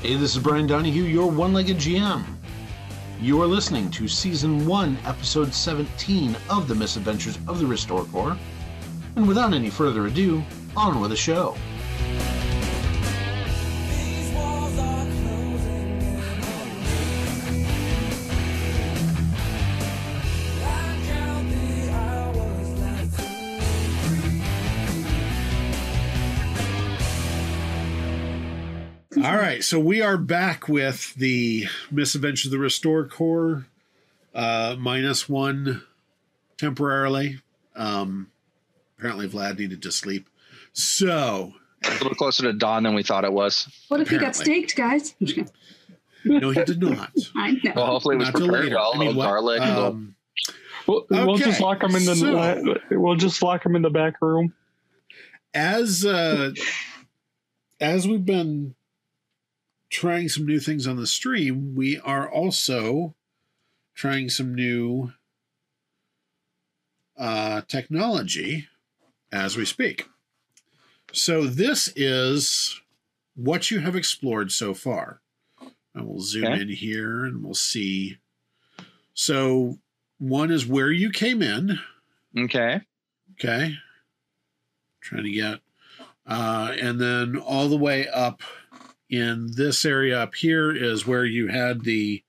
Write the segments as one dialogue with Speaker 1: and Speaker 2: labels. Speaker 1: Hey, this is Brian Donahue, your one legged GM. You are listening to Season 1, Episode 17 of The Misadventures of the Restore Corps. And without any further ado, on with the show.
Speaker 2: These walls are closing in on me. I count the hours like two, three.
Speaker 3: All right, so we are back with the misadventures of the Restore Corps, uh, minus one temporarily. Um, apparently, Vlad needed to sleep. So,
Speaker 4: a little closer to dawn than we thought it was.
Speaker 5: What if he got
Speaker 3: Apparently.
Speaker 5: staked, guys?
Speaker 3: no, he did not.
Speaker 5: I know.
Speaker 4: Well, hopefully it was
Speaker 3: Not till
Speaker 4: prepared
Speaker 3: later.
Speaker 4: well.
Speaker 3: I
Speaker 4: A
Speaker 3: mean,
Speaker 4: little
Speaker 3: what-
Speaker 4: garlic. a little-
Speaker 3: um,
Speaker 6: We'll, we'll
Speaker 3: Okay,
Speaker 6: just lock him in the
Speaker 3: so-
Speaker 6: we'll just lock him in the back room.
Speaker 3: as uh, as we've been trying some new things on the stream, we are also trying some new uh, technology as we speak. So this is what you have explored so far. And we'll zoom
Speaker 4: Okay.
Speaker 3: in here and we'll see. So one is where you came in.
Speaker 4: oh, okay.
Speaker 3: Okay. Trying to get. Uh, and then all the way up in this area up here is where you had the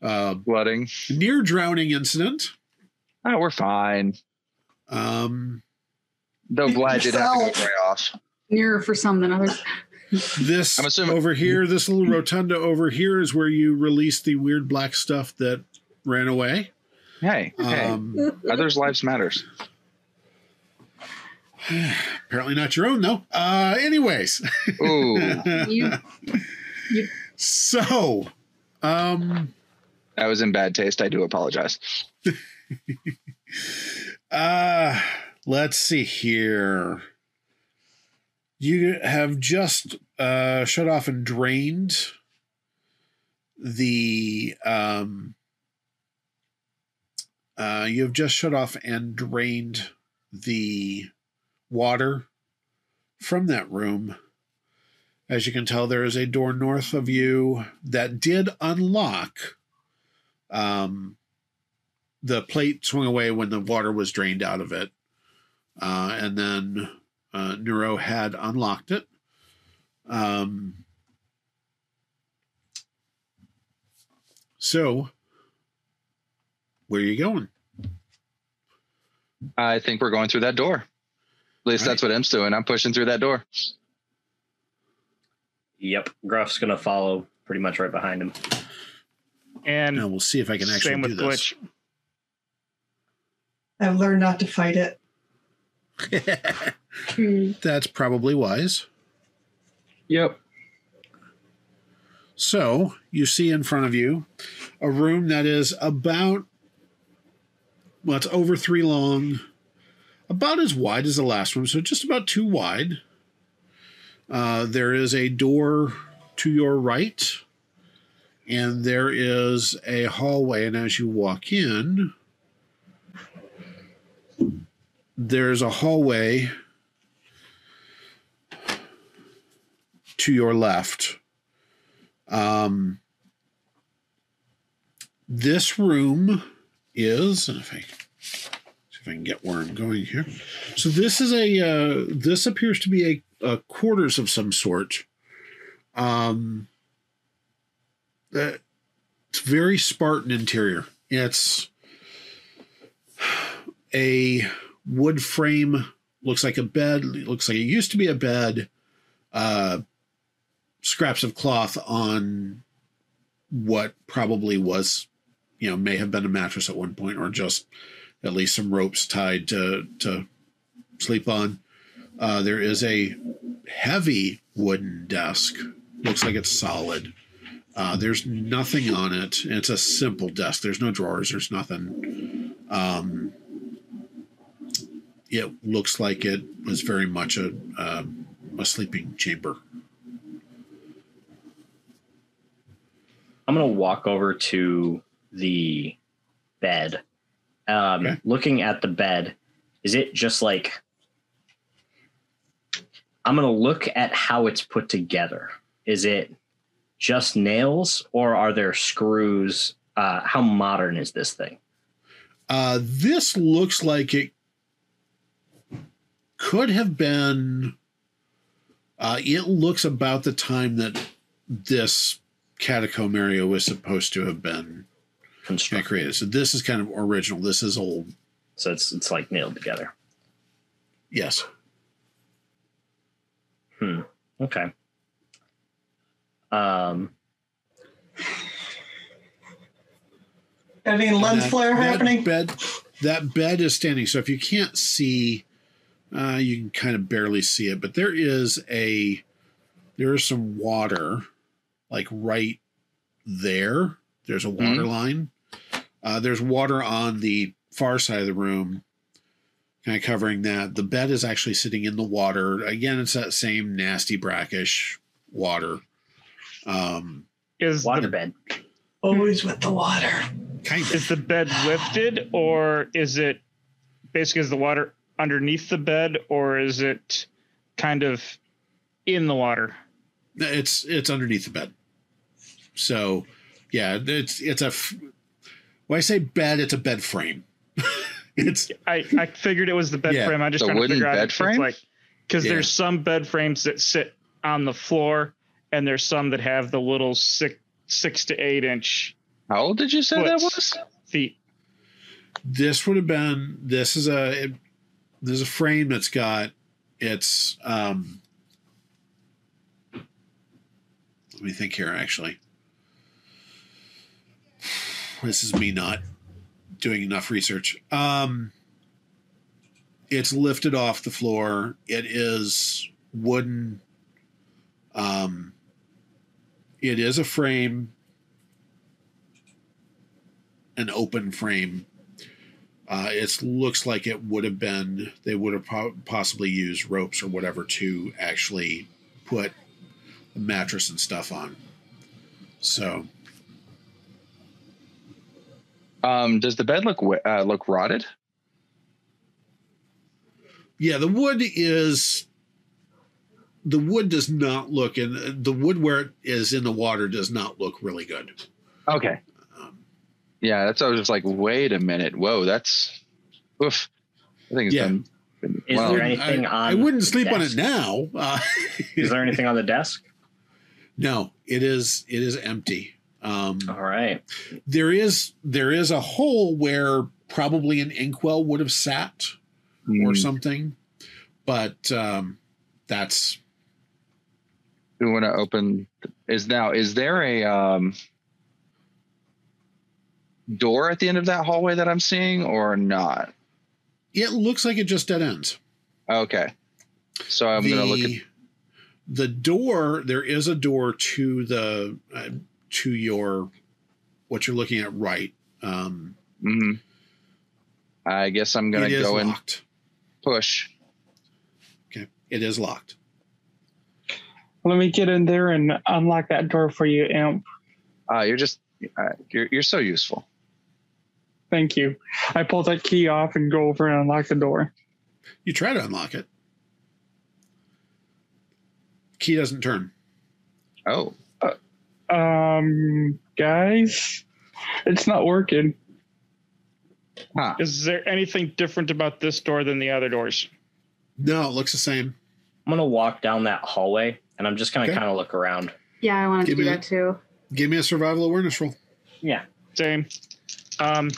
Speaker 3: uh,
Speaker 4: Flooding.
Speaker 3: near drowning incident.
Speaker 4: Oh, we're fine.
Speaker 3: Um,
Speaker 4: Though Vlad did have to go
Speaker 5: Yourself.
Speaker 4: dry off.
Speaker 5: Nearer for some than others.
Speaker 3: this
Speaker 4: I'm assuming-
Speaker 3: over here, this little rotunda over here is where you released the weird black stuff that ran away.
Speaker 4: Hey, hey.
Speaker 3: Um,
Speaker 4: Others' lives matters.
Speaker 3: apparently not your own though. Uh, anyways,
Speaker 4: Ooh,
Speaker 5: You,
Speaker 3: so um,
Speaker 4: that was in bad taste. I do apologize.
Speaker 3: Uh let's see here. You have just uh shut off and drained the um uh you have just shut off and drained the water from that room. As you can tell, there is a door north of you that did unlock um the plate swung away when the water was drained out of it. Uh, and then uh, Neuro had unlocked it. Um, so, where are you going?
Speaker 4: I think we're going through that door. At least that's what Im's doing. I'm pushing through that door.
Speaker 7: Yep, Gruff's gonna follow pretty much right behind him.
Speaker 8: And
Speaker 3: Now we'll see if I can actually
Speaker 8: same
Speaker 3: do
Speaker 8: with
Speaker 3: this.
Speaker 8: Glitch.
Speaker 9: I've learned not to fight it.
Speaker 5: hmm.
Speaker 3: That's probably wise.
Speaker 4: Yep.
Speaker 3: So you see in front of you a room that is about, well, it's over three long, about as wide as the last room, so just about two wide. Uh, there is a door to your right, and there is a hallway. And as you walk in, there's a hallway to your left. Um, this room is if I, see if I can get where I'm going here. So this is a uh, this appears to be a, a quarters of some sort. Um, uh, it's very Spartan interior. It's a wood frame. Looks like a bed. Looks like it used to be a bed. Uh, scraps of cloth on what probably was, you know, may have been a mattress at one point, or just at least some ropes tied to to sleep on. Uh, there is a heavy wooden desk. Looks like it's solid. Uh, there's nothing on it. It's a simple desk. There's no drawers. There's nothing. Um, it looks like it was very much a um a sleeping chamber.
Speaker 7: I'm gonna walk over to the bed. Um,
Speaker 3: Okay.
Speaker 7: Looking at the bed, is it just like I'm gonna look at how it's put together? Is it just nails or are there screws? Uh, how modern is this thing?
Speaker 3: Uh, this looks like it could have been. Uh, it looks about the time that this catacomb area was supposed to have been
Speaker 7: Constructed.
Speaker 3: created. So this is kind of original. This is old.
Speaker 7: So it's it's like nailed together.
Speaker 3: Yes.
Speaker 7: Okay. Um,
Speaker 9: Got any lens
Speaker 3: that-
Speaker 9: flare
Speaker 3: that
Speaker 9: happening?
Speaker 3: Bed, that bed is standing. So if you can't see, uh, you can kind of barely see it. But there is a there is some water, like right there. There's a
Speaker 9: Mm-hmm.
Speaker 3: water line. Uh, there's water on the far side of the room, kind of covering that. The bed is actually sitting in the water. Again, it's that same nasty brackish water. Um,
Speaker 8: Is the,
Speaker 7: waterbed.
Speaker 9: Always with the water.
Speaker 3: kind of.
Speaker 8: is the bed lifted or is it basically is the water underneath the bed or is it kind of in the water?
Speaker 3: No, It's it's underneath the bed. So, yeah, it's it's a. f- When I say bed, it's a bed frame. it's
Speaker 8: I, I figured it was the bed
Speaker 3: Yeah,
Speaker 8: frame. I just
Speaker 4: the
Speaker 8: trying to
Speaker 4: wooden
Speaker 8: figure out
Speaker 4: bed
Speaker 8: if it's
Speaker 4: frame?
Speaker 8: like because
Speaker 3: Yeah.
Speaker 8: there's some bed frames that sit on the floor and there's some that have the little six six to eight inch
Speaker 4: How old did you say that
Speaker 8: What's-
Speaker 4: was?
Speaker 8: feet.
Speaker 3: this would have been this is a it, there's a frame that's got it's um. Let me think here. Actually, this is me not doing enough research. Um, it's lifted off the floor. It is wooden. Um, it is a frame, an open frame. Uh, it looks like it would have been, they would have po- possibly used ropes or whatever to actually put the mattress and stuff on. So,
Speaker 4: Um, does the bed look wi- uh, look rotted?
Speaker 3: yeah, the wood is, the wood does not look, and the wood where it is in the water does not look really good.
Speaker 4: Okay.
Speaker 3: Um,
Speaker 4: Yeah, that's. I was just like, wait a minute. Whoa, that's. Oof. I think it's
Speaker 3: Yeah.
Speaker 4: been. been
Speaker 7: Is
Speaker 4: wow.
Speaker 7: there anything
Speaker 3: I,
Speaker 7: on
Speaker 3: I wouldn't
Speaker 7: the
Speaker 3: sleep on it
Speaker 7: desk?
Speaker 3: now. Uh,
Speaker 7: Is there anything on the desk?
Speaker 3: no, it is, it is empty. Um,
Speaker 7: All right.
Speaker 3: there is there is a hole where probably an inkwell would have sat or
Speaker 4: Mm.
Speaker 3: something but um that's
Speaker 4: we want to open is now is there a um door at the end of that hallway that i'm seeing or not
Speaker 3: it looks like it just dead ends
Speaker 4: okay so i'm gonna look at
Speaker 3: the door there is a door to the uh, to your what you're looking at right um
Speaker 4: mhm. i guess i'm gonna
Speaker 3: it is
Speaker 4: go and
Speaker 3: locked
Speaker 4: push
Speaker 3: it is locked
Speaker 6: Let me get in there and unlock that door for you, Amp.
Speaker 4: uh you're just uh, you're, you're so useful
Speaker 6: Thank you. I pull that key off and go over and unlock the door.
Speaker 3: you try to unlock it key doesn't turn
Speaker 4: oh
Speaker 6: Um, guys, it's not working.
Speaker 4: huh
Speaker 8: Is there anything different about this door than the other doors?
Speaker 3: no it looks the same
Speaker 7: I'm gonna walk down that hallway and I'm just gonna
Speaker 3: Okay.
Speaker 7: kind of look around.
Speaker 5: Yeah, I wanted
Speaker 3: Give
Speaker 5: to do
Speaker 3: me
Speaker 5: that too.
Speaker 3: give me a survival awareness roll
Speaker 7: Yeah.
Speaker 8: Same. Um,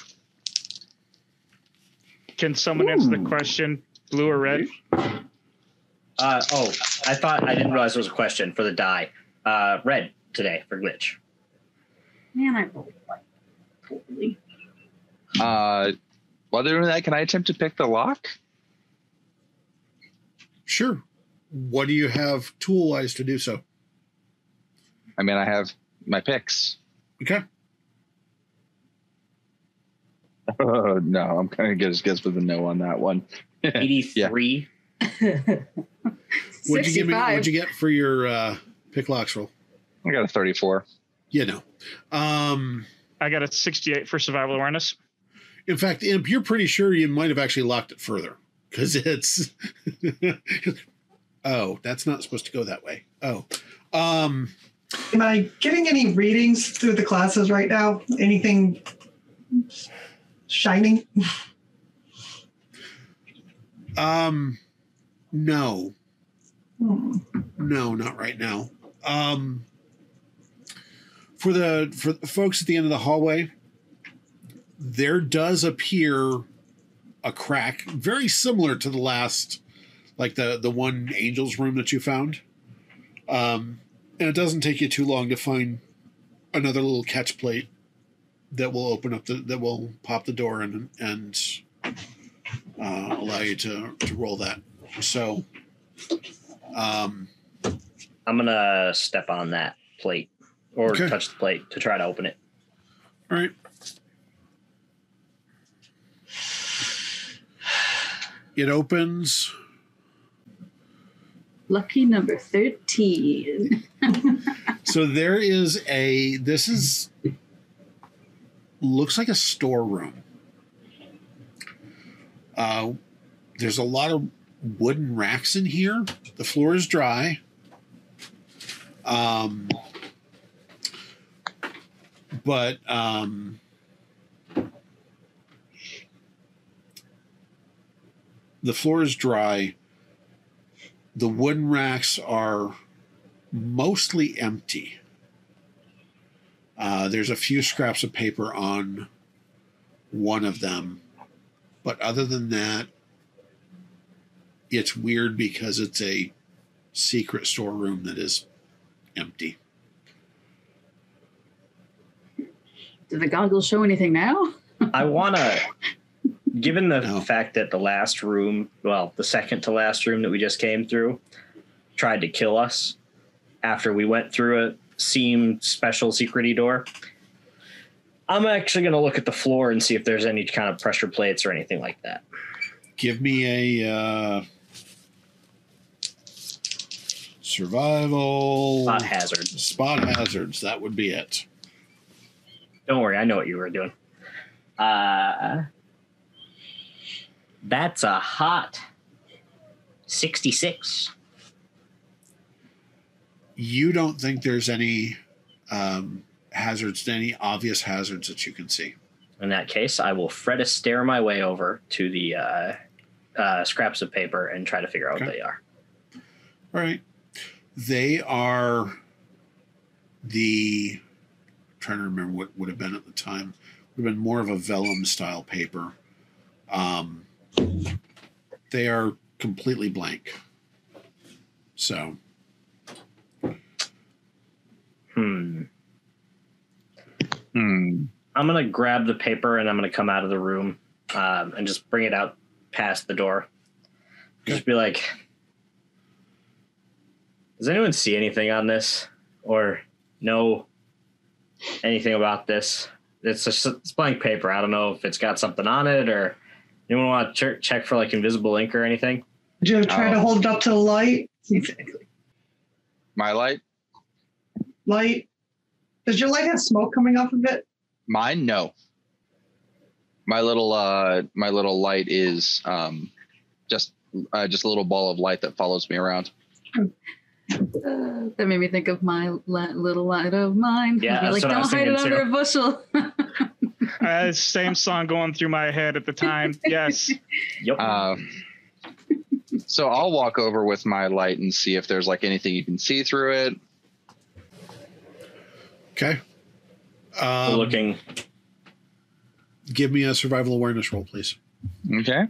Speaker 8: can someone answer the question? Blue or red?
Speaker 7: Uh, oh, I thought I didn't realize there was a question for the die. Uh, red today for glitch.
Speaker 5: Man, I rolled like totally.
Speaker 4: uh while they're doing that can i attempt to pick the lock
Speaker 3: Sure. What do you have tool wise to do so?
Speaker 4: i mean i have my picks
Speaker 3: Okay.
Speaker 4: oh no i'm gonna guess guess with a no on that one
Speaker 7: 83.
Speaker 3: What'd you give me? What'd
Speaker 5: 65.
Speaker 3: you get for your uh, pick locks roll?
Speaker 4: i got a 34
Speaker 3: Yeah, no. Um,
Speaker 8: I got a 68 for survival awareness.
Speaker 3: in fact, Imp, you're pretty sure you might have actually locked it further because it's. oh, that's not supposed to go that way. Oh, um,
Speaker 9: Am I getting any readings through the classes right now? Anything shining?
Speaker 3: Um, no,
Speaker 9: Hmm.
Speaker 3: no, not right now. Um, for the for the folks at the end of the hallway, there does appear a crack very similar to the last, like the the one angel's room that you found. Um, and it doesn't take you too long to find another little catch plate that will open up the that will pop the door and and uh, allow you to to roll that. So. Um,
Speaker 7: I'm gonna step on that plate or
Speaker 3: Okay.
Speaker 7: touch the plate to try to open it.
Speaker 3: All right. It opens.
Speaker 5: Lucky number 13.
Speaker 3: So there is a. This is. Looks like a storeroom. Uh, there's a lot of wooden racks in here. The floor is dry. Um, but um, the floor is dry. The wooden racks are mostly empty. Uh, there's a few scraps of paper on one of them, but other than that, it's weird because it's a secret storeroom that is empty.
Speaker 5: Did the goggles show anything now?
Speaker 7: I wanna, given the
Speaker 3: No.
Speaker 7: fact that the last room, well, the second to last room that we just came through, tried to kill us after we went through a seam special secrety door. I'm actually gonna look at the floor and see if there's any kind of pressure plates or anything like that.
Speaker 3: Give me a uh, survival
Speaker 7: Not hazard.
Speaker 3: spot hazards. That would be it.
Speaker 7: Don't worry, I know what you were doing. Uh, that's a hot 66.
Speaker 3: You don't think there's any um, hazards, any obvious hazards that you can see.
Speaker 7: In that case, I will Fred Astaire my way over to the uh, uh, scraps of paper and try to figure out what
Speaker 3: Okay.
Speaker 7: they are.
Speaker 3: All right. They are the I'm trying to remember what would have been at the time. Would have been more of a vellum style paper. Um, they are completely blank. So
Speaker 7: Hmm.
Speaker 4: Hmm.
Speaker 7: I'm going to grab the paper and I'm going to come out of the room um, and just bring it out past the door. Just be like, does anyone see anything on this or know anything about this? It's just it's blank paper. I don't know if it's got something on it or anyone want to ch- check for like invisible ink or anything.
Speaker 9: Joe, try to
Speaker 4: Oh.
Speaker 9: hold it up to the light.
Speaker 4: My light?
Speaker 9: Light. Does your light have smoke coming off of it?
Speaker 4: Mine? No. My little uh my little light is um just uh, just a little ball of light that follows me around.
Speaker 5: Uh, that made me think of my li- little light of mine.
Speaker 7: Yeah,
Speaker 5: I'd be
Speaker 7: that's
Speaker 5: like,
Speaker 7: what I
Speaker 5: don't
Speaker 7: was
Speaker 5: hide it
Speaker 7: thinking
Speaker 5: under
Speaker 7: too."
Speaker 5: a bushel.
Speaker 8: Uh, same song going through my head at the time. Yes.
Speaker 7: Yep.
Speaker 4: Uh, so I'll walk over with my light and see if there's like anything you can see through it.
Speaker 3: okay. Um,
Speaker 7: looking.
Speaker 3: Give me a survival awareness roll, please.
Speaker 4: Okay.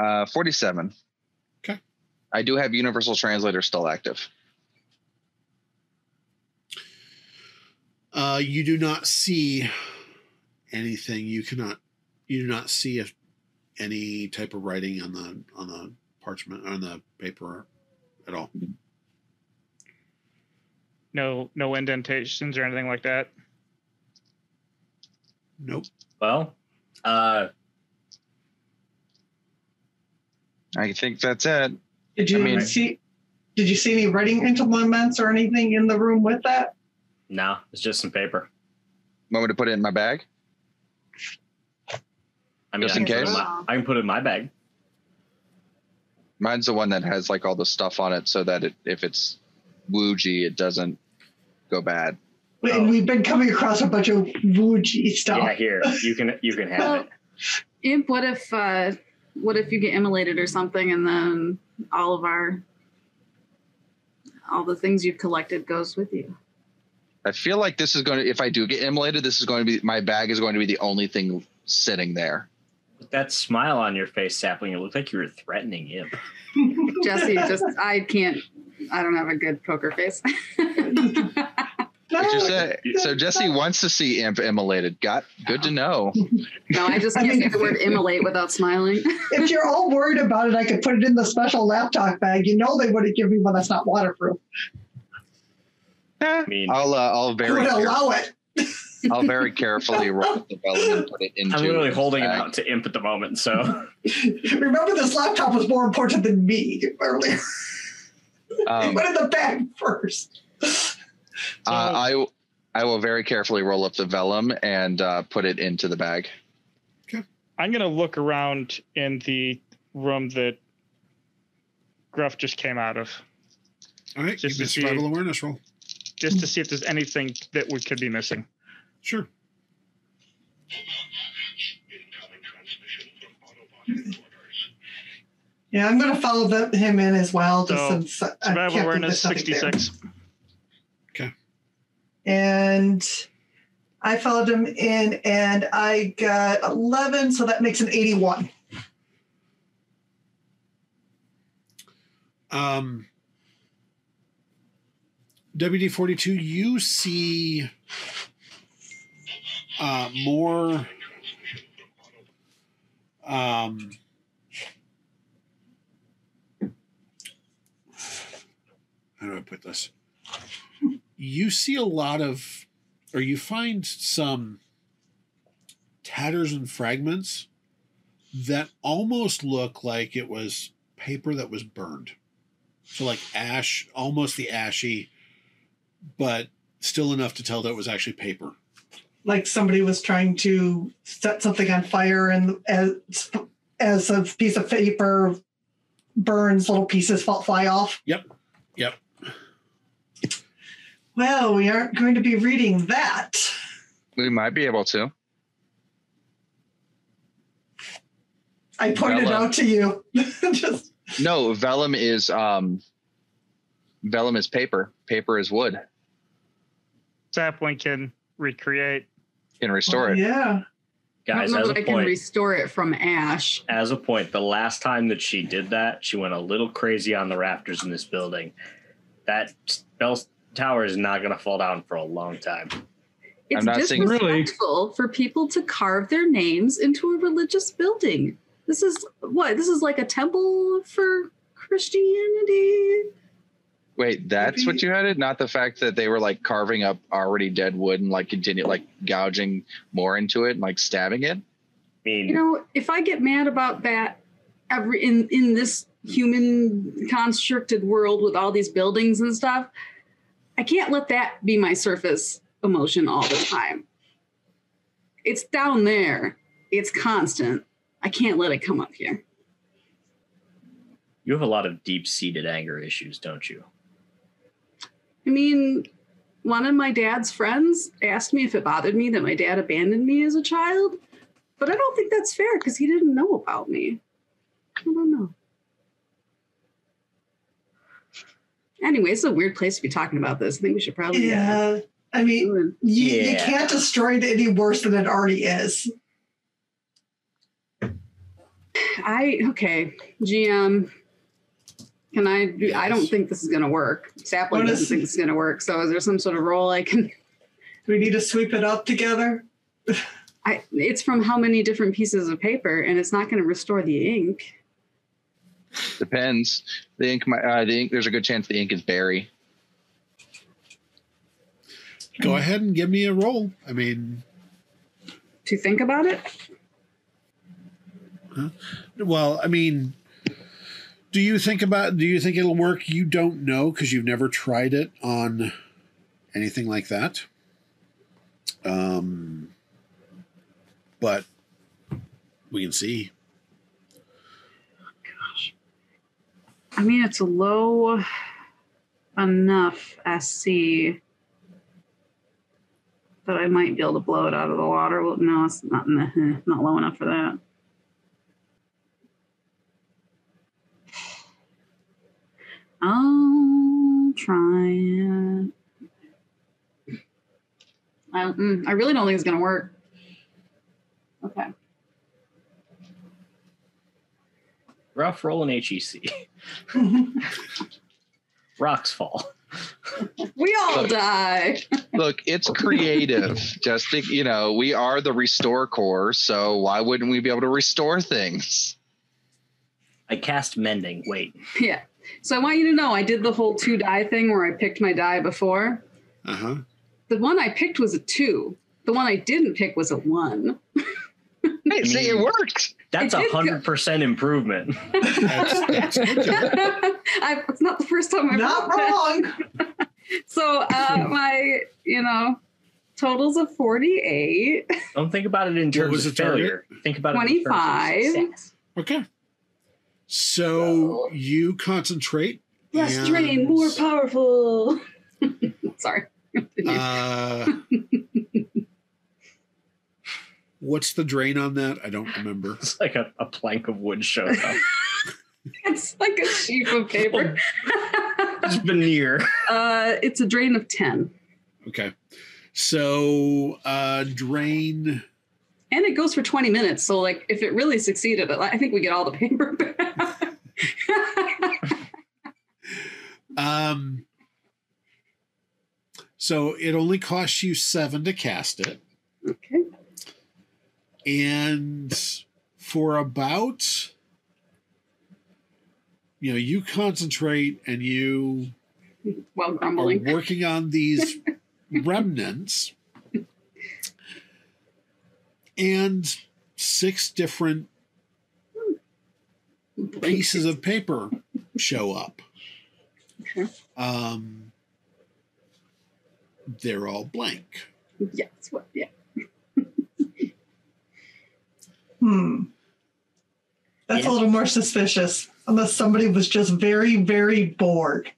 Speaker 4: Uh, 47.
Speaker 3: Okay.
Speaker 4: I do have Universal Translator still active.
Speaker 3: Uh, you do not see anything. You cannot. You do not see if any type of writing on the on the parchment on the paper at all.
Speaker 8: No, no indentations or anything like that.
Speaker 3: Nope.
Speaker 7: Well, uh,
Speaker 4: I think that's it.
Speaker 9: Did you
Speaker 4: I mean-
Speaker 9: see? Did you see any writing implements or anything in the room with that?
Speaker 7: no, it's just some paper.
Speaker 4: Want me to put it in my bag?
Speaker 7: I mean,
Speaker 4: Just
Speaker 7: I
Speaker 4: in
Speaker 7: can put it
Speaker 4: case.
Speaker 7: my- I can put it in my bag.
Speaker 4: Mine's the one that has like all the stuff on it so that it, if it's woogee, it doesn't go bad.
Speaker 9: We- and
Speaker 7: Oh.
Speaker 9: we've been coming across a bunch of Wuji stuff.
Speaker 7: Yeah, here you can you can have
Speaker 5: Well,
Speaker 7: it.
Speaker 5: imp, what if uh, what if you get immolated or something, and then all of our all the things you've collected goes with you?
Speaker 4: I feel like this is going to, if I do get immolated, this is going to be, my bag is going to be the only thing sitting there.
Speaker 7: That smile on your face, sapling. It looked like you were threatening him.
Speaker 5: Jesse, just I can't. I don't have a good poker face.
Speaker 9: No,
Speaker 4: Did you say- so Jesse wants to see Imp immolated. Got good to know.
Speaker 5: no, I just
Speaker 9: I
Speaker 5: can't
Speaker 9: mean-
Speaker 5: say the word immolate without smiling.
Speaker 9: if you're all worried about it, I could put it in the special laptop bag. You know they would have given me one that's not waterproof.
Speaker 7: I mean,
Speaker 4: I'll uh, I'll
Speaker 9: I
Speaker 4: very
Speaker 9: would
Speaker 4: care-
Speaker 9: allow it.
Speaker 4: I'll very carefully roll the bell and put it into.
Speaker 7: I'm literally holding it
Speaker 4: bag.
Speaker 7: out to imp at the moment. So
Speaker 9: Remember, this laptop was more important than me earlier.
Speaker 4: Um,
Speaker 9: Put it in the bag first.
Speaker 4: uh, I I will very carefully roll up the vellum and uh, put it into the bag.
Speaker 8: I'm gonna look around in the room that Gruff just came out of,
Speaker 3: All right,
Speaker 8: Just
Speaker 3: give me a
Speaker 8: to see-
Speaker 3: survival awareness roll.
Speaker 8: just to see if there's anything that we could be missing.
Speaker 3: Sure.
Speaker 9: Yeah, I'm going to follow the, him in as well. Just
Speaker 8: So,
Speaker 9: since I can't think
Speaker 8: Survival
Speaker 9: there's
Speaker 8: awareness
Speaker 9: nothing there.
Speaker 8: 66.
Speaker 9: And I followed him in and I got 11, so that makes an 81.
Speaker 3: Um, WD42, you see uh, more um, how do I put this? You see a lot of, or you find some tatters and fragments that almost look like it was paper that was burned. So like ash, almost the ashy, but still enough to tell that it was actually paper.
Speaker 9: Like somebody was trying to set something on fire and as, as a piece of paper burns, little pieces fall, fly off.
Speaker 3: Yep. Yep.
Speaker 9: Well, we aren't going to be reading that.
Speaker 4: We might be able to.
Speaker 9: I pointed
Speaker 4: Bella.
Speaker 9: out to you. Just
Speaker 4: No, vellum is um, vellum is paper. Paper is wood.
Speaker 8: Sapling can recreate.
Speaker 4: Can restore it.
Speaker 9: Oh, Yeah.
Speaker 5: I
Speaker 7: guys,
Speaker 5: don't
Speaker 7: as
Speaker 5: know that
Speaker 7: a
Speaker 5: I can
Speaker 7: point,
Speaker 5: restore it from ash.
Speaker 7: as a point, the last time that she did that, she went a little crazy on the rafters in this building. That bell tower is not going to fall down for a long time.
Speaker 5: It's
Speaker 4: not saying-
Speaker 6: Really?
Speaker 5: disrespectful for people to carve their names into a religious building. This is what? This is like a temple for Christianity.
Speaker 4: Wait, that's what you had it? Not the fact that they were like carving up already dead wood and like continue like gouging more into it and like stabbing it?
Speaker 7: I mean,
Speaker 5: You know, if I get mad about that every in in this human constructed world with all these buildings and stuff, I can't let that be my surface emotion all the time. It's down there. It's constant. I can't let it come up here.
Speaker 7: you have a lot of deep-seated anger issues, don't you?
Speaker 5: I mean, one of my dad's friends asked me if it bothered me that my dad abandoned me as a child, but I don't think that's fair because he didn't know about me. I don't know. Anyway, it's a weird place to be talking about this. I think we should
Speaker 3: Oh,
Speaker 5: probably uh,
Speaker 9: Yeah. I mean,
Speaker 5: go and-
Speaker 9: you, you
Speaker 7: Yeah.
Speaker 9: can't destroy it any worse than it already is.
Speaker 5: I okay, GM. Can I? Do, I don't
Speaker 3: Yes.
Speaker 5: think this is gonna work. Sapling
Speaker 9: What
Speaker 5: doesn't
Speaker 9: is-
Speaker 5: think this is gonna work. So is there some sort of role I can?
Speaker 9: Do we need to sweep it up together?
Speaker 5: I, it's from how many different pieces of paper, and it's not gonna restore the ink.
Speaker 4: Depends. The ink might uh, the ink there's a good chance the ink is berry.
Speaker 3: Go ahead and give me a roll. I mean,
Speaker 5: to think about it.
Speaker 3: well, I mean, do you think about? Do you think it'll work? You don't know because you've never tried it on anything like that. Um, but we can see.
Speaker 5: I mean, it's a low. enough SC that I might be able to blow it out of the water. Well, no, it's not in the, not low enough for that. I'll try it. I, mm, I really don't think it's gonna work. Okay.
Speaker 7: Rough roll E in HEC. Rocks fall.
Speaker 5: We all die.
Speaker 4: Look, it's creative. Just think, you know, we are the restore core, so why wouldn't we be able to restore things?
Speaker 7: I cast mending. Wait.
Speaker 5: Yeah. So I want you to know I did the whole two die thing where I picked my die before.
Speaker 3: Uh huh.
Speaker 5: The one I picked was a two. The one I didn't pick was a one.
Speaker 4: Hey, see, it worked.
Speaker 7: That's
Speaker 5: It
Speaker 7: a
Speaker 5: did go-
Speaker 7: hundred percent improvement.
Speaker 3: That's, that's good job.
Speaker 5: I, it's not the first time I've
Speaker 9: Not
Speaker 5: rolled that.
Speaker 9: wrong.
Speaker 5: So uh, my, you know, totals of 48,
Speaker 7: Don't think about it in terms
Speaker 3: was
Speaker 7: of
Speaker 3: the target?
Speaker 7: failure. Think about it.
Speaker 5: 25.
Speaker 7: in terms of success.
Speaker 3: Okay. So you concentrate.
Speaker 5: Less
Speaker 3: and,
Speaker 5: drain, more powerful. Sorry.
Speaker 3: Uh, what's the drain on that? I don't remember.
Speaker 7: It's like a, a plank of wood showed up.
Speaker 5: it's like a sheaf of paper.
Speaker 7: it's veneer.
Speaker 5: uh, it's a drain of 10.
Speaker 3: Okay. So uh, drain.
Speaker 5: And it goes for 20 minutes. So, like, if it really succeeded, I think we get all the paper back.
Speaker 3: Um, so it only costs you seven to cast it.
Speaker 5: okay.
Speaker 3: and for about you know you concentrate and you
Speaker 5: While
Speaker 3: are
Speaker 5: grumbling.
Speaker 3: working on these remnants and six different pieces of paper show up
Speaker 5: Okay.
Speaker 3: um they're all blank
Speaker 5: Yes. What? Yeah.
Speaker 9: Hmm. That's
Speaker 7: Yeah.
Speaker 9: a little more suspicious, unless somebody was just very, very bored.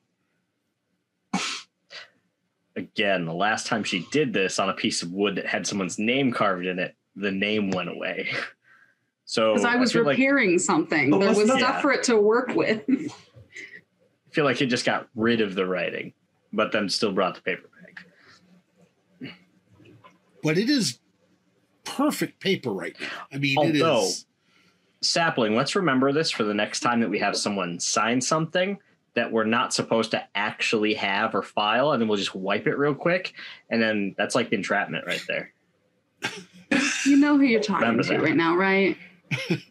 Speaker 7: Again, the last time she did this on a piece of wood that had someone's name carved in it, the name went away. So
Speaker 5: Because I was
Speaker 7: Oh, feel like,
Speaker 5: repairing something.
Speaker 9: But
Speaker 5: There was
Speaker 9: wasn't
Speaker 5: stuff
Speaker 9: that-
Speaker 5: for it to work with.
Speaker 7: I feel like it just got rid of the writing, but then still brought the paper back.
Speaker 3: but it is perfect paper right now i mean it
Speaker 7: Although-
Speaker 3: is
Speaker 7: Sapling, let's remember this for the next time that we have someone sign something that we're not supposed to actually have or file, and then we'll just wipe it real quick. And then that's like entrapment right there.
Speaker 5: You know who you're talking
Speaker 7: Remember
Speaker 5: to
Speaker 7: that.
Speaker 5: right now, right?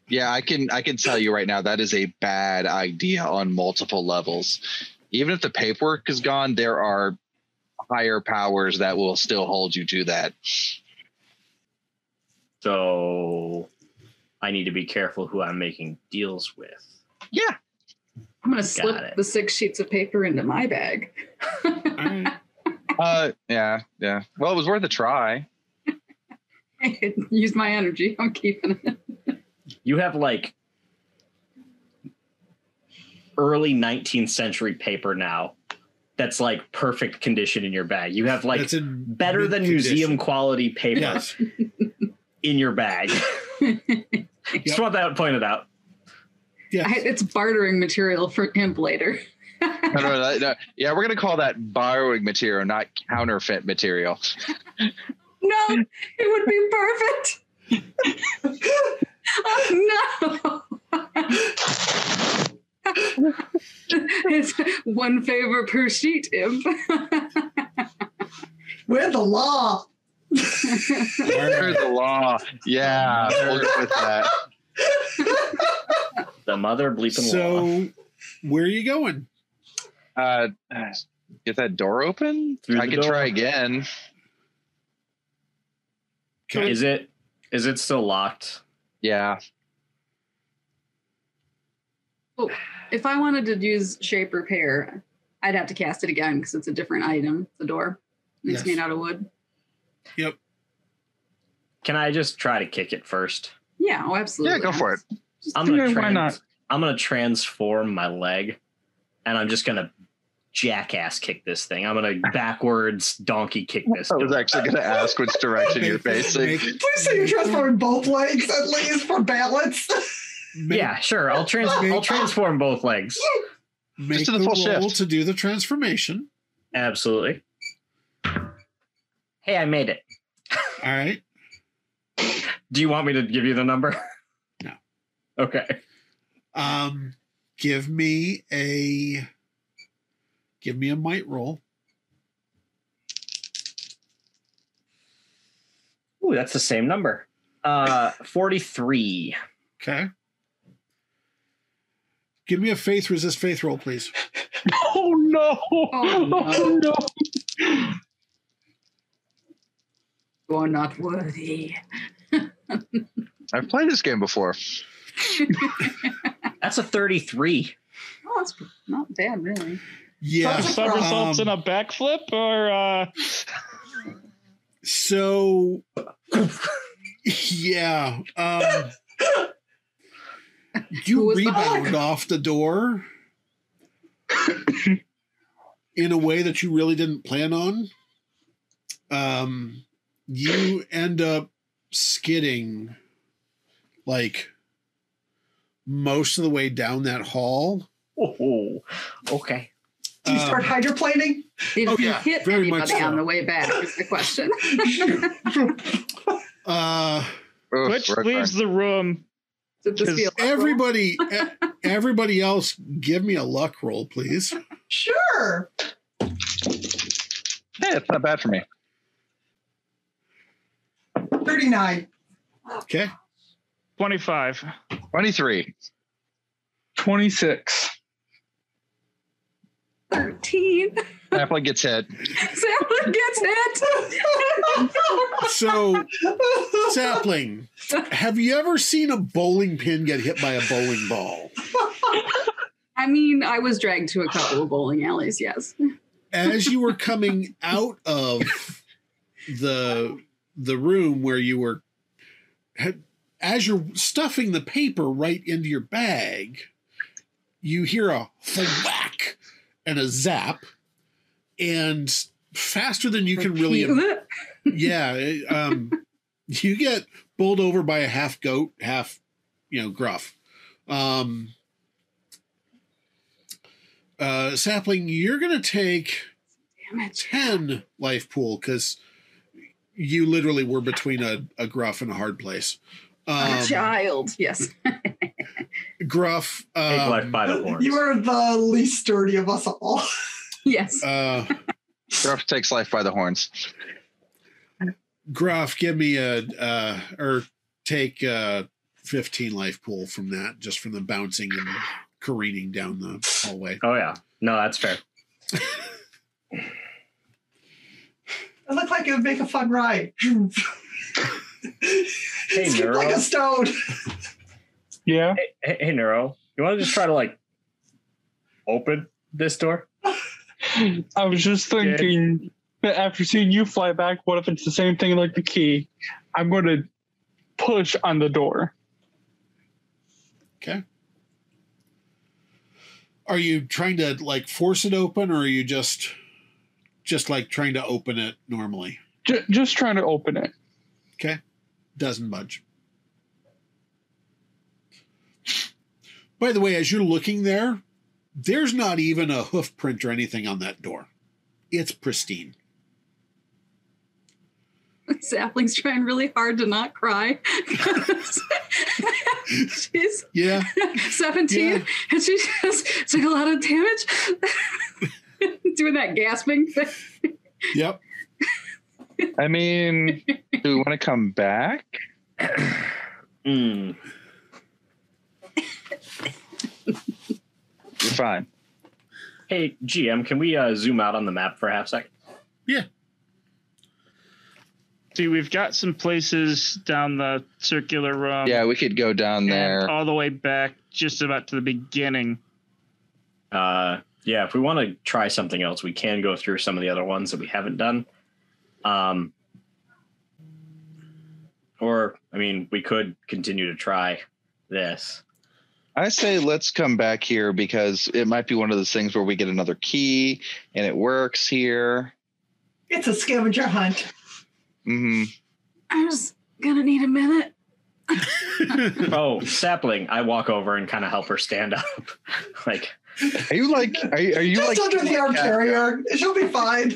Speaker 4: Yeah, I can I can tell you right now that is a bad idea on multiple levels. Even if the paperwork is gone, there are higher powers that will still hold you to that.
Speaker 7: So I need to be careful who I'm making deals with.
Speaker 4: Yeah.
Speaker 5: I'm gonna
Speaker 7: it.
Speaker 5: slip the six sheets of paper into my bag.
Speaker 4: Uh yeah, yeah. Well, it was worth a try.
Speaker 5: I could Use my energy. I'm keeping it.
Speaker 7: You have like early 19th century paper now that's like perfect condition in your bag. You have like
Speaker 3: that's in
Speaker 7: better than
Speaker 3: mid-condition.
Speaker 7: museum quality paper
Speaker 3: Yes.
Speaker 7: in your bag. Just want that pointed out.
Speaker 3: Yes.
Speaker 5: I, it's bartering material for him later.
Speaker 4: No, no, no, no. Yeah, we're gonna call that borrowing material, not counterfeit material.
Speaker 5: No, it would be perfect. oh, no. it's one favor per sheet, imp.
Speaker 9: We're the law.
Speaker 4: There's the law. Yeah, work with that.
Speaker 7: The mother bleeping law.
Speaker 3: so where are you going?
Speaker 4: Uh, get that door open.
Speaker 7: Through
Speaker 4: I
Speaker 7: the
Speaker 4: can
Speaker 7: door.
Speaker 4: try again.
Speaker 7: Is it is it still locked?
Speaker 4: Yeah.
Speaker 5: if I wanted to use shape repair, I'd have to cast it again because it's a different item. The door. It's
Speaker 3: Yes.
Speaker 5: made out of wood.
Speaker 7: Can I just try to kick it first?
Speaker 5: Yeah, oh, absolutely.
Speaker 4: go for it.
Speaker 5: Just-
Speaker 7: I'm gonna
Speaker 8: Yeah, why
Speaker 7: trans-
Speaker 8: not?
Speaker 7: I'm gonna transform my leg, and I'm just gonna jackass kick this thing. I'm gonna backwards donkey kick this.
Speaker 4: I was
Speaker 7: door.
Speaker 4: actually going to ask which direction you're facing.
Speaker 3: Make,
Speaker 9: Please
Speaker 7: Mm-hmm.
Speaker 9: say you're transforming both legs at least for balance.
Speaker 3: make,
Speaker 7: Yeah, sure. I'll trans I'll transform both legs.
Speaker 3: make
Speaker 4: Just to
Speaker 3: the,
Speaker 4: the full
Speaker 3: roll
Speaker 4: shift.
Speaker 3: to do the transformation.
Speaker 7: Absolutely. Hey, I made it.
Speaker 3: All right.
Speaker 7: Do you want me to give you the number?
Speaker 3: No.
Speaker 7: Okay.
Speaker 3: Um, give me a give me a might roll.
Speaker 7: Ooh, that's the same number. Uh, 43.
Speaker 3: Okay. Give me a faith resist faith roll, please.
Speaker 8: Oh no!
Speaker 5: Oh,
Speaker 8: Oh no!
Speaker 5: You're not worthy.
Speaker 4: I've played this game before.
Speaker 7: That's a 33.
Speaker 5: Oh, that's not bad, really.
Speaker 3: Yeah.
Speaker 8: Somersaults
Speaker 3: um,
Speaker 8: and a backflip, or uh,
Speaker 3: So, yeah, um,
Speaker 5: Who
Speaker 3: you
Speaker 5: was the
Speaker 3: rebound off the door in a way that you really didn't plan on. Um, you end up skidding like most of the way down that hall.
Speaker 7: Oh, okay.
Speaker 9: Do you start
Speaker 3: Um,
Speaker 9: hydroplaning?
Speaker 5: Did
Speaker 3: Oh,
Speaker 5: you
Speaker 3: yeah,
Speaker 5: hit
Speaker 3: very much
Speaker 5: anybody on
Speaker 3: so.
Speaker 5: the way back? Is the question.
Speaker 3: Uh,
Speaker 4: Oof,
Speaker 8: which
Speaker 4: right
Speaker 8: leaves the room.
Speaker 5: Did this feel
Speaker 3: everybody, e- everybody else, give me a luck roll, please.
Speaker 9: Sure.
Speaker 4: there. Hey, it's not bad for me.
Speaker 9: 39.
Speaker 3: Okay.
Speaker 8: Twenty-five.
Speaker 4: 23.
Speaker 6: 26.
Speaker 5: thirteen?
Speaker 4: Halfling gets hit.
Speaker 5: Sally gets hit.
Speaker 3: So, Sapling, have you ever seen a bowling pin get hit by a bowling ball?
Speaker 5: I mean, I was dragged to a couple of bowling alleys. Yes.
Speaker 3: As you were coming out of the the room where you were, had- as you're stuffing the paper right into your bag, you hear a whack and a zap, and faster than you can really yeah it, um you get bowled over by a half goat half you know gruff um uh sapling you're gonna take
Speaker 5: Damn it.
Speaker 3: 10 life pool because you literally were between a, a gruff and a hard place
Speaker 5: A
Speaker 3: um,
Speaker 5: child. Yes.
Speaker 3: gruff
Speaker 7: Take life
Speaker 3: um,
Speaker 7: by the horns.
Speaker 9: You are the least sturdy of us all.
Speaker 5: Yes.
Speaker 3: uh
Speaker 4: Gruff takes life by the horns.
Speaker 3: gruff give me a uh or take uh 15 life pool from that just from the bouncing and careening down the hallway
Speaker 7: oh, yeah. No, that's fair.
Speaker 9: It looked like it would make a fun ride.
Speaker 7: Hey,
Speaker 9: Skip like
Speaker 7: Nero.
Speaker 9: a stone.
Speaker 8: Yeah.
Speaker 7: Hey, hey, hey Nero, you want to just try to like open this door?
Speaker 6: I was just thinking that after seeing you fly back, what if it's the same thing like the key? I'm going to push on the door.
Speaker 3: Okay. Are you trying to like force it open or are you just just like trying to open it normally?
Speaker 6: J- just trying to open it.
Speaker 3: Doesn't budge. By the way, as you're looking there, there's not even a hoof print or anything on that door. It's pristine.
Speaker 5: Sapling's trying really hard to not cry. She's
Speaker 3: Yeah.
Speaker 5: 17
Speaker 3: Yeah.
Speaker 5: and she just took a lot of damage doing that gasping thing.
Speaker 3: yep.
Speaker 8: I mean,
Speaker 4: Do we want to come back?
Speaker 7: Mm.
Speaker 4: You're fine.
Speaker 7: Hey, GM, can we uh, zoom out on the map for a half second?
Speaker 8: see, we've got some places down the circular room.
Speaker 4: Yeah, we could go down
Speaker 8: and
Speaker 4: there.
Speaker 8: all the way back, just about to the beginning.
Speaker 7: Uh, yeah, if we want to try something else, we can go through some of the other ones that we haven't done. Um, or I mean, we could continue to try this.
Speaker 4: I say let's come back here because it might be one of those things where we get another key and it works here.
Speaker 9: It's a scavenger hunt.
Speaker 4: hmm
Speaker 5: I'm just gonna need a minute.
Speaker 7: Oh, sapling. I walk over and kind of help her stand up. like,
Speaker 4: Are you like? Are you, are you
Speaker 9: Just
Speaker 4: like?
Speaker 9: under the arm carrier. She'll be fine.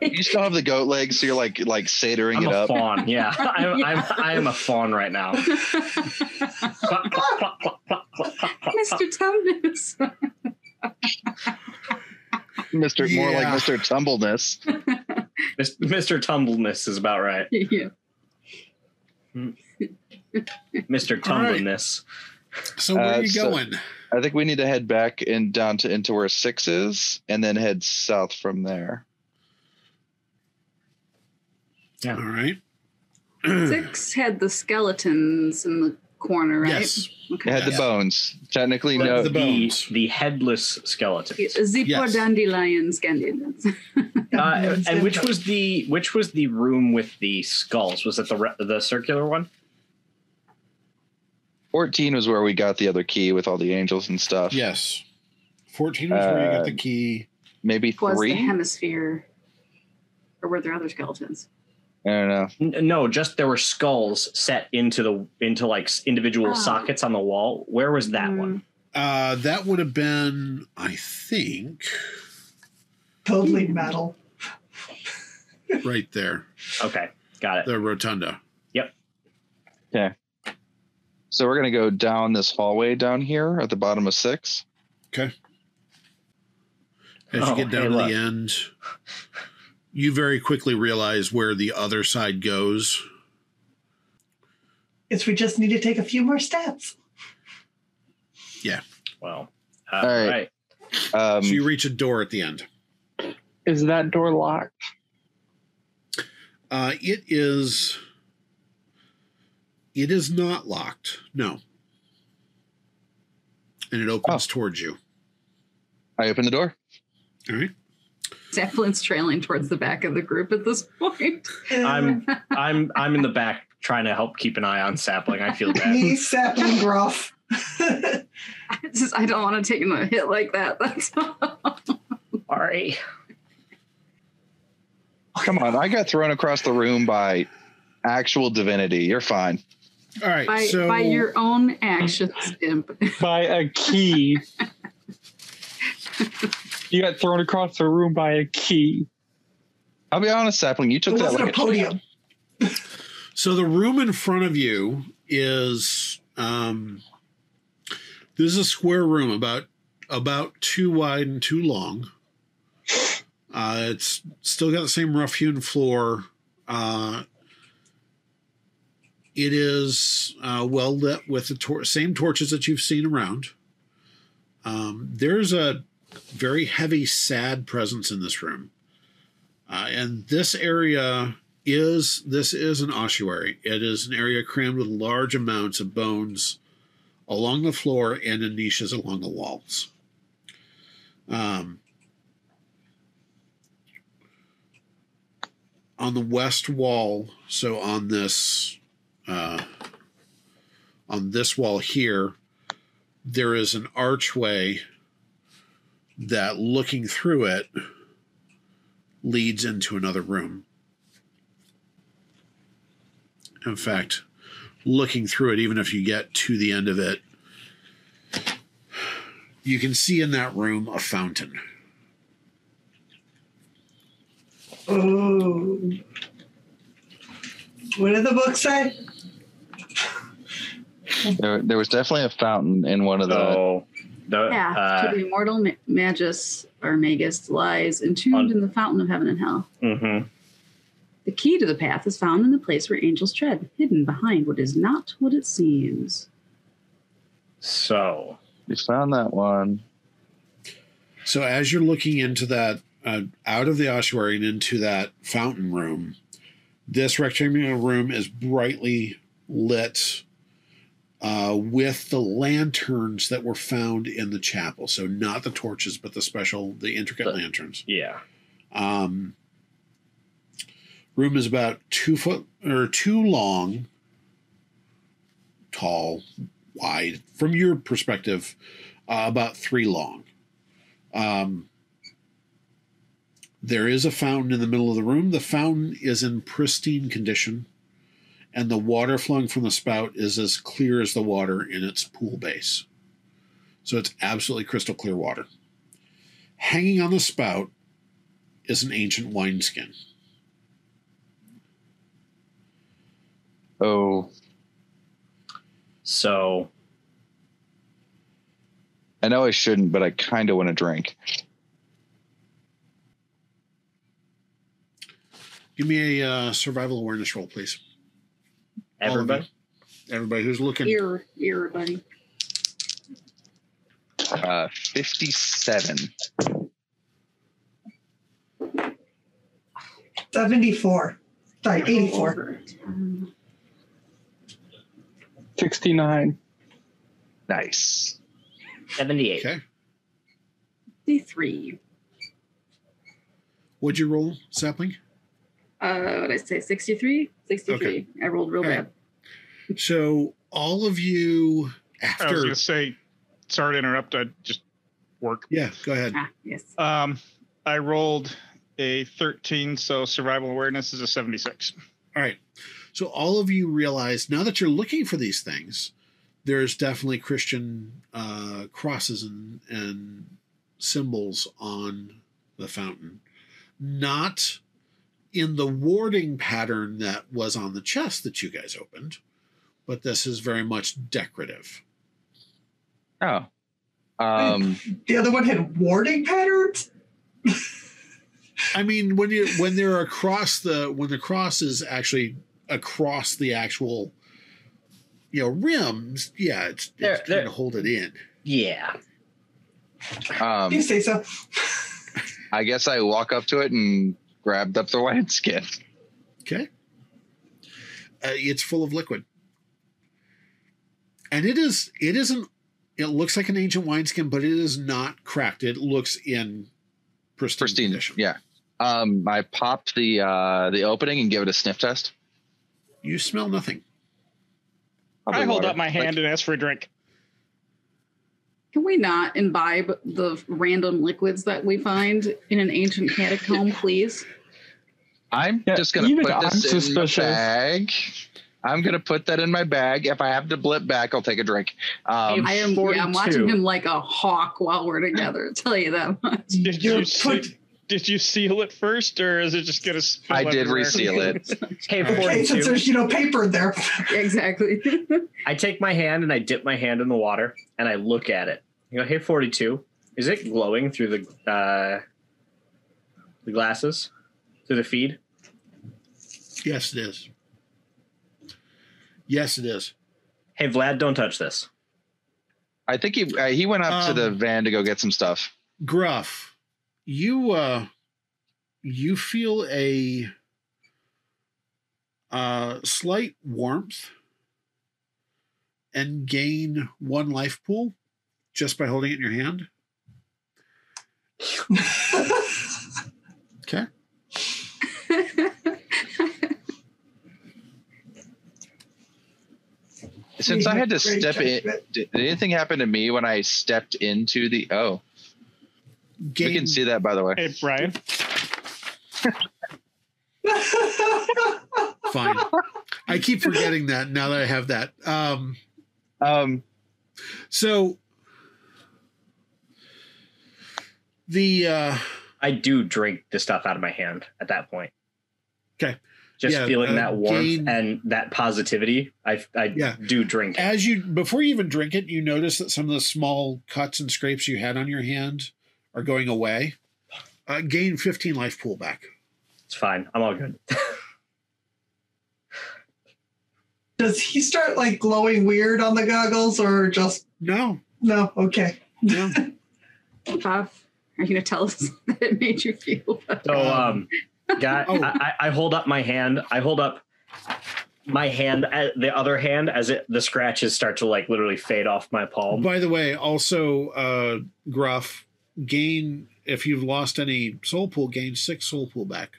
Speaker 4: You still have the goat legs, so you're like like satering
Speaker 7: I'm
Speaker 4: it
Speaker 7: a
Speaker 4: up.
Speaker 7: fawn. Yeah, I'm, I'm, I am a fawn right now. Plop, plop, plop, plop, plop, plop, plop, plop.
Speaker 5: Mr. Tumnus.
Speaker 4: Mister, more like
Speaker 3: Yeah.
Speaker 4: Mister Tumbleness.
Speaker 7: Mis- Mr. Tumbleness is about right.
Speaker 5: yeah.
Speaker 7: Mr.
Speaker 3: All right.
Speaker 7: Tumbleness.
Speaker 3: So where
Speaker 4: Uh,
Speaker 3: are you
Speaker 4: so-
Speaker 3: going?
Speaker 4: I think we need to head back and down to into where six is, and then head south from there.
Speaker 3: All right.
Speaker 5: Six had the skeletons in the corner, right?
Speaker 3: Yes.
Speaker 4: It
Speaker 5: Okay.
Speaker 4: had the
Speaker 3: Yeah.
Speaker 4: bones. Technically,
Speaker 3: But
Speaker 4: no.
Speaker 3: the bones.
Speaker 7: The, the headless skeleton.
Speaker 5: Zippo
Speaker 3: Yes.
Speaker 5: dandelion skeletons.
Speaker 7: Uh, and which was the which was the room with the skulls? Was it the re- the circular one?
Speaker 4: Fourteen was where we got the other key with all the Uh, angels and stuff.
Speaker 3: Yes. 14 was where you got the key.
Speaker 4: maybe
Speaker 5: Was the
Speaker 4: three.
Speaker 5: hemisphere, or were there other skeletons?
Speaker 4: I don't know.
Speaker 7: N- no, just there were skulls set into the into like s- individual
Speaker 5: Oh.
Speaker 7: sockets on the wall. Where was that
Speaker 5: Hmm.
Speaker 7: one?
Speaker 3: Uh, that would have been, I think,
Speaker 9: Totally metal.
Speaker 3: right there,
Speaker 7: Okay, got it.
Speaker 3: the rotunda.
Speaker 4: So we're gonna go down this hallway down here at the bottom of six.
Speaker 3: As
Speaker 7: Oh,
Speaker 3: you get down
Speaker 7: hey,
Speaker 3: to
Speaker 7: look.
Speaker 3: the end, you very quickly realize where the other side goes.
Speaker 9: It's we just need to take a few more steps.
Speaker 7: Well, uh,
Speaker 4: All right.
Speaker 7: right.
Speaker 4: Um,
Speaker 3: so you reach a door at the end.
Speaker 6: Is that door locked?
Speaker 3: Uh, it is. It is not locked. No. And it opens towards you.
Speaker 4: I open the door.
Speaker 3: All right.
Speaker 5: Zeppelin's trailing towards the back of the group at this point.
Speaker 7: I'm I'm I'm in the back trying to help keep an eye on Sapling. I feel bad.
Speaker 9: Me, sapling gruff.
Speaker 5: It's just, I don't want to take a hit like that. That's all.
Speaker 7: Sorry.
Speaker 4: Come on, I got thrown across the room by actual divinity. You're fine.
Speaker 3: All right.
Speaker 5: By,
Speaker 3: so
Speaker 5: by your own actions, imp.
Speaker 6: By a key. you got thrown across the room by a key.
Speaker 4: I'll be honest, Sapling. You took
Speaker 9: It
Speaker 4: that
Speaker 9: wasn't
Speaker 4: like
Speaker 9: a podium.
Speaker 3: So the room in front of you is um this is a square room about about two wide and two long. Uh it's still got the same rough hewn floor. Uh it is uh, well lit with the tor- same torches that you've seen around. Um, there's a very heavy, sad presence in this room. Uh, and this area is this is an ossuary. It is an area crammed with large amounts of bones along the floor and in niches along the walls. Um, on the west wall, so on this uh, on this wall here, there is an archway that looking through it leads into another room. In fact, looking through it, even if you get to the end of it, you can see in that room a fountain.
Speaker 9: Oh. What did the book say?
Speaker 4: there, there was definitely a fountain in one of the.
Speaker 7: So the
Speaker 5: Path
Speaker 7: uh,
Speaker 5: to the immortal ma- magus or magus lies entombed
Speaker 7: On-
Speaker 5: in the fountain of heaven and hell.
Speaker 7: mhm.
Speaker 5: The key to the path is found in the place where angels tread, hidden behind what is not what it seems.
Speaker 7: so
Speaker 4: We found that one.
Speaker 3: So as you're looking into that, uh, out of the ossuary and into that fountain room, this rectangular room is brightly lit uh, with the lanterns that were found in the chapel. So not the torches, but the special, the intricate
Speaker 7: The-
Speaker 3: lanterns.
Speaker 7: yeah.
Speaker 3: Um, room is about two foot or two long, tall, wide from your perspective, uh, about three long. Um, there is a fountain in the middle of the room. The fountain is in pristine condition, and the water flowing from the spout is as clear as the water in its pool base. So it's absolutely crystal clear water. Hanging on the spout is an ancient wineskin.
Speaker 4: Oh,
Speaker 7: So
Speaker 4: I know I shouldn't, but I kind of want to drink.
Speaker 3: Give me a uh, survival awareness roll, please. All of
Speaker 7: everybody,
Speaker 3: you. Everybody who's looking.
Speaker 5: Ear, ear, buddy.
Speaker 4: Uh, 57.
Speaker 9: 74. Sorry, 84.
Speaker 5: Um,
Speaker 6: 69.
Speaker 4: Nice.
Speaker 7: seventy-eight.
Speaker 3: Okay.
Speaker 5: D3.
Speaker 3: What'd you roll, Sapling?
Speaker 5: Uh, what did I say? 63? 63.
Speaker 3: Okay.
Speaker 5: I rolled real
Speaker 3: Alright.
Speaker 5: bad.
Speaker 3: So all of you
Speaker 8: I was
Speaker 3: after.
Speaker 8: going to say, sorry to interrupt. I just work.
Speaker 3: Yeah, go ahead.
Speaker 5: Ah, yes.
Speaker 8: Um, I rolled a 13, so survival awareness is a 76.
Speaker 3: All right. So all of you realize now that you're looking for these things, there's definitely Christian uh, crosses and, and symbols on the fountain, not in the warding pattern that was on the chest that you guys opened, but this is very much decorative.
Speaker 4: Oh. Um,
Speaker 9: The other one had warding patterns?
Speaker 3: I mean, when you when they're across the when the cross is actually across the actual, you know, rims, yeah, it's,
Speaker 7: There-
Speaker 3: it's trying
Speaker 7: there-
Speaker 3: to hold it in.
Speaker 7: Yeah.
Speaker 4: um,
Speaker 9: You say so.
Speaker 4: I guess I walk up to it and grabbed up the wineskin.
Speaker 3: Okay. Uh, it's full of liquid. And it is it isn't it looks like an ancient wineskin, but it is not cracked. It looks in pristine,
Speaker 4: Pristine.
Speaker 3: condition.
Speaker 4: Yeah. Um, I pop the uh, the opening and give it a sniff test.
Speaker 3: You smell nothing.
Speaker 8: I hold up my
Speaker 4: Like,
Speaker 8: hand and ask for a drink.
Speaker 5: Can we not imbibe the random liquids that we find in an ancient catacomb, please?
Speaker 4: I'm
Speaker 6: Yeah,
Speaker 4: just gonna
Speaker 6: you
Speaker 4: put
Speaker 6: know, I'm
Speaker 4: this in
Speaker 6: suspicious.
Speaker 4: my bag. I'm gonna put that in my bag. If I have to blip back, I'll take a drink. Um,
Speaker 5: I am. Yeah, I'm
Speaker 7: 42.
Speaker 5: watching him like a hawk while we're together. I'll tell you that much.
Speaker 8: Did
Speaker 9: You're
Speaker 8: you,
Speaker 9: put-
Speaker 8: see, did you seal it first, or is it just going to spill
Speaker 4: I did
Speaker 8: everywhere?
Speaker 4: reseal it.
Speaker 7: Hey,
Speaker 9: Okay,
Speaker 7: 42.
Speaker 9: since there's, you know, paper in there.
Speaker 5: exactly.
Speaker 7: I take my hand and I dip my hand in the water and I look at it. You go, hey, 42. Is it glowing through the uh, the glasses, through the feed?
Speaker 3: Yes, it is. Yes, it is.
Speaker 7: Hey, Vlad, don't touch this.
Speaker 4: I think he uh, he went up to the
Speaker 3: Um,
Speaker 4: van to go get some stuff.
Speaker 3: Gruff, you uh you feel a uh slight warmth and gain one life pool just by holding it in your hand. Okay.
Speaker 4: Since I had to
Speaker 9: Great
Speaker 4: step in,
Speaker 9: judgment.
Speaker 4: did did anything happen to me when I stepped into the? Oh,
Speaker 3: Gain,
Speaker 4: we can see that by the way.
Speaker 8: Hey, Brian.
Speaker 3: fine. I keep forgetting that now that I have that. Um
Speaker 4: Um,
Speaker 3: so the uh
Speaker 7: I do drink the stuff out of my hand at that point.
Speaker 3: 'Kay.
Speaker 7: Just
Speaker 3: Yeah,
Speaker 7: feeling
Speaker 3: uh,
Speaker 7: that warmth
Speaker 3: gain-
Speaker 7: and that positivity, I, I
Speaker 3: Yeah.
Speaker 7: do drink it.
Speaker 3: as you before you even drink it, you notice that some of the small cuts and scrapes you had on your hand are going away. Uh, gain 15 life pool back.
Speaker 7: It's fine. I'm all good.
Speaker 9: Does he start like glowing weird on the goggles or just
Speaker 3: No,
Speaker 9: no? Okay.
Speaker 3: no.
Speaker 5: Bob, are you gonna tell us that it made you feel? better?
Speaker 7: So, um,
Speaker 3: Um,
Speaker 7: guy,
Speaker 3: oh.
Speaker 7: I, I I hold up my hand. I hold up my hand, uh, the other hand, as it the scratches start to like literally fade off my palm.
Speaker 3: By the way, also uh, gruff gain if you've lost any soul pool, gain six soul pool back.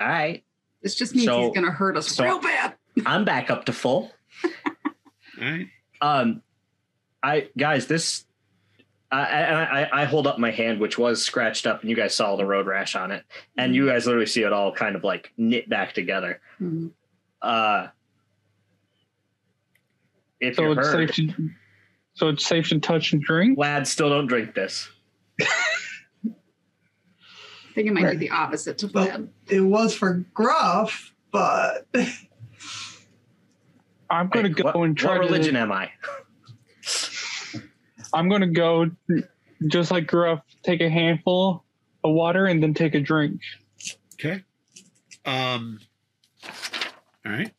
Speaker 7: All right,
Speaker 5: This just means
Speaker 7: So-
Speaker 5: he's gonna hurt us
Speaker 7: so-
Speaker 5: real bad.
Speaker 7: I'm back up to full.
Speaker 3: All right.
Speaker 7: Um, I guys, this I, I I- I hold up my hand, which was scratched up, and you guys saw the road rash on it, and you guys literally see it all kind of like knit back together.
Speaker 5: Mhm.
Speaker 7: Uh, if
Speaker 6: So
Speaker 7: you're
Speaker 6: it's
Speaker 7: hurt,
Speaker 6: safe to so it's safe to touch and drink.
Speaker 7: lads, still don't drink this.
Speaker 5: I think it might
Speaker 9: Right.
Speaker 5: be the opposite to
Speaker 9: Well-
Speaker 5: Vlad.
Speaker 9: It was for Gruff, but
Speaker 6: I'm gonna
Speaker 7: Like,
Speaker 6: go
Speaker 7: what,
Speaker 6: and try
Speaker 7: what religion
Speaker 6: To,
Speaker 7: am I?
Speaker 6: I'm gonna go just like Gruff, take a handful of water and then take a drink.
Speaker 3: Okay. Um. All right.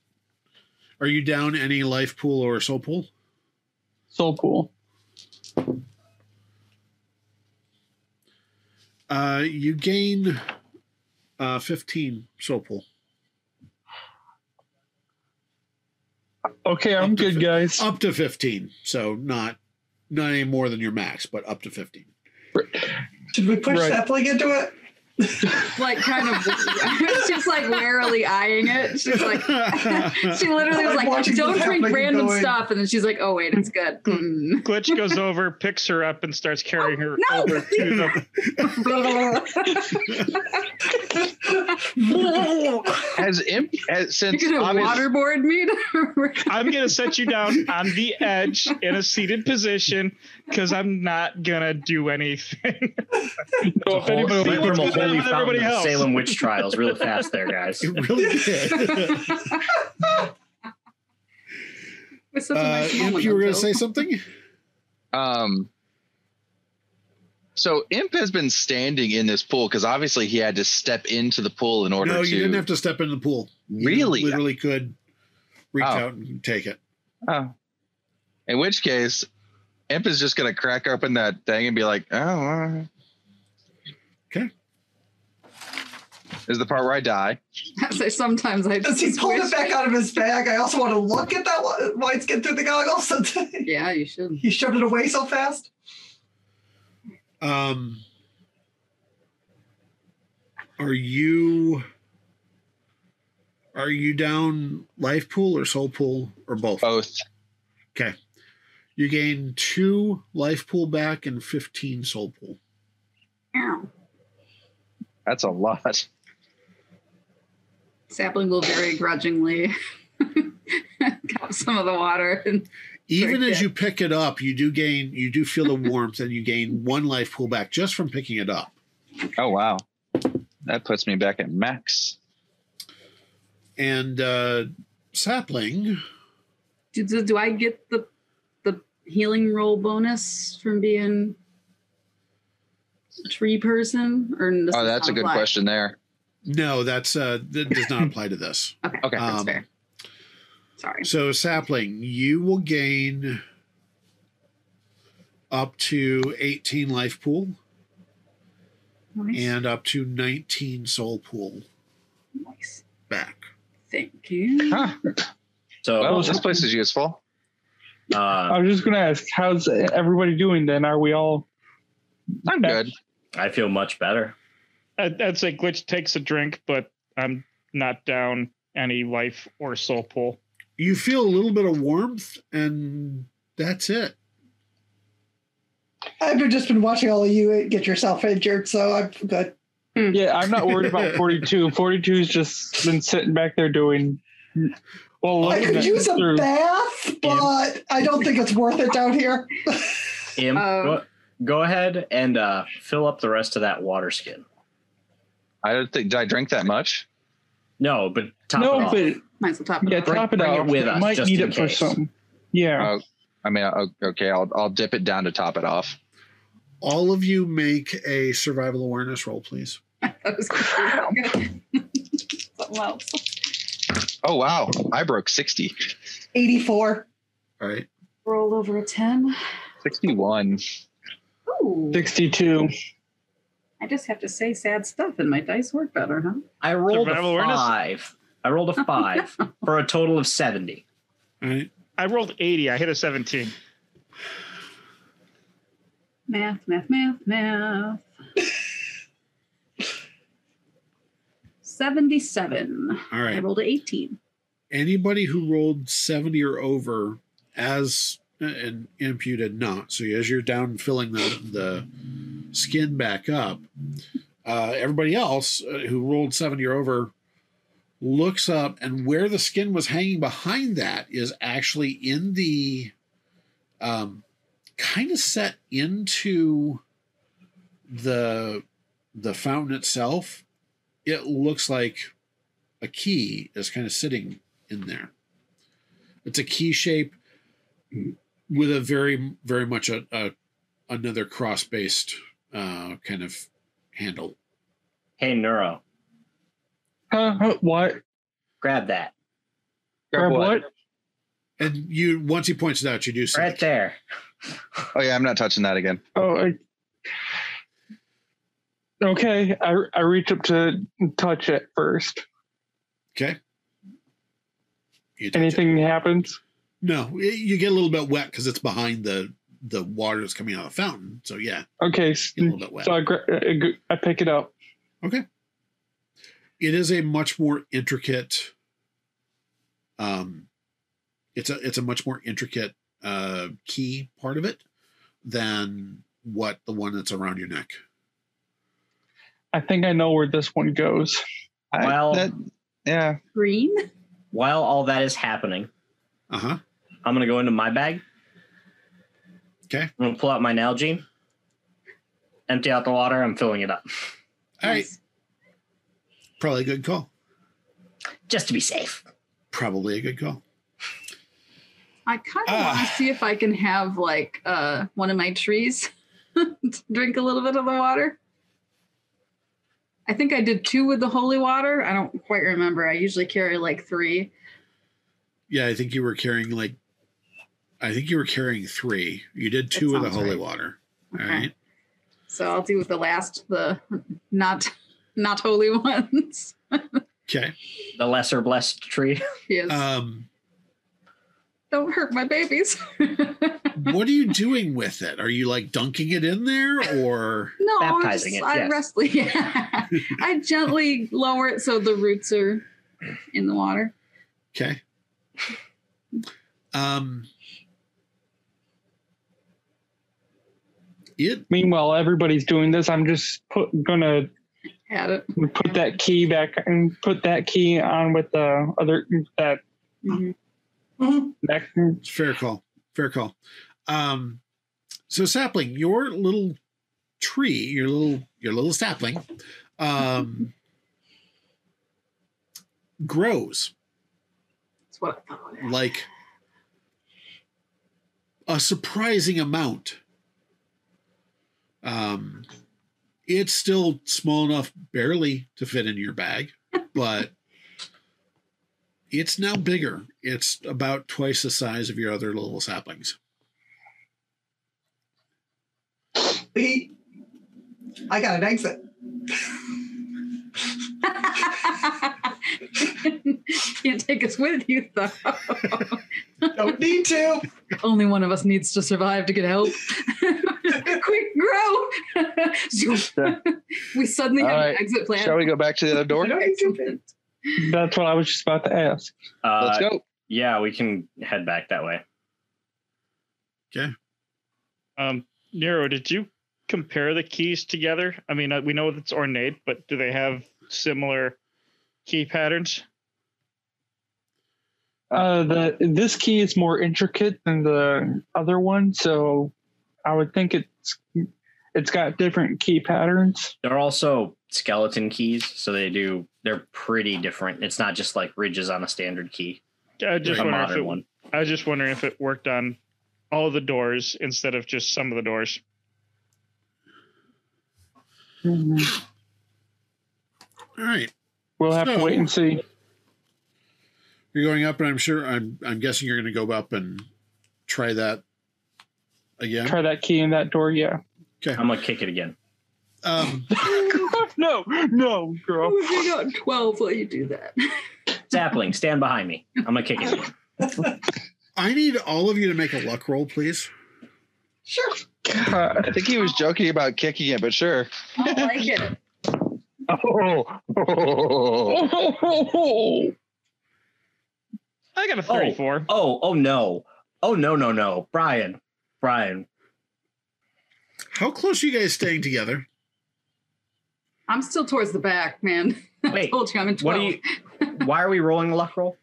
Speaker 3: Are you down any life pool or soul pool?
Speaker 6: Soul pool.
Speaker 3: Uh, you gain uh, 15 soul pool.
Speaker 6: Okay, I'm
Speaker 3: Up to
Speaker 6: good,
Speaker 3: fi-
Speaker 6: guys.
Speaker 3: Up to 15. So not not any more than your max, but up to 15.
Speaker 9: Should we push
Speaker 6: Right.
Speaker 9: Sapling into it?
Speaker 5: Like kind of, she's like warily eyeing it. She's like, she literally was
Speaker 9: Like
Speaker 5: like,
Speaker 9: watching
Speaker 5: "Don't
Speaker 9: this
Speaker 5: drink
Speaker 9: happening
Speaker 5: random
Speaker 9: going- Hmm.
Speaker 5: stuff," and then she's like, "Oh wait, it's good." Mm.
Speaker 8: Glitch goes over, picks her up, and starts carrying her
Speaker 5: no!
Speaker 8: over to the
Speaker 5: Mm.
Speaker 4: Has imp has, since
Speaker 5: You're gonna
Speaker 4: obvious-
Speaker 5: waterboard me? to-
Speaker 8: I'm gonna set you down on the edge in a seated position because I'm not gonna do anything.
Speaker 6: So
Speaker 7: It's a whole-
Speaker 8: anybody
Speaker 7: went
Speaker 8: wants
Speaker 7: from a
Speaker 8: to do that
Speaker 7: holy
Speaker 8: with everybody
Speaker 7: fountain to
Speaker 8: else.
Speaker 7: Salem witch trials real fast there, guys.
Speaker 3: It really did.
Speaker 5: It's such a
Speaker 3: uh,
Speaker 5: nice
Speaker 3: Imp,
Speaker 5: moment,
Speaker 3: you were going
Speaker 5: though.
Speaker 3: to say something?
Speaker 4: Um, so Imp has been standing in this pool because obviously he had to step into the pool in order
Speaker 3: No,
Speaker 4: to.
Speaker 3: you didn't have to step in the pool. You
Speaker 4: Really?
Speaker 3: literally could reach
Speaker 4: Oh.
Speaker 3: out and take it.
Speaker 6: Oh,
Speaker 4: In which case, Imp is just gonna crack open that thing and be like, "Oh, all right."
Speaker 3: Okay.
Speaker 4: This Is the part where I die?
Speaker 5: So sometimes I
Speaker 9: As
Speaker 5: just
Speaker 9: he pulled
Speaker 5: wish-
Speaker 9: it back out of his bag, I also want to look at that li- lights get through the goggles.
Speaker 5: Yeah, you should.
Speaker 9: he shoved it away so fast.
Speaker 3: Um, are you are you down life pool or soul pool or both?
Speaker 4: Both.
Speaker 3: You gain two life pool back and fifteen soul pool.
Speaker 5: Ow.
Speaker 4: That's a lot.
Speaker 5: Sapling will very grudgingly cup some of the water. And
Speaker 3: Even
Speaker 5: Very
Speaker 3: as
Speaker 5: good.
Speaker 3: you pick it up, you do gain you do feel the warmth and you gain one life pool back just from picking it up.
Speaker 4: Oh wow. That puts me back at max.
Speaker 3: And uh, sapling,
Speaker 5: do, do, do I get the the healing roll bonus from being a tree person? Or this
Speaker 4: oh,
Speaker 5: does
Speaker 4: that's
Speaker 5: not
Speaker 4: a good
Speaker 5: apply?
Speaker 4: question there.
Speaker 3: no, that's uh, that does not apply to this.
Speaker 5: Okay,
Speaker 4: Okay.
Speaker 5: that's
Speaker 3: Um,
Speaker 5: fair. Sorry.
Speaker 3: So, Sapling, you will gain up to 18 life pool
Speaker 5: Nice.
Speaker 3: and up to 19 soul pool
Speaker 5: nice.
Speaker 3: back.
Speaker 5: Thank you.
Speaker 6: Huh.
Speaker 3: Oh.
Speaker 4: Well,
Speaker 7: So
Speaker 4: this place is useful.
Speaker 7: uh,
Speaker 6: I was just gonna ask, how's everybody doing? Then are we all?
Speaker 4: I'm
Speaker 6: back?
Speaker 4: good.
Speaker 7: I feel much better.
Speaker 8: I'd, I'd say Glitch takes a drink, but I'm not down any life or soul pull.
Speaker 3: You feel a little bit of warmth, and that's it.
Speaker 9: I've just been watching all of you get yourself injured, so I'm good.
Speaker 6: Yeah, I'm not worried about 42. 42's just been sitting back there doing. Well,
Speaker 3: I
Speaker 9: I
Speaker 6: looking
Speaker 9: could
Speaker 6: at
Speaker 9: use a
Speaker 6: through-
Speaker 9: bath, but I don't think it's worth it down here.
Speaker 7: Imp,
Speaker 5: Um,
Speaker 7: go, go ahead and uh, fill up the rest of that water skin.
Speaker 4: I don't think did I drink that much?
Speaker 7: No, but top it
Speaker 6: No,
Speaker 7: off.
Speaker 6: but
Speaker 5: Might as well top it
Speaker 6: yeah,
Speaker 5: off.
Speaker 7: Bring-
Speaker 6: top it
Speaker 7: bring it
Speaker 6: off.
Speaker 7: with
Speaker 6: I
Speaker 7: us,
Speaker 6: might
Speaker 7: just
Speaker 6: need
Speaker 7: in
Speaker 6: it for
Speaker 7: case.
Speaker 6: some. Yeah.
Speaker 4: Oh, I mean, o- okay, I'll I'll dip it down to top it off.
Speaker 3: All of you make a survival awareness roll, please.
Speaker 5: That was good. Something else.
Speaker 4: Oh wow, I broke 60.
Speaker 9: 84.
Speaker 3: All right.
Speaker 5: Roll over a 10.
Speaker 4: 61.
Speaker 5: Ooh.
Speaker 6: 62.
Speaker 5: I just have to say sad stuff and my dice work better, huh?
Speaker 7: I rolled a
Speaker 8: Survival awareness?
Speaker 7: five. I rolled a five for a total of 70.
Speaker 3: All right.
Speaker 8: I rolled 80. I hit a 17.
Speaker 5: Math, math, math, math. 77.
Speaker 3: All
Speaker 5: I
Speaker 3: right.
Speaker 5: rolled an 18.
Speaker 3: Anybody who rolled 70 or over as and imp you did not so as you're down filling the, the skin back up uh, everybody else uh, who rolled 70 or over looks up and where the skin was hanging behind that is actually in the um, kind of set into the the fountain itself it looks like a key is kind of sitting in there it's a key shape with a very very much a, a another cross based uh, kind of handle
Speaker 7: Hey, Neuro,
Speaker 6: Huh, huh, what?
Speaker 7: grab that.
Speaker 6: Grab what?
Speaker 3: and you once he points it out you do see
Speaker 7: Right there.
Speaker 4: Oh yeah, I'm not touching that again.
Speaker 6: Oh, I, okay. I I reach up to touch it first.
Speaker 3: okay you touch it.
Speaker 6: Anything happens?
Speaker 3: No, y- you get a little bit wet because it's behind the the water that's coming out of the fountain. So yeah,
Speaker 6: Okay, s-
Speaker 3: you get a little bit wet.
Speaker 6: so I, gra- I g- I pick it up.
Speaker 3: It is a much more intricate. Um, it's a it's a much more intricate uh key part of it than what the one that's around your neck.
Speaker 6: I think I know where this one goes.
Speaker 4: I-
Speaker 7: Well-
Speaker 4: that, yeah.
Speaker 5: Green?
Speaker 7: While all that is happening,
Speaker 3: Uh huh.
Speaker 7: I'm gonna go into my bag.
Speaker 3: Okay.
Speaker 7: I'm gonna pull out my Nalgene, empty out the water. I'm filling it up
Speaker 3: All right.
Speaker 5: Nice.
Speaker 3: Probably a good call.
Speaker 7: just to be safe.
Speaker 3: Probably a good call.
Speaker 5: I kind of want
Speaker 3: Ah.
Speaker 5: to see if I can have like uh, one of my trees drink a little bit of the water. I think I did two with the holy water. I don't quite remember. I usually carry like three.
Speaker 3: Yeah, I think you were carrying like, I think you were carrying three. You did two with the
Speaker 5: sounds
Speaker 3: holy
Speaker 5: right.
Speaker 3: water.
Speaker 5: Okay.
Speaker 3: All right.
Speaker 5: So I'll do the last, the not not holy ones.
Speaker 3: Okay.
Speaker 7: The lesser blessed tree.
Speaker 5: Yes.
Speaker 3: Um.
Speaker 5: don't hurt my babies.
Speaker 3: what are you doing with it? Are you like dunking it in there or
Speaker 5: No,
Speaker 7: Baptizing
Speaker 5: I,
Speaker 7: it,
Speaker 5: just, I
Speaker 7: yes.
Speaker 5: wrestle. Yeah. I gently lower it so the roots are in the water.
Speaker 3: okay? Um It
Speaker 6: Meanwhile, everybody's doing this. I'm just put, gonna
Speaker 5: Had it.
Speaker 6: put that key back and put that key on with the other that
Speaker 5: Mhm.
Speaker 9: Mhm.
Speaker 6: neck.
Speaker 3: it's fair call. Fair call. Um so sapling, your little tree, your little your little sapling um grows
Speaker 5: That's what I thought.
Speaker 3: like a surprising amount. Um, it's still small enough, barely to fit in your bag, but it's now bigger. It's about twice the size of your other little saplings.
Speaker 9: We, I got an exit.
Speaker 5: Can't take us with you though.
Speaker 9: Don't need to.
Speaker 5: Only one of us needs to survive to get help. Quick, grow!
Speaker 4: Yeah.
Speaker 5: we suddenly have
Speaker 4: All
Speaker 5: an
Speaker 4: right.
Speaker 5: exit plan.
Speaker 4: Shall we go back to the other door?
Speaker 9: Don't need to.
Speaker 6: That's what I was just about to ask.
Speaker 7: Uh,
Speaker 4: Let's go.
Speaker 7: Yeah, we can head back that way.
Speaker 8: Um, Nero, did you compare the keys together? I mean, uh, we know it's ornate, but do they have similar key patterns?
Speaker 6: Uh, the this key is more intricate than the other one, so I would think it's it's got different key patterns.
Speaker 7: They're also skeleton keys, so they do. They're pretty different. It's not just like ridges on a standard key.
Speaker 8: I just
Speaker 7: a
Speaker 8: wonder if
Speaker 7: modern
Speaker 8: it,
Speaker 7: one.
Speaker 8: I was just wondering if it worked on all the doors instead of just some of the doors.
Speaker 3: All right,
Speaker 6: We'll have to
Speaker 3: So-
Speaker 6: wait and see.
Speaker 3: you're going up, and I'm sure I'm I'm guessing you're going to go up and try that again.
Speaker 6: Try that key in that door. Yeah.
Speaker 7: I'm gonna kick it again.
Speaker 3: Um,
Speaker 6: no, no, girl.
Speaker 5: We've been out 12 while you do that.
Speaker 7: Sapling, stand behind me. I'm gonna kick it. Again.
Speaker 3: I need all of you to make a luck roll, please.
Speaker 9: Sure.
Speaker 6: God.
Speaker 4: I think he was joking about kicking it, but sure.
Speaker 5: I don't like it.
Speaker 4: Oh,
Speaker 6: Oh,
Speaker 8: I got a
Speaker 7: Oh.
Speaker 8: 34.
Speaker 7: Oh, oh no. Oh no, no, no, Brian, Brian.
Speaker 3: How close are you guys staying together?
Speaker 5: I'm still towards the back, man. I
Speaker 7: Wait,
Speaker 5: told you I'm in 12.
Speaker 7: what do you? Why are we rolling a luck roll?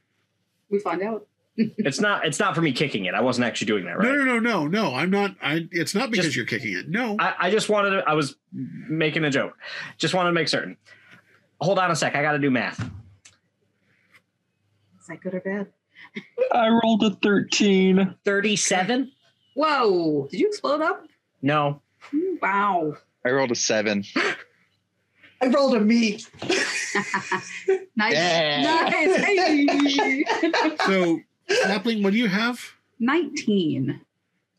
Speaker 5: we find out.
Speaker 7: It's not. It's not for me kicking it. I wasn't actually doing that. Right.
Speaker 3: No, no, no, no, no. I'm not. I. It's not because
Speaker 7: Just-
Speaker 3: you're kicking it. No.
Speaker 7: I, I just wanted to, I was making a joke. Just wanted to make certain. Hold on a sec. I got to do math.
Speaker 5: Is that good or bad?
Speaker 6: I rolled a 13.
Speaker 7: 37?
Speaker 5: Whoa. Did you explode up?
Speaker 7: No.
Speaker 5: Wow.
Speaker 4: I rolled a seven.
Speaker 9: I rolled a meat.
Speaker 5: Nice.
Speaker 4: Yeah.
Speaker 5: Nice. Hey.
Speaker 3: so, Sapling, what do you have?
Speaker 5: 19.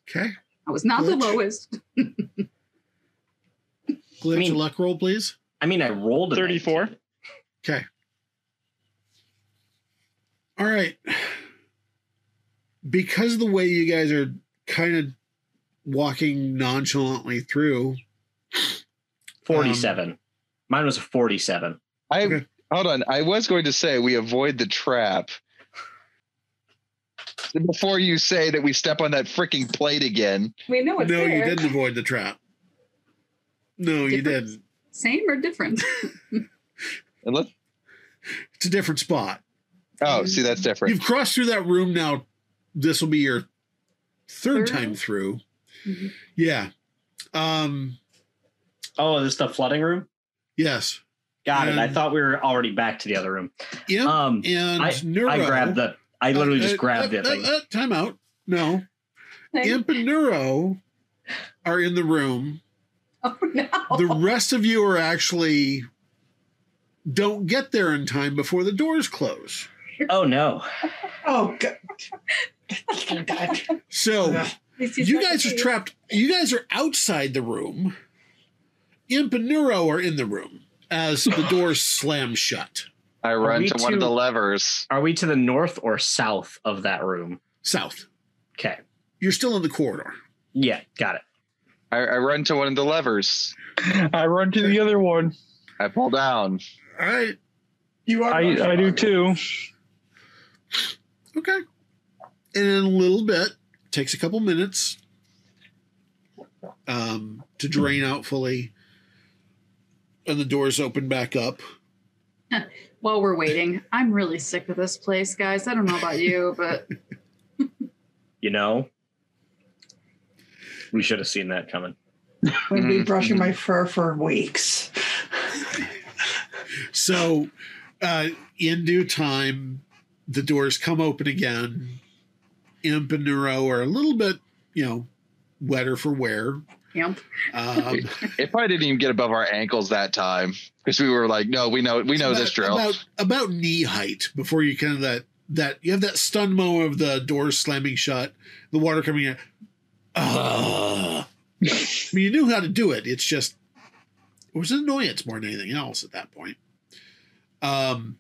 Speaker 3: Okay.
Speaker 5: I was not the
Speaker 3: Glitch.
Speaker 5: lowest.
Speaker 3: Glitch
Speaker 7: I mean-
Speaker 3: luck roll, please.
Speaker 7: I mean, I rolled a
Speaker 8: 34.
Speaker 3: Okay. All right. Because of the way you guys are kind of walking nonchalantly through,
Speaker 7: 47. Mine was a 47.
Speaker 4: I
Speaker 3: Okay.
Speaker 4: hold on. I was going to say we avoid the trap. Before you say that we step on that freaking plate again,
Speaker 5: We know
Speaker 3: no,
Speaker 5: it's there.
Speaker 3: you didn't avoid the trap. No, you
Speaker 5: Different-
Speaker 3: didn't.
Speaker 5: Same or different?
Speaker 4: unless
Speaker 3: It's a different spot.
Speaker 4: oh, see that's different.
Speaker 3: You've crossed through that room now. This will be your
Speaker 5: Third?
Speaker 3: third time through.
Speaker 5: Mhm.
Speaker 3: Yeah. Um.
Speaker 7: Oh, is this the flooding room?
Speaker 3: Yes.
Speaker 7: Got it. I
Speaker 3: Um,
Speaker 7: thought we were already back to the other room.
Speaker 3: Imp
Speaker 7: Mm. Um, Uh,
Speaker 3: and
Speaker 7: I-
Speaker 3: Neuro. Uh,
Speaker 7: I grabbed the, I literally just grabbed
Speaker 3: it.
Speaker 7: it. thing.
Speaker 3: time out. No. Imp and Neuro are in the room.
Speaker 5: Oh, no.
Speaker 3: The rest of you are actually don't get there in time before the doors close.
Speaker 7: Oh, no.
Speaker 9: Oh god. Oh, God.
Speaker 3: So you guys are trapped. You guys are outside the room. Imp and Neuro are in the room as the doors slam shut.
Speaker 4: I run
Speaker 7: me
Speaker 4: to one of
Speaker 7: too.
Speaker 4: the levers.
Speaker 7: Are we to the north or south of that room?
Speaker 3: South.
Speaker 7: Okay.
Speaker 3: You're still in the corridor.
Speaker 7: Yeah, got it.
Speaker 4: I, I run to one of the levers.
Speaker 6: I run to the other one.
Speaker 4: I pull down.
Speaker 3: All right.
Speaker 9: You are.
Speaker 6: I, I do too.
Speaker 3: Okay. And in a little bit, takes a couple minutes um, to drain out fully, and the doors open back up.
Speaker 5: While we're waiting, I'm really sick of this place, guys. I don't know about you, but
Speaker 7: You know, we should have seen that coming.
Speaker 9: I've been
Speaker 6: Mm-hmm.
Speaker 9: brushing my fur for weeks.
Speaker 3: So, uh, in due time, the doors come open again. Imp and Neuro are a little bit, you know, wetter for wear.
Speaker 5: yep.
Speaker 3: Um,
Speaker 4: It probably didn't even get above our ankles that time because we were like, no, we know, we know this
Speaker 3: about-
Speaker 4: drill.
Speaker 3: about about knee height before you kind of that that you have that stun moment of the doors slamming shut, the water coming in. Ugh. I mean, you knew how to do it. It's just it was an annoyance more than anything else at that point. Um,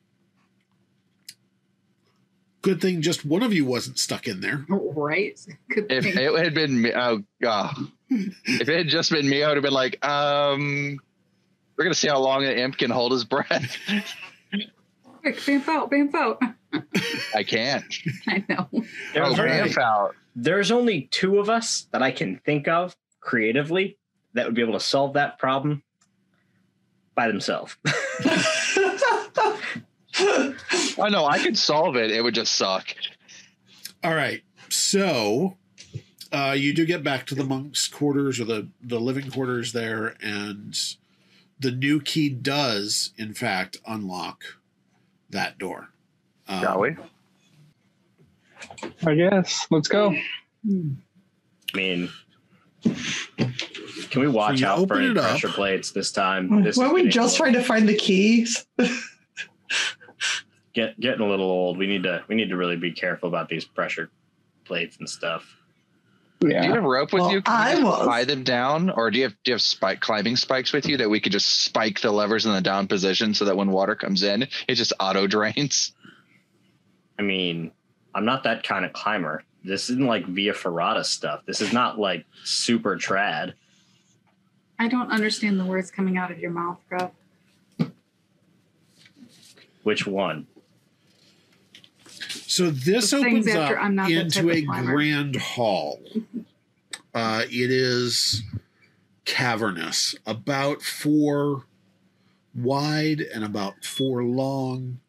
Speaker 3: good thing just one of you wasn't stuck in there.
Speaker 5: Right? Good
Speaker 4: if
Speaker 5: thing.
Speaker 4: it had been me, oh god, if it had just been me, I would have been like, um, we're gonna see how long an imp can hold his breath.
Speaker 5: Quick, bamf out, bamf out.
Speaker 4: I can't.
Speaker 5: I know.
Speaker 4: Oh,
Speaker 7: There's,
Speaker 4: bamf out.
Speaker 7: there's only two of us that I can think of creatively that would be able to solve that problem by themselves.
Speaker 4: Oh no, I could solve it. It would just suck.
Speaker 3: All right. So uh, you do get back to the monks' quarters or the, the living quarters there, and the new key does, in fact, unlock that door. Um,
Speaker 6: I guess. Let's go.
Speaker 7: I mean, can we watch
Speaker 3: you
Speaker 7: out for
Speaker 3: open
Speaker 7: any
Speaker 3: it up.
Speaker 7: pressure plates this time? This is
Speaker 9: Weren't we
Speaker 7: getting
Speaker 9: just
Speaker 7: a little-
Speaker 9: trying to find the keys?
Speaker 7: get getting a little old. We need to we need to really be careful about these pressure plates and stuff.
Speaker 4: Do you
Speaker 6: Yeah.
Speaker 4: have rope with
Speaker 9: Well,
Speaker 4: you?
Speaker 9: I
Speaker 4: you just
Speaker 9: was.
Speaker 4: tie them down, or do you have do you have spike climbing spikes with you that we could just spike the levers in the down position so that when water comes in, it just auto drains?
Speaker 7: I mean, I'm not that kind of climber. This isn't like Via Ferrata stuff. This is not like super trad.
Speaker 5: I don't understand the words coming out of your mouth, bro.
Speaker 7: Which one?
Speaker 3: So this
Speaker 5: The things
Speaker 3: opens
Speaker 5: after
Speaker 3: up
Speaker 5: I'm not that type
Speaker 3: into
Speaker 5: of
Speaker 3: a
Speaker 5: climber.
Speaker 3: grand hall. Uh, it is cavernous, about four wide and about four long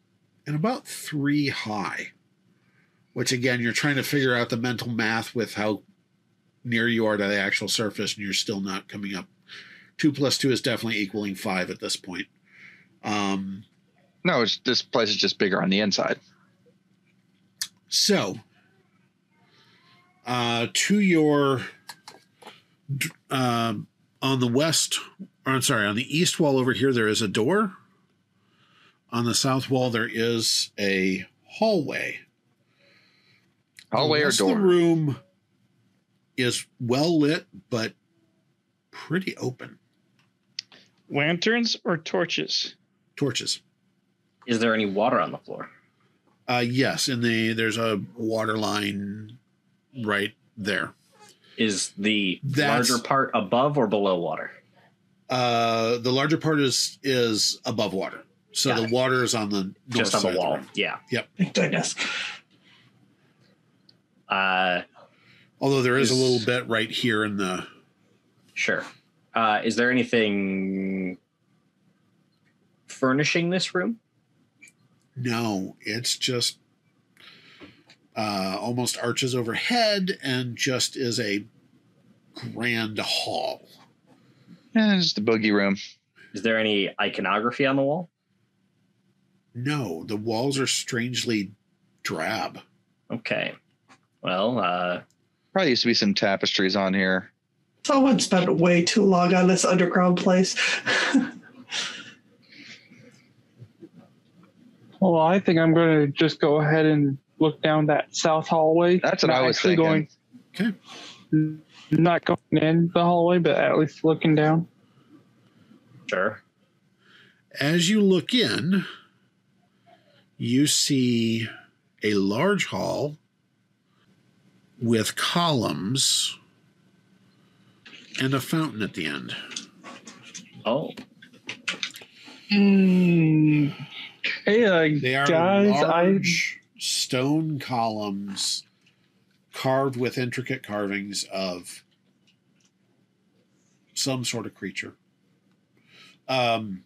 Speaker 3: and about three high. Which again, you're trying to figure out the mental math with how near you are to the actual surface, and you're still not coming up. Two plus two is definitely equaling five at this point. Um,
Speaker 4: No, it's, this place is just bigger on the inside.
Speaker 3: So, uh, to your d- um, on the west, or I'm sorry, on the east wall over here, there is a door. On the south wall, there is a hallway.
Speaker 4: Hallway
Speaker 3: the
Speaker 4: or
Speaker 3: rest of
Speaker 4: door?
Speaker 3: The room is well lit, but pretty open.
Speaker 8: Lanterns or torches?
Speaker 3: Torches.
Speaker 7: Is there any water on the floor?
Speaker 3: Uh, yes, in the there's a water line right there.
Speaker 7: Is the
Speaker 3: That's-
Speaker 7: larger part above or below water?
Speaker 3: Uh, the larger part is is above water, so
Speaker 7: Got
Speaker 3: the
Speaker 7: it.
Speaker 3: water is on the north
Speaker 7: Just on
Speaker 3: side of
Speaker 7: the wall.
Speaker 3: room.
Speaker 7: yeah.
Speaker 9: Thank goodness.
Speaker 7: Uh,
Speaker 3: Although there is,
Speaker 7: Is-
Speaker 3: a little bit right here in the
Speaker 7: Sure. Uh, is there anything furnishing this room?
Speaker 3: no, it's just uh, almost arches overhead and just is a grand hall.
Speaker 4: Yeah, it's Eh, the boogie room.
Speaker 7: Is there any iconography on the wall?
Speaker 3: No, the walls are strangely drab.
Speaker 7: Okay. Well, uh,
Speaker 4: Probably used to be some tapestries on here.
Speaker 9: Someone spent way too long on this underground place.
Speaker 6: Well, I think I'm going to just go ahead and look down that south hallway.
Speaker 4: That's what
Speaker 6: Not
Speaker 4: I was
Speaker 6: actually
Speaker 4: thinking.
Speaker 3: Okay.
Speaker 6: Going, not going in the hallway, but at least looking down.
Speaker 7: sure.
Speaker 3: As you look in, you see a large hall with columns and a fountain at the end.
Speaker 7: Oh,
Speaker 6: Hmm. Hey, uh,
Speaker 3: They are
Speaker 6: guys,
Speaker 3: large stone columns carved with intricate carvings of some sort of creature. Um,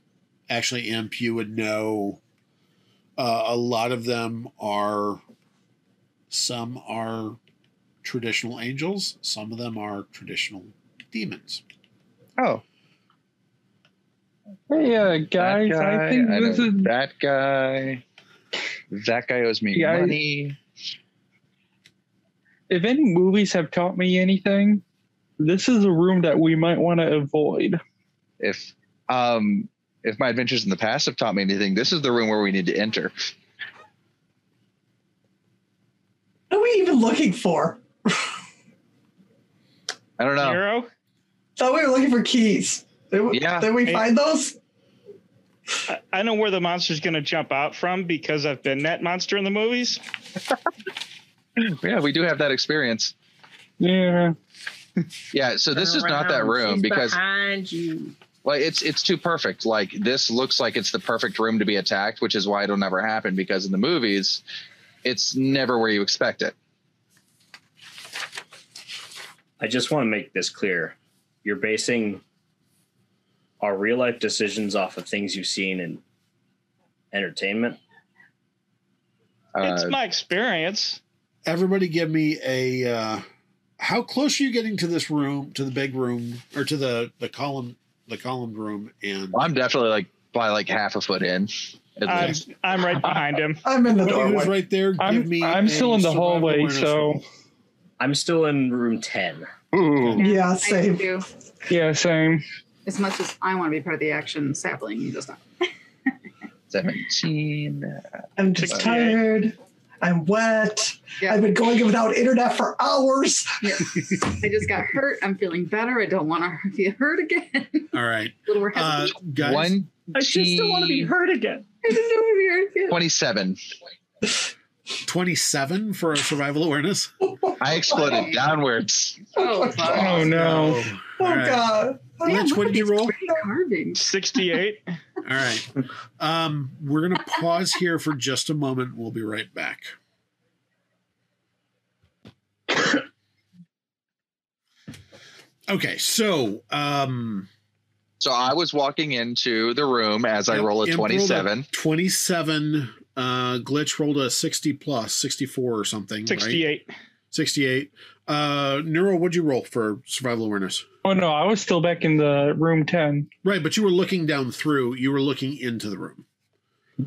Speaker 3: actually, Imp, you would know uh, a lot of them are, some are traditional angels, some of them are traditional demons.
Speaker 4: Oh,
Speaker 6: I, hey, uh,
Speaker 4: that
Speaker 6: guys,
Speaker 8: guy,
Speaker 6: I think
Speaker 4: I know
Speaker 6: this is
Speaker 4: that guy. That guy owes me
Speaker 6: Yeah, I-
Speaker 4: money.
Speaker 6: if any movies have taught me anything, this is a room that we might want to avoid.
Speaker 4: If um if my adventures in the past have taught me anything, this is the room where we need to enter.
Speaker 9: what are we even looking for?
Speaker 4: I don't
Speaker 7: Oh.
Speaker 4: know.
Speaker 8: Zero?
Speaker 9: Thought we were looking for keys. Did we,
Speaker 4: Yeah.
Speaker 9: did we
Speaker 8: Hey.
Speaker 9: find those?
Speaker 8: I- I know where the monster's going to jump out from because I've been that monster in the movies.
Speaker 4: Yeah, we do have that experience.
Speaker 6: Yeah.
Speaker 4: Yeah, so this
Speaker 10: Turn
Speaker 4: is not that
Speaker 10: around.
Speaker 4: room
Speaker 10: She's
Speaker 4: because
Speaker 10: behind you.
Speaker 4: Well, it's it's too perfect. Like this looks like it's the perfect room to be attacked, which is why it'll never happen. Because in the movies, it's never where you expect it.
Speaker 7: I just want to make this clear. You're basing our real life decisions off of things you've seen in entertainment.
Speaker 4: Uh,
Speaker 7: Uh,
Speaker 8: it's my experience.
Speaker 3: Everybody, give me a. Uh, how close are you getting to this room, to the big room, or to the the column, the columned room? And
Speaker 4: I'm definitely like by like half a foot in. At
Speaker 8: I'm,
Speaker 4: least.
Speaker 8: I'm right behind him.
Speaker 9: I'm in the
Speaker 3: Everybody who's
Speaker 9: doorway.
Speaker 3: right there.
Speaker 6: I'm-
Speaker 3: give me.
Speaker 6: I'm
Speaker 3: a
Speaker 6: still in the
Speaker 3: survival
Speaker 6: hallway,
Speaker 3: awareness
Speaker 6: so-
Speaker 3: roll.
Speaker 7: I'm still in room 10.
Speaker 4: Ooh.
Speaker 9: Yeah,
Speaker 5: I
Speaker 9: same.
Speaker 5: do.
Speaker 6: Yeah, same.
Speaker 5: As much as I want to be part of the action, Sapling does not.
Speaker 10: uh,
Speaker 4: 17.
Speaker 9: I'm just
Speaker 8: Okay.
Speaker 9: tired. I'm wet.
Speaker 5: Yeah.
Speaker 9: I've been going without internet for hours.
Speaker 5: Yeah. I just got hurt. I'm feeling better. I don't want to be hurt again.
Speaker 3: All right,
Speaker 5: Little we're
Speaker 3: uh,
Speaker 5: hesitant.
Speaker 3: guys.
Speaker 4: One.
Speaker 10: I just don't want to be hurt again.
Speaker 5: I just don't want to be hurt again.
Speaker 4: 27.
Speaker 3: Twenty-seven for a survival awareness.
Speaker 4: I exploded downwards.
Speaker 5: Oh, fuck.
Speaker 6: Oh, no.
Speaker 9: Oh
Speaker 3: All right.
Speaker 9: god.
Speaker 5: Damn,
Speaker 3: Mitch,
Speaker 5: Oh, look
Speaker 3: what
Speaker 5: at
Speaker 3: did you
Speaker 5: these
Speaker 3: roll?
Speaker 5: great carvings.
Speaker 8: 68.
Speaker 3: All right. Um, we're gonna pause here for just a moment. We'll be right back. Okay, so um
Speaker 4: So I was walking into the room as I
Speaker 3: Yep,
Speaker 4: roll a
Speaker 3: Imp rolled
Speaker 4: 27.
Speaker 3: 27 uh glitch rolled a 60 plus 64 or something right?
Speaker 8: 68.
Speaker 3: 68 uh neural what'd you roll for survival awareness
Speaker 6: Oh no, I was still back in the room ten.
Speaker 3: right but you were looking down through you were looking into the room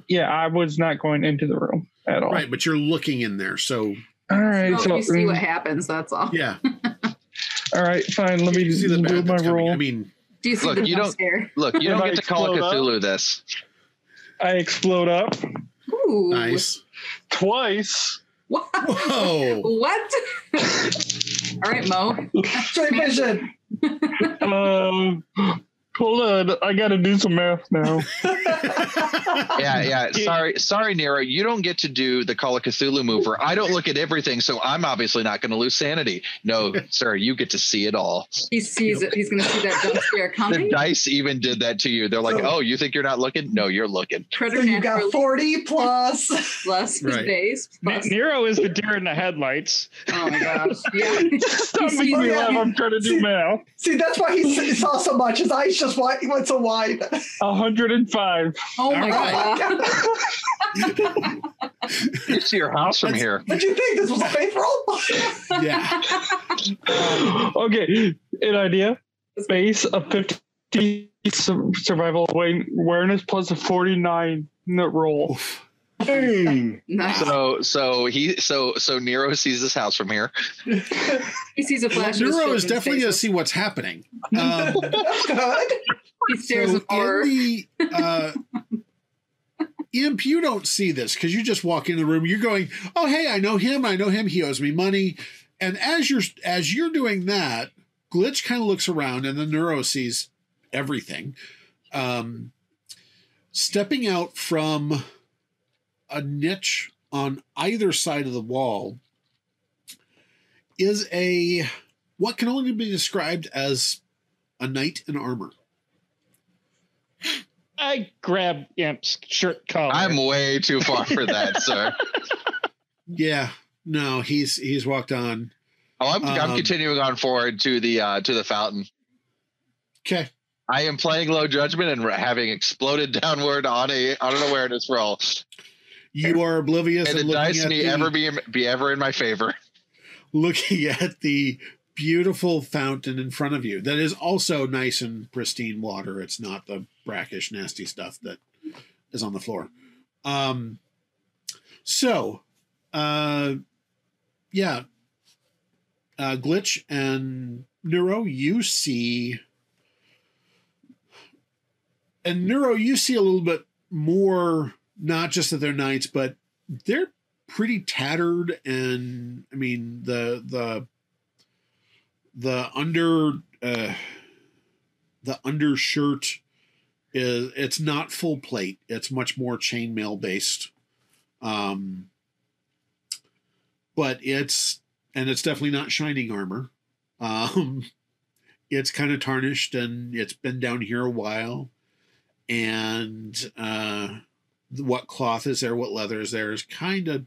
Speaker 6: Yeah, I was not going into the room
Speaker 4: Oh.
Speaker 6: at all.
Speaker 3: right but you're looking in there so
Speaker 6: All right.
Speaker 5: Well, you
Speaker 6: so,
Speaker 5: see what
Speaker 6: mm,
Speaker 5: happens. That's all.
Speaker 3: yeah
Speaker 6: all right, fine. Let me
Speaker 3: you see the
Speaker 6: do
Speaker 3: bad
Speaker 6: my
Speaker 3: that's coming.
Speaker 6: roll.
Speaker 3: i mean
Speaker 5: Do you see
Speaker 4: Look,
Speaker 5: the
Speaker 4: you
Speaker 5: jump
Speaker 4: don't-
Speaker 5: scare?
Speaker 4: Look, you
Speaker 6: If
Speaker 4: don't
Speaker 6: I
Speaker 4: get to call
Speaker 6: explode up-
Speaker 4: Cthulhu this.
Speaker 6: I explode up
Speaker 5: Ooh.
Speaker 3: nice
Speaker 6: twice.
Speaker 5: What?
Speaker 3: whoa
Speaker 5: What? all right, Mo.
Speaker 9: Straight vision.
Speaker 6: Um, hold on, I got to do some math now.
Speaker 4: Yeah, yeah. Sorry, sorry, Nero. You don't get to do the Call of Cthulhu mover. I don't look at everything, so I'm obviously not going to lose sanity. No, sir, you get to see it all.
Speaker 5: He sees it. He's going to see that jump scare
Speaker 4: The
Speaker 5: coming.
Speaker 4: dice even did that to you. They're like,
Speaker 9: Oh.
Speaker 4: "Oh, you think you're not looking? No, you're looking."
Speaker 9: So you got
Speaker 5: Preternaturally
Speaker 9: 40 plus.
Speaker 5: plus his
Speaker 3: Right.
Speaker 5: base.
Speaker 8: Ne-
Speaker 5: Plus,
Speaker 8: Nero is the deer in the headlights.
Speaker 5: oh my gosh. Yeah.
Speaker 6: Stop making me laugh. I'm trying to do math.
Speaker 9: See, that's why he s- saw so much. His eyes just wide, he went so wide.
Speaker 6: 105.
Speaker 5: Oh my
Speaker 9: Oh,
Speaker 5: god.
Speaker 9: yeah.
Speaker 4: You see your house from here.
Speaker 9: Did you think this was faith roll?
Speaker 3: yeah
Speaker 6: okay, an idea. Base of 50 sur- survival awa- awareness plus a 49 net roll.
Speaker 5: Nice.
Speaker 4: So, so he, so, so Nero sees this house from here.
Speaker 5: he sees a flash. of his
Speaker 3: neuro is
Speaker 5: children's
Speaker 3: definitely going to
Speaker 5: faces.
Speaker 3: see what's happening um,
Speaker 9: That's good.
Speaker 5: He stares
Speaker 3: so
Speaker 5: with horror.
Speaker 3: in the, uh, imp you don't see this because you just walk in the room you're going oh hey i know him i know him he owes me money and as you're as you're doing that glitch kind of looks around and the neuro sees everything um, stepping out from a niche on either side of the wall is a what can only be described as a knight in armor
Speaker 8: I grab Imp's shirt collar.
Speaker 4: I'm way too far for that, sir.
Speaker 3: Yeah. No, he's he's walked on.
Speaker 4: Oh, I'm, I'm
Speaker 3: Um,
Speaker 4: continuing on forward to the uh, to the fountain.
Speaker 3: Okay.
Speaker 4: I am playing low judgment and having exploded downward on a on an awareness roll.
Speaker 3: You are oblivious
Speaker 4: And
Speaker 3: and
Speaker 4: the
Speaker 3: looking
Speaker 4: dice
Speaker 3: at
Speaker 4: may
Speaker 3: the,
Speaker 4: ever be be ever in my favor.
Speaker 3: looking at the beautiful fountain in front of you that is also nice and pristine water. It's not the brackish nasty stuff that is on the floor. Um so uh yeah. Uh glitch and Neuro, you see and Neuro, you see a little bit more not just that they're knights, but they're pretty tattered and i mean the the the under uh the undershirt is it's not full plate it's much more chainmail based um but it's and it's definitely not shining armor um it's kind of tarnished and it's been down here a while and uh what cloth is there, what leather is there is kind of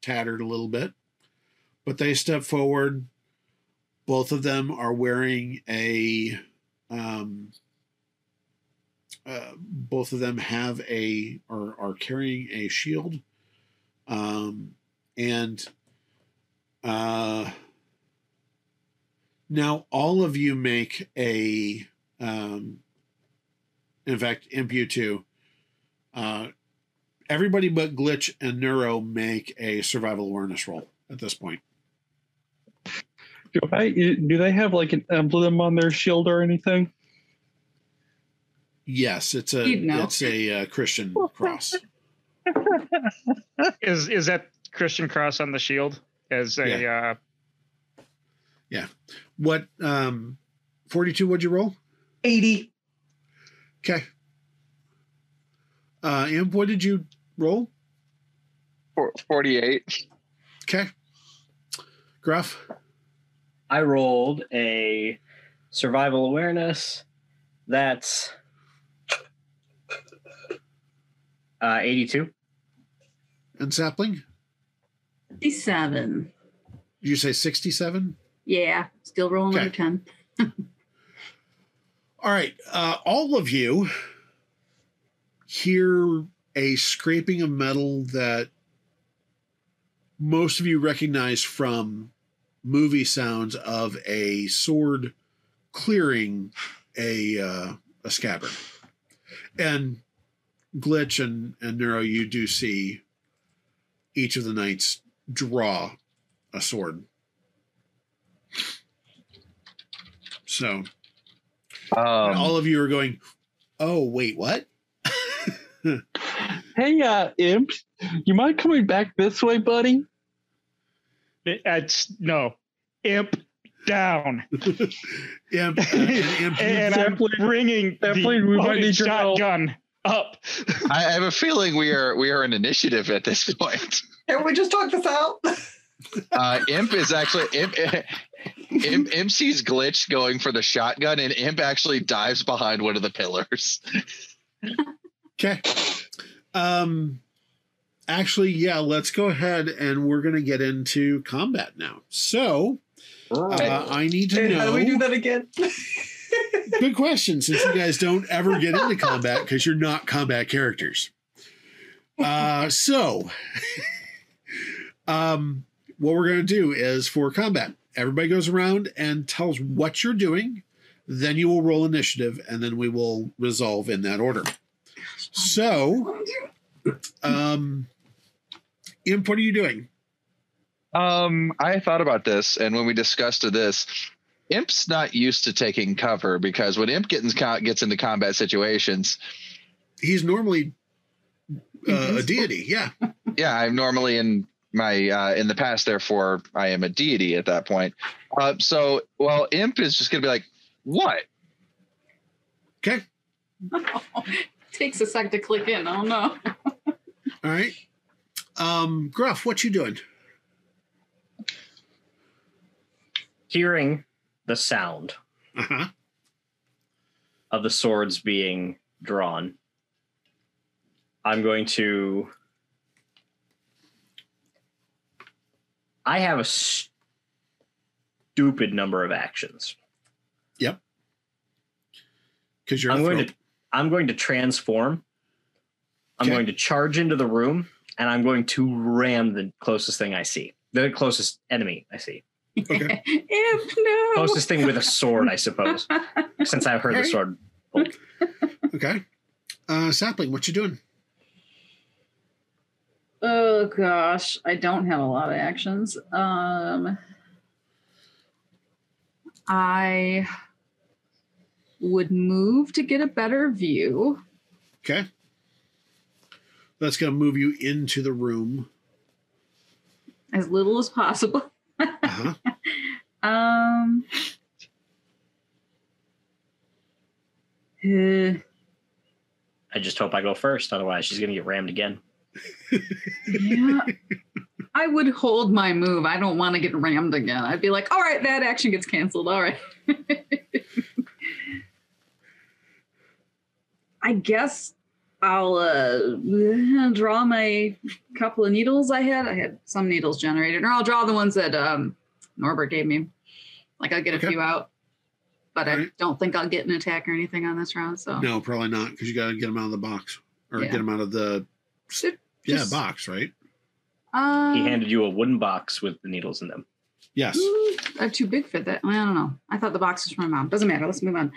Speaker 3: tattered a little bit. But they step forward. Both of them are wearing a. Um, uh, both of them have a or are carrying a shield, um, and uh, now all of you make a. Um, in fact, MPU two. Uh, everybody but Glitch and Neuro make a survival awareness roll at this point.
Speaker 6: Do, I, do they have like an emblem on their shield or anything?
Speaker 3: Yes, it's a
Speaker 5: You'd know.
Speaker 3: it's a uh, Christian cross.
Speaker 8: Is is that Christian Cross on the shield as a uh,
Speaker 3: What um, forty two? Would you roll?
Speaker 9: 80.
Speaker 3: Okay. Uh, Imp, what did you roll?
Speaker 4: For- Forty-eight.
Speaker 3: Okay. Gruff.
Speaker 7: I rolled a survival awareness. That's uh, 82.
Speaker 3: and Sapling.
Speaker 5: 57.
Speaker 3: Did you say sixty seven?
Speaker 5: Yeah. Still rolling
Speaker 3: Okay.
Speaker 5: under 10.
Speaker 3: All right, uh, all of you hear a scraping of metal that most of you recognize from movie sounds of a sword clearing a uh, a scabbard. And Glitch and and Nero, you do see each of the knights draw a sword. So and
Speaker 4: Um,
Speaker 3: all of you are going, oh, wait, what?
Speaker 6: Hey, uh, imp, you mind coming back this way, buddy?
Speaker 8: That's no imp down.
Speaker 3: Imp, uh, and imp,
Speaker 8: And I'm
Speaker 6: Definitely-
Speaker 8: bringing
Speaker 6: definitely
Speaker 8: the
Speaker 6: we might
Speaker 8: loaded
Speaker 6: need your help.
Speaker 8: shotgun up.
Speaker 4: I have a feeling we are we are an initiative at this point.
Speaker 9: Can we just talk this out?
Speaker 4: Uh, Imp is actually Imp, Imp. Imp sees Glitch going for the shotgun, and Imp actually dives behind one of the pillars.
Speaker 3: Okay. Um, actually, yeah, let's go ahead and we're going to get into combat now. So uh, I need to
Speaker 9: And how do we do
Speaker 3: know.
Speaker 9: that again?
Speaker 3: Good question, since you guys don't ever get into combat because you're not combat characters. Uh, so, um, what we're going to do is for combat, everybody goes around and tells what you're doing. Then you will roll initiative, and then we will resolve in that order. So, um, Imp, what are you doing?
Speaker 4: Um, I thought about this, and when we discussed this, Imp's not used to taking cover because when Imp gets, in- gets into combat situations,
Speaker 3: He's normally uh, a deity, yeah.
Speaker 4: yeah, I'm normally in my uh, in the past, therefore I am a deity at that point. Uh, so, well, Imp is just gonna be like, "What?
Speaker 3: Okay,
Speaker 5: Takes a sec to click in. I don't know.
Speaker 3: all right. Um, Gruff, what you doing?
Speaker 7: Hearing the sound
Speaker 3: Uh huh.
Speaker 7: of the swords being drawn, I'm going to. I have a stupid number of actions.
Speaker 3: Because you're
Speaker 7: I'm going
Speaker 3: thrilled.
Speaker 7: to I'm going to transform. I'm
Speaker 3: Okay.
Speaker 7: going to charge into the room and I'm going to ram the closest thing I see. The closest enemy I see.
Speaker 3: Okay.
Speaker 5: Imp, no.
Speaker 7: Closest thing with a sword, I suppose. Since I've heard the
Speaker 3: Okay.
Speaker 7: sword.
Speaker 3: Okay. Uh, Sapling, what you doing?
Speaker 5: Oh gosh, I don't have a lot of actions. Um, I would move to get a better view.
Speaker 3: Okay. That's going to move you into the room.
Speaker 5: as little as possible.
Speaker 3: Uh-huh.
Speaker 5: Um, eh,
Speaker 7: I just hope I go first, otherwise she's gonna get rammed again.
Speaker 5: yeah, I would hold my move. I don't want to get rammed again. I'd be like, all right, that action gets canceled. All right. I guess I'll uh, draw my couple of needles I had. I had some needles generated, or I'll draw the ones that um, Norbert gave me. Like I'll get
Speaker 3: Okay.
Speaker 5: a few out, but I
Speaker 3: Alright.
Speaker 5: don't think I'll get an attack or anything on this round. So
Speaker 3: No, probably not, because you got to get them out of the box or
Speaker 5: Oh. Yeah.
Speaker 3: get them out of the
Speaker 5: Should
Speaker 3: yeah
Speaker 5: just-
Speaker 3: box, right?
Speaker 5: um,
Speaker 7: He handed you a wooden box with the needles in them.
Speaker 3: Yes.
Speaker 5: mm, I'm too big for that. I don't know. I thought the box was for my mom. Doesn't matter. Let's move on.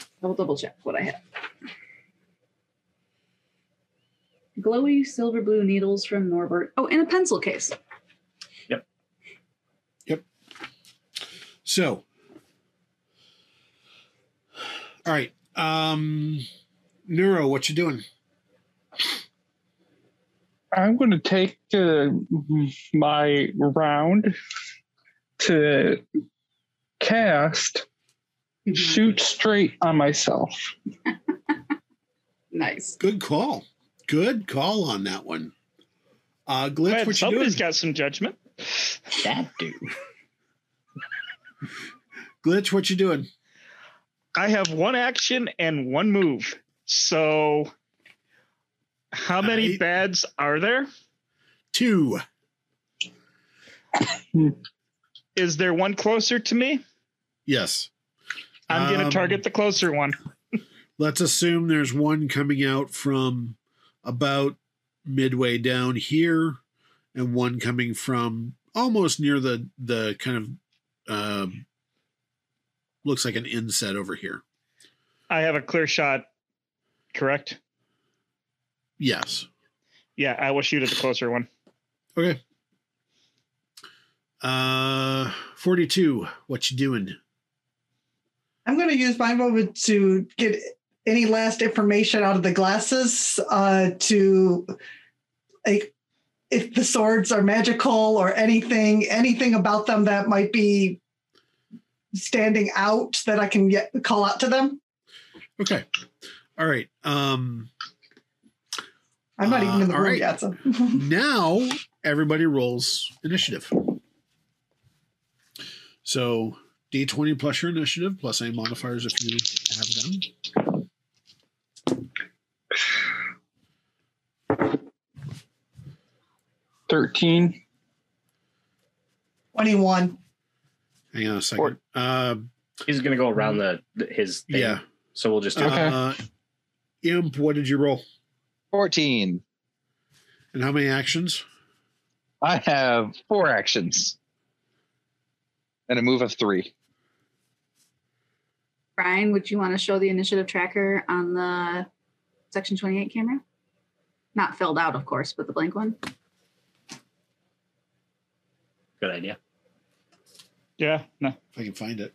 Speaker 5: I will double check what I have. Glowy silver blue needles from Norbert. Oh, and a pencil case.
Speaker 3: So, all right. Um, Neuro, what you doing?
Speaker 6: I'm going to take uh, my round to cast shoot straight on myself.
Speaker 5: nice.
Speaker 3: Good call. Good call on that one. Uh, Glitch,
Speaker 8: Man,
Speaker 3: what you doing?
Speaker 8: somebody's got some judgment.
Speaker 7: That dude.
Speaker 3: Glitch, what you doing?
Speaker 8: I have one action and one move. So, how many
Speaker 3: I-
Speaker 8: bads are there?
Speaker 3: Two.
Speaker 8: Is there one closer to me?
Speaker 3: Yes.
Speaker 8: I'm gonna
Speaker 3: Um,
Speaker 8: target the closer one.
Speaker 3: Let's assume there's one coming out from about midway down here, and one coming from almost near the the kind of um, looks like an inset over here.
Speaker 8: I have a clear shot, correct?
Speaker 3: Yes.
Speaker 8: Yeah, I will shoot at the closer one.
Speaker 3: Okay. Uh, forty-two. What you doing?
Speaker 9: I'm going to use my moment to get any last information out of the glasses uh, to, like, if the swords are magical or anything, anything about them that might be standing out that I can get call out to them.
Speaker 3: Okay. All right. Um,
Speaker 9: I'm not even in the
Speaker 3: Uh, all
Speaker 9: room
Speaker 3: right.
Speaker 9: yet. So.
Speaker 3: now everybody rolls initiative. So D20 plus your initiative plus any modifiers if you have them.
Speaker 6: Thirteen.
Speaker 9: 21.
Speaker 3: Hang on a second. Uh,
Speaker 7: He's gonna go around the, the his thing.
Speaker 3: yeah.
Speaker 7: So we'll just do
Speaker 6: Okay.
Speaker 3: Uh, Imp, what did you roll?
Speaker 4: 14.
Speaker 3: And how many actions?
Speaker 4: I have four actions and a move of three.
Speaker 5: Brian, would you want to show the initiative tracker on the Section 28 camera? Not filled out, of course, but the blank one.
Speaker 7: good idea.
Speaker 8: Yeah, no.
Speaker 3: If I can find it.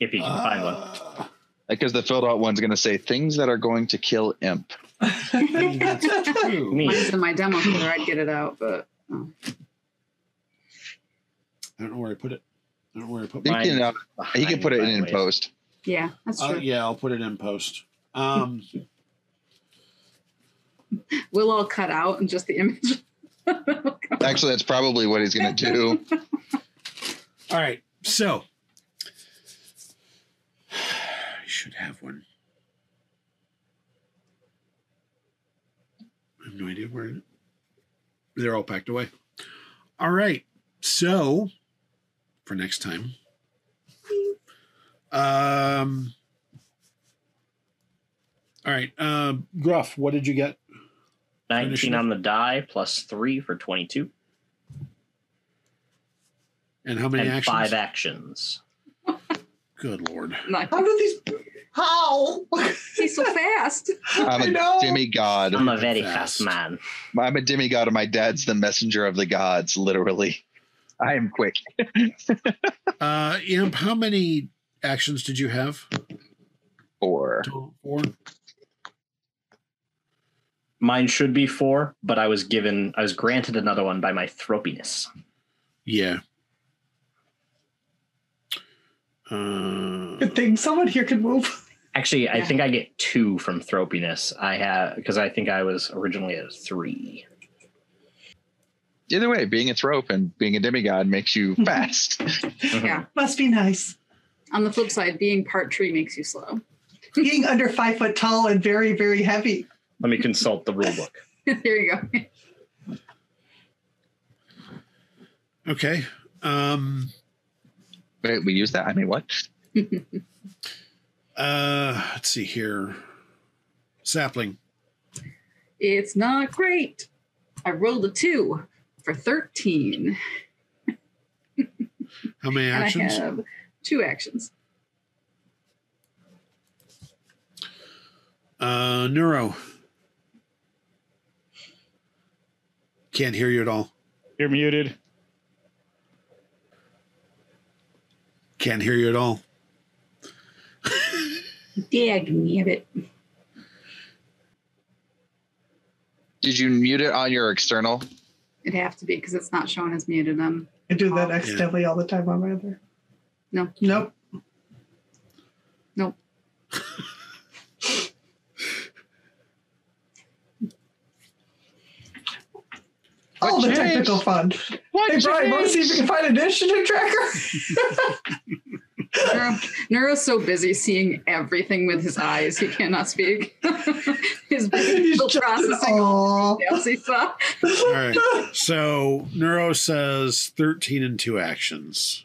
Speaker 7: If you can find one.
Speaker 3: Uh,
Speaker 4: Because the filled out one's going to say things that are going to kill imp.
Speaker 3: that's true.
Speaker 7: Me.
Speaker 5: Mine's in my demo folder. I'd get it out, but
Speaker 3: I don't know where I put it. I don't know where I put
Speaker 4: You
Speaker 3: mine.
Speaker 7: Mine-
Speaker 4: can, uh, he can
Speaker 7: Mine-
Speaker 4: put it in,
Speaker 7: mine
Speaker 4: in
Speaker 7: ways.
Speaker 4: post.
Speaker 5: yeah, that's
Speaker 3: Uh,
Speaker 5: true.
Speaker 3: yeah, I'll put it in post. Um,
Speaker 5: We'll all cut out and just the image.
Speaker 4: Actually, that's probably what he's going to do.
Speaker 3: All right. So I should have one. I have no idea where it- they're all packed away. All right. So for next time. Um all right, um, Gruff, what did you get?
Speaker 7: Nineteen on the die plus three for twenty-two
Speaker 3: And how many
Speaker 7: and
Speaker 3: actions?
Speaker 7: five actions.
Speaker 3: Good lord.
Speaker 5: Like,
Speaker 9: How do these. How?
Speaker 5: he's so fast.
Speaker 4: I'm
Speaker 9: I
Speaker 4: a
Speaker 9: know.
Speaker 4: demigod.
Speaker 7: I'm a very
Speaker 3: Fast.
Speaker 7: fast man.
Speaker 4: I'm a demigod, and my dad's the messenger of the gods, literally. I am quick.
Speaker 3: Uh, Imp, how many actions did you have?
Speaker 4: Or
Speaker 3: Total Four.
Speaker 7: Mine should be four, but I was given I was granted another one by my thropiness.
Speaker 3: Yeah. Uh,
Speaker 9: Good thing someone here can move.
Speaker 7: Actually, I
Speaker 5: Yeah.
Speaker 7: think I get two from thropiness. I have because I think I was originally at a three.
Speaker 4: either way, being a thrope and being a demigod makes you fast.
Speaker 7: Mhm.
Speaker 5: Yeah.
Speaker 9: Must be nice.
Speaker 5: On the flip side, being part tree makes you slow.
Speaker 9: Being under five foot tall and very, very heavy.
Speaker 7: Let me consult the rule book.
Speaker 5: there you go.
Speaker 3: okay. Um,
Speaker 4: Wait, we use that? I mean, what?
Speaker 3: uh, let's see here. Sapling.
Speaker 5: It's not great. I rolled a two for 13,
Speaker 3: How many
Speaker 5: and I
Speaker 3: actions?
Speaker 5: have two actions.
Speaker 3: Uh, Neuro. Can't hear you at all.
Speaker 8: You're muted.
Speaker 3: Can't hear you at all.
Speaker 5: Dag it.
Speaker 4: Did you mute it on your external?
Speaker 5: It'd have to be because it's not showing as muted. Um,
Speaker 9: I do
Speaker 4: Oh,
Speaker 9: that accidentally all the time on my other.
Speaker 5: No.
Speaker 9: Nope. All the
Speaker 4: What
Speaker 9: technical
Speaker 4: changed?
Speaker 9: fun. Hey, Brian, want to see if you can find an initiative tracker?
Speaker 5: Neuro, Neuro's so busy seeing everything with his eyes, he cannot speak. his
Speaker 9: He's
Speaker 5: visual
Speaker 9: just in
Speaker 5: processing
Speaker 9: awe.
Speaker 5: fails, he saw.
Speaker 3: All right. So Neuro says 13 and two actions.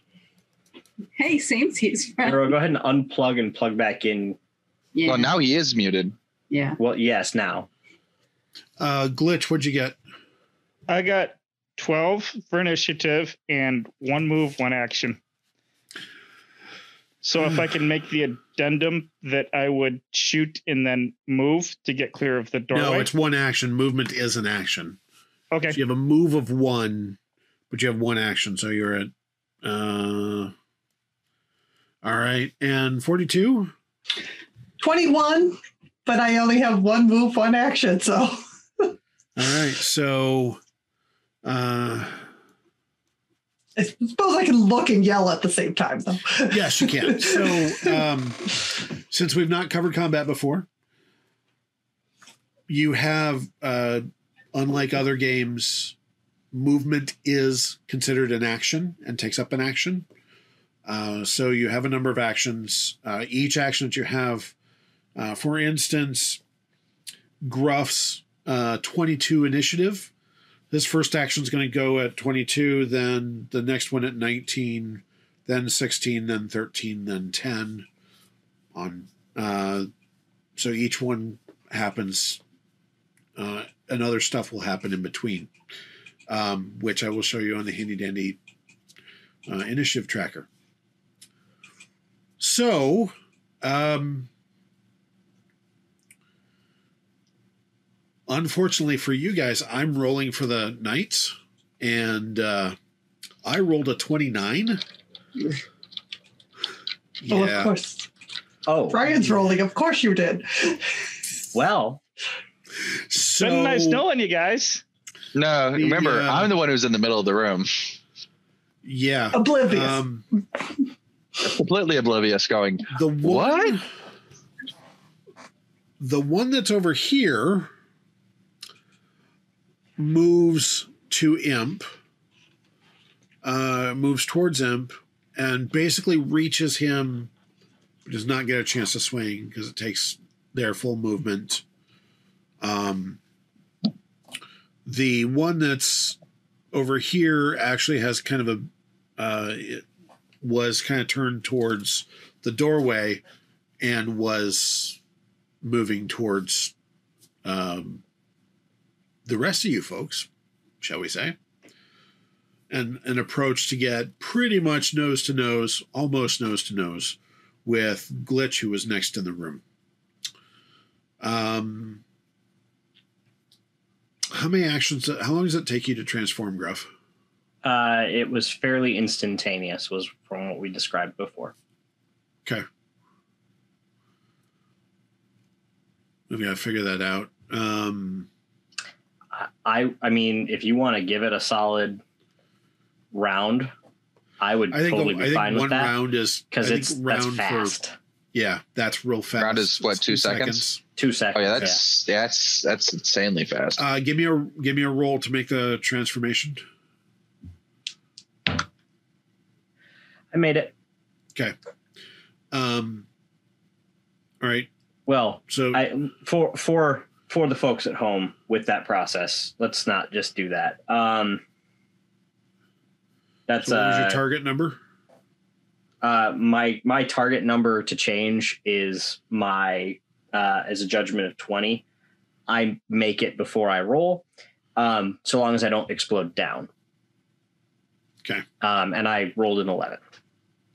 Speaker 5: Hey, same sees friend.
Speaker 7: Nero, go ahead and unplug and plug back in.
Speaker 5: Yeah.
Speaker 4: Well, now he is muted.
Speaker 5: yeah.
Speaker 7: Well, yes, now.
Speaker 3: Uh, Glitch, what'd you get?
Speaker 8: I got 12 for initiative and one move, one action. So if I can make the addendum that I would shoot and then move to get clear of the doorway.
Speaker 3: No, it's one action. Movement is an action.
Speaker 8: okay.
Speaker 3: So you have a move of one, but you have one action, so you're at. Uh, all right, and forty-two.
Speaker 9: 21, but I only have one move, one action. So
Speaker 3: All right, so. Uh,
Speaker 9: I suppose I can look and yell at the same time, though.
Speaker 3: yes, you can. So, um, since we've not covered combat before, you have, uh, unlike other games, movement is considered an action and takes up an action. Uh, so you have a number of actions. Uh, each action that you have, uh, for instance, Gruff's uh, 22 initiative. His first action is going to go at 22, then the next one at 19, then 16, then 13, then 10 on uh so each one happens uh and other stuff will happen in between um which I will show you on the handy dandy uh, initiative tracker. So, um unfortunately for you guys, I'm rolling for the knights and uh I rolled a 29.
Speaker 9: Well, of course.
Speaker 7: Oh,
Speaker 9: Brian's rolling. Of course you did.
Speaker 7: well,
Speaker 8: Been
Speaker 3: So,
Speaker 8: nice knowing you guys.
Speaker 4: No, remember,
Speaker 3: Yeah.
Speaker 4: I'm the one who's in the middle of the room.
Speaker 3: yeah.
Speaker 9: Oblivious.
Speaker 3: Um,
Speaker 4: Completely oblivious, going,
Speaker 3: the one,
Speaker 4: What?
Speaker 3: The one that's over here moves to Imp, uh, moves towards Imp, and basically reaches him. but Does not get a chance to swing because it takes their full movement. Um, the one that's over here actually has kind of a uh, it was kind of turned towards the doorway and was moving towards um, the rest of you folks, shall we say? And an approach to get pretty much nose to nose, almost nose to nose, with Glitch, who was next in the room. Um, how many actions? How long does it take you to transform, Gruff?
Speaker 7: uh, it was fairly instantaneous, was from what we described before.
Speaker 3: I've got to figure that out. Um,
Speaker 7: I- I, I mean, if you want to give it a solid round, I would
Speaker 3: I think
Speaker 7: totally
Speaker 3: I
Speaker 7: be
Speaker 3: think
Speaker 7: fine
Speaker 3: one
Speaker 7: with that
Speaker 3: round is I
Speaker 7: because
Speaker 3: think
Speaker 7: it's that's fast.
Speaker 3: yeah, that's real fast.
Speaker 4: Round is, what,
Speaker 3: It's
Speaker 4: two seconds?
Speaker 7: Two
Speaker 4: Oh
Speaker 7: seconds.
Speaker 4: yeah, that's that's that's insanely fast.
Speaker 3: Uh, give me a give me a roll to make the transformation.
Speaker 7: yeah. I made it.
Speaker 3: Um, all right,
Speaker 7: Well,
Speaker 3: so
Speaker 7: I for for for the folks at home with that process. Let's not just do that. Um, that's
Speaker 3: so what was your
Speaker 7: uh,
Speaker 3: target number?
Speaker 7: uh, my my target number to change is my uh, as a judgment of twenty. I make it before I roll, um, so long as I don't explode down.
Speaker 3: Okay.
Speaker 7: Um, and I rolled an eleven.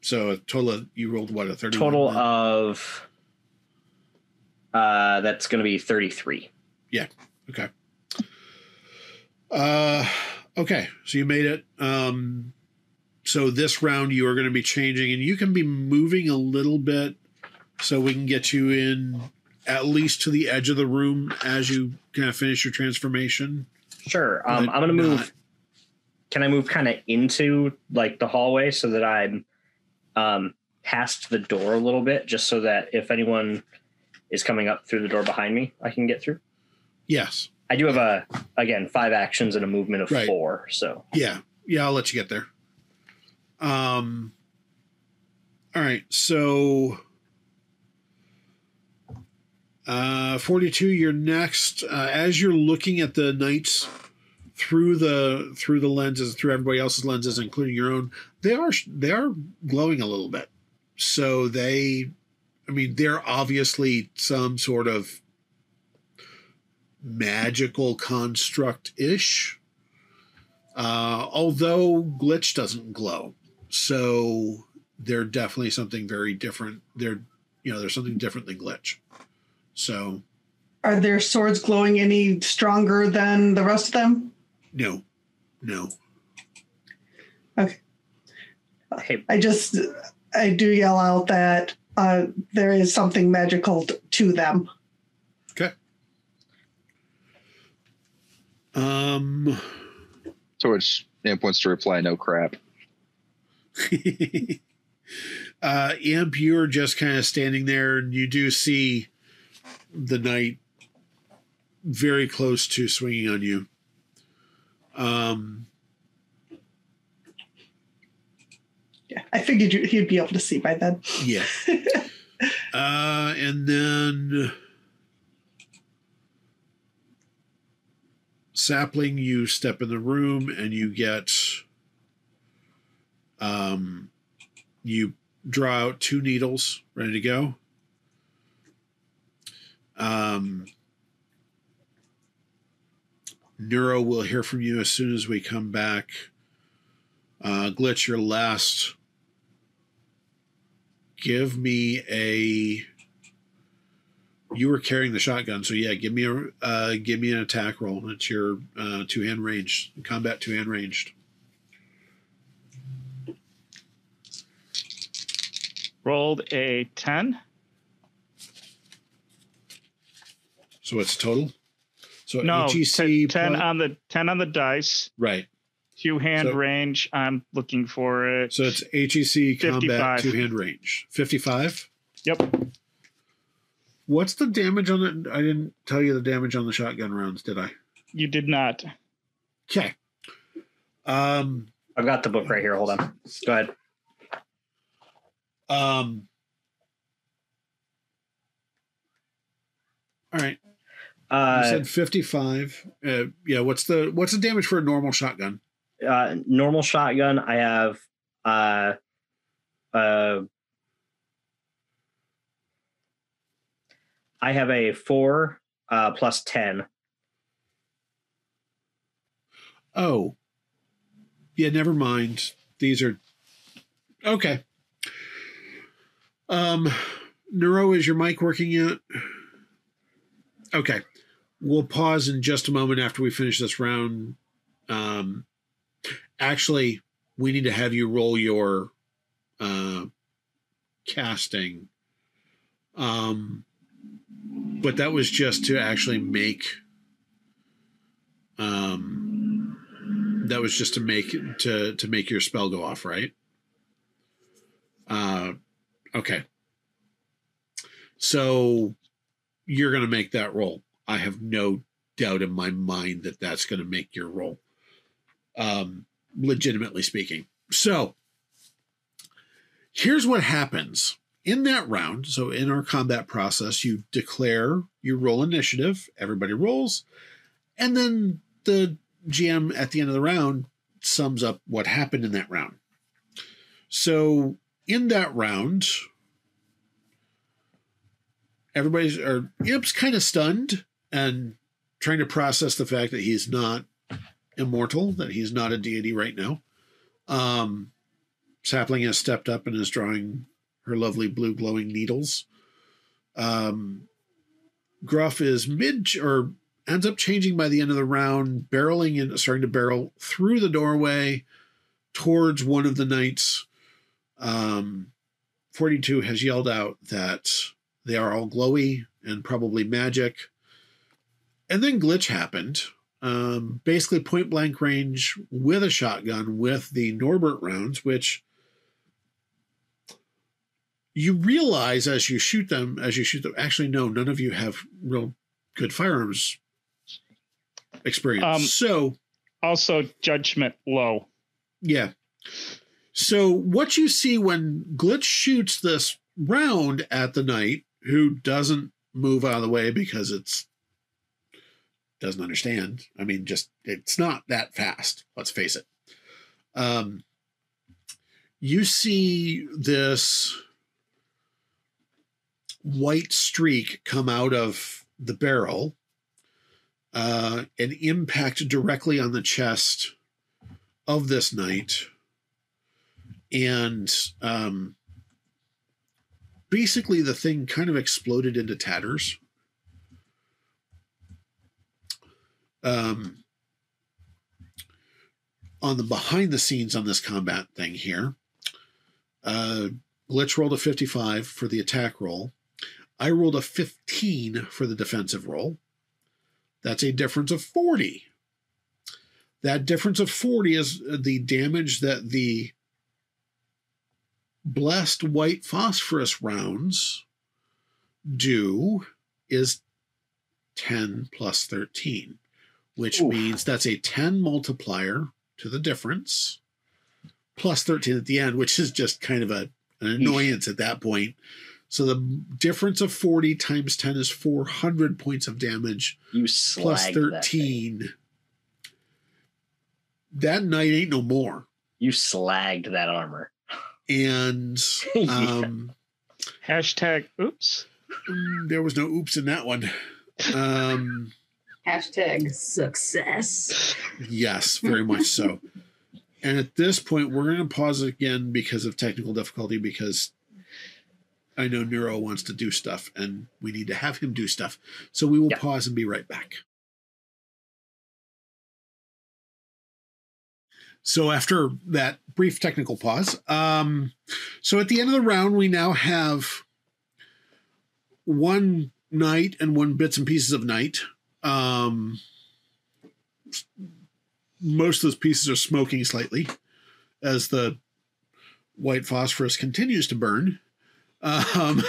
Speaker 3: So a total of, you rolled what a thirty
Speaker 7: Total of uh, that's going to be thirty-three.
Speaker 3: Uh, okay, so you made it. Um, so this round you are going to be changing, and you can be moving a little bit, so we can get you in at least to the edge of the room as you kind of finish your transformation.
Speaker 7: Sure. Um,
Speaker 3: But
Speaker 7: I'm gonna move.
Speaker 3: not-
Speaker 7: Can I move kind of into like the hallway so that I'm um, past the door a little bit, just so that if anyone is coming up through the door behind me, I can get through.
Speaker 3: Yes.
Speaker 7: I do have a again five actions and a movement of
Speaker 3: Right.
Speaker 7: four. So
Speaker 3: Yeah. Yeah, I'll let you get there. Um All right. So uh 42 you're next uh, as you're looking at the knights through the through the lenses, through everybody else's lenses, including your own, they are they are glowing a little bit. So they, I mean, they're obviously some sort of magical construct ish. Uh, although glitch doesn't glow, so they're definitely something very different. They're you know there's something different than glitch. So
Speaker 9: Are their swords glowing any stronger than the rest of them?
Speaker 3: no, no.
Speaker 7: Hey,
Speaker 9: I just, I do yell out that uh, there is something magical t- to them.
Speaker 3: Um,
Speaker 4: To which Imp wants to reply, no crap.
Speaker 3: uh, Imp, you're just kind of standing there, and you do see the knight very close to swinging on you. Um,
Speaker 9: Yeah, I figured you, he'd be able to see by then.
Speaker 3: yeah. uh, and then sapling, you step in the room, and you get um, you draw out two needles ready to go. Um, Neuro will hear from you as soon as we come back. Uh, Glitch, your last. Give me a. You were carrying the shotgun, so yeah. Give me a uh, give me an attack roll. It's your uh, two hand ranged combat two hand ranged.
Speaker 8: Rolled a 10.
Speaker 3: So it's total. So
Speaker 8: No,
Speaker 3: ATC
Speaker 8: 10
Speaker 3: plus-
Speaker 8: on the 10 on the dice.
Speaker 3: right.
Speaker 8: Two hand
Speaker 3: So-
Speaker 8: range. I'm looking for it.
Speaker 3: So it's HEC combat
Speaker 8: 55.
Speaker 3: two hand range. 55.
Speaker 8: Yep.
Speaker 3: What's the damage on it? I didn't tell you the damage on the shotgun rounds, did I?
Speaker 8: You did not.
Speaker 3: Okay. Um,
Speaker 7: I've got the book right here. Hold on. Go ahead.
Speaker 3: um, all right. You
Speaker 7: Uh,
Speaker 3: said 55. Uh, yeah. What's the, what's the damage for a normal shotgun?
Speaker 7: uh, normal shotgun. I have uh, uh, I have a four uh, plus ten.
Speaker 3: Oh, yeah. Never mind. These are okay. Um, Neuro, is your mic working yet? Okay, we'll pause in just a moment after we finish this round. Um, actually, we need to have you roll your uh, casting. Um, but that was just to actually make. Um, that was just to make to to make your spell go off, right? Uh, okay. So you're gonna make that roll. I have no doubt in my mind that that's gonna make your roll. Um, legitimately speaking. So here's what happens in that round. So in our combat process, you declare you roll initiative. Everybody rolls, and then the GM at the end of the round sums up what happened in that round. So in that round, everybody's or Imp's kind of stunned and trying to process the fact that he's not immortal, that he's not a deity right now. Um, Sapling has stepped up and is drawing her lovely blue glowing needles. Um, Gruff is mid or ends up changing by the end of the round, barreling in, starting to barrel through the doorway towards one of the knights. Um, 42 has yelled out that they are all glowy and probably magic. And then glitch happened. Um, basically, point blank range with a shotgun with the Norbert rounds, which you realize as you shoot them, as you shoot them. Actually, no, none of you have real good firearms experience.
Speaker 8: Um,
Speaker 3: so,
Speaker 8: Also, judgment low.
Speaker 3: yeah. So what you see when Glitch shoots this round at the knight, who doesn't move out of the way because it's doesn't understand. I mean, just it's not that fast. Let's face it. Um, you see this white streak come out of the barrel uh, and impact directly on the chest of this knight. And um, basically, the thing kind of exploded into tatters. Um, on the behind the scenes on this combat thing here, uh, Glitch rolled a 55 for the attack roll. I rolled a 15 for the defensive roll. That's a difference of 40. That difference of 40 is the damage that the blessed white phosphorus rounds do is 10 plus 13, which
Speaker 6: Oof.
Speaker 3: means that's a 10 multiplier to the difference plus 13 at the end, which is just kind of a, an annoyance at that point. So the difference of 40 times 10 is 400 points of damage
Speaker 7: You
Speaker 3: plus
Speaker 7: slagged that thing.
Speaker 3: 13. That, night ain't no more.
Speaker 7: You slagged that armor.
Speaker 3: And
Speaker 7: Yeah.
Speaker 3: um,
Speaker 8: Hashtag oops.
Speaker 3: there was no oops in that one. Um,
Speaker 5: Hashtag success.
Speaker 3: yes, very much so. And at this point, we're going to pause again because of technical difficulty, because I know Nero wants to do stuff and we need to have him do stuff. So we will
Speaker 7: Yeah.
Speaker 3: pause and be right back. So after that brief technical pause, um, so at the end of the round, we now have one knight and one bits and pieces of knight. Um, most of those pieces are smoking slightly as the white phosphorus continues to burn. Um,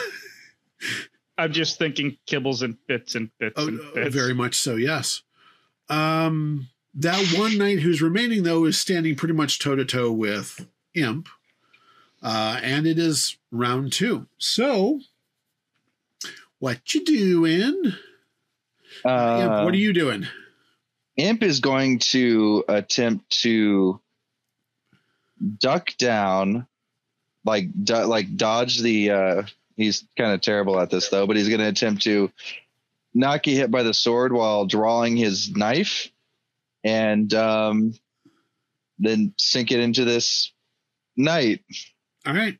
Speaker 8: I'm just thinking kibbles and bits and bits
Speaker 3: Oh,
Speaker 8: and
Speaker 3: uh,
Speaker 8: bits.
Speaker 3: very much so, yes. Um, that one knight who's remaining, though, is standing pretty much toe to toe with Imp. Uh, and it is round two. So, what you doing? Imp,
Speaker 4: Uh,
Speaker 3: what are you doing?
Speaker 4: Imp is going to attempt to duck down, like do, like dodge the. Uh, he's kind of terrible at this though, but he's going to attempt to not get hit by the sword while drawing his knife, and um, then sink it into this knight.
Speaker 3: All right.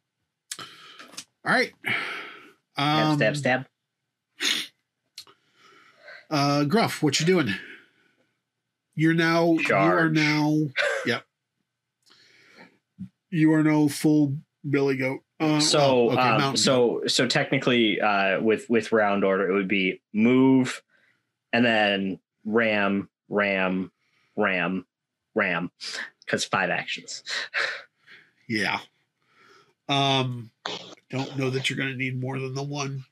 Speaker 3: All right.
Speaker 7: Stab,
Speaker 3: Um,
Speaker 7: stab, stab.
Speaker 3: Uh, Gruff, what you doing? You're now. You are
Speaker 7: Charge.
Speaker 3: now. Yep. You are no full Billy Goat. Uh,
Speaker 7: So,
Speaker 3: well, okay,
Speaker 7: um,
Speaker 3: Mountain
Speaker 7: so, so technically, uh, with with round order, it would be move, and then ram, ram, ram, ram, because five actions.
Speaker 3: Yeah. Um, don't know that you're going to need more than the one.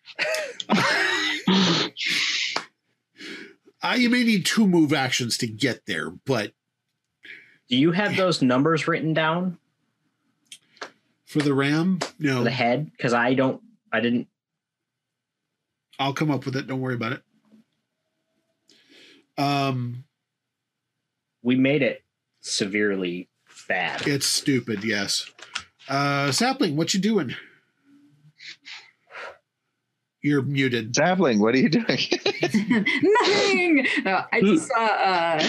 Speaker 3: uh, you may need two move actions to get there, but
Speaker 7: Do you have those numbers written down
Speaker 3: for the ram,
Speaker 7: for
Speaker 3: no,
Speaker 7: the head? Because I don't, I didn't.
Speaker 3: I'll come up with it. Don't worry about it. Um,
Speaker 7: We made it severely bad.
Speaker 3: it's stupid. Yes. Uh, sapling, what you doing? You're muted.
Speaker 4: Sapling, what are you doing?
Speaker 5: Nothing. No, I just
Speaker 3: Hmm.
Speaker 5: saw uh,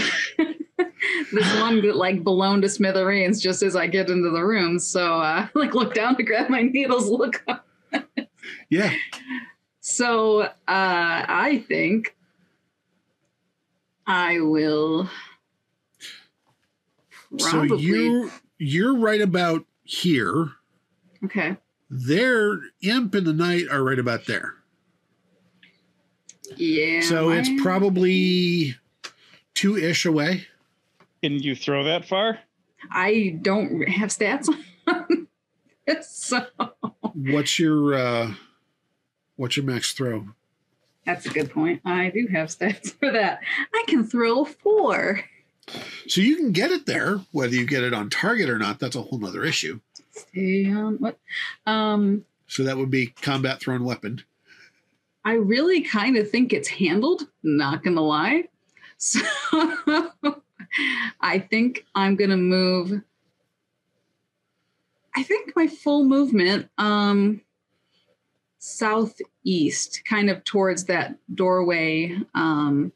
Speaker 5: this one that like blown to smithereens just as I get into the room. So uh, like look down to grab my needles, look up.
Speaker 3: Yeah.
Speaker 5: So uh, I think I will. Probably.
Speaker 3: So you you're right about here.
Speaker 5: okay?
Speaker 3: Their imp and the knight are right about there.
Speaker 5: Yeah.
Speaker 3: so it's
Speaker 5: my-
Speaker 3: probably two ish away.
Speaker 8: Can you throw that far?
Speaker 5: I don't have stats on this, so
Speaker 3: What's your uh what's your max throw?
Speaker 5: that's a good point. I do have stats for that. I can throw four.
Speaker 3: So you can get it there, whether you get it on target or not, that's a whole nother issue.
Speaker 5: Stay on what? Um,
Speaker 3: So that would be combat thrown weapon.
Speaker 5: I really kind of think it's handled. Not gonna lie. So I think I'm gonna move. I think my full movement um, southeast, kind of towards that doorway um,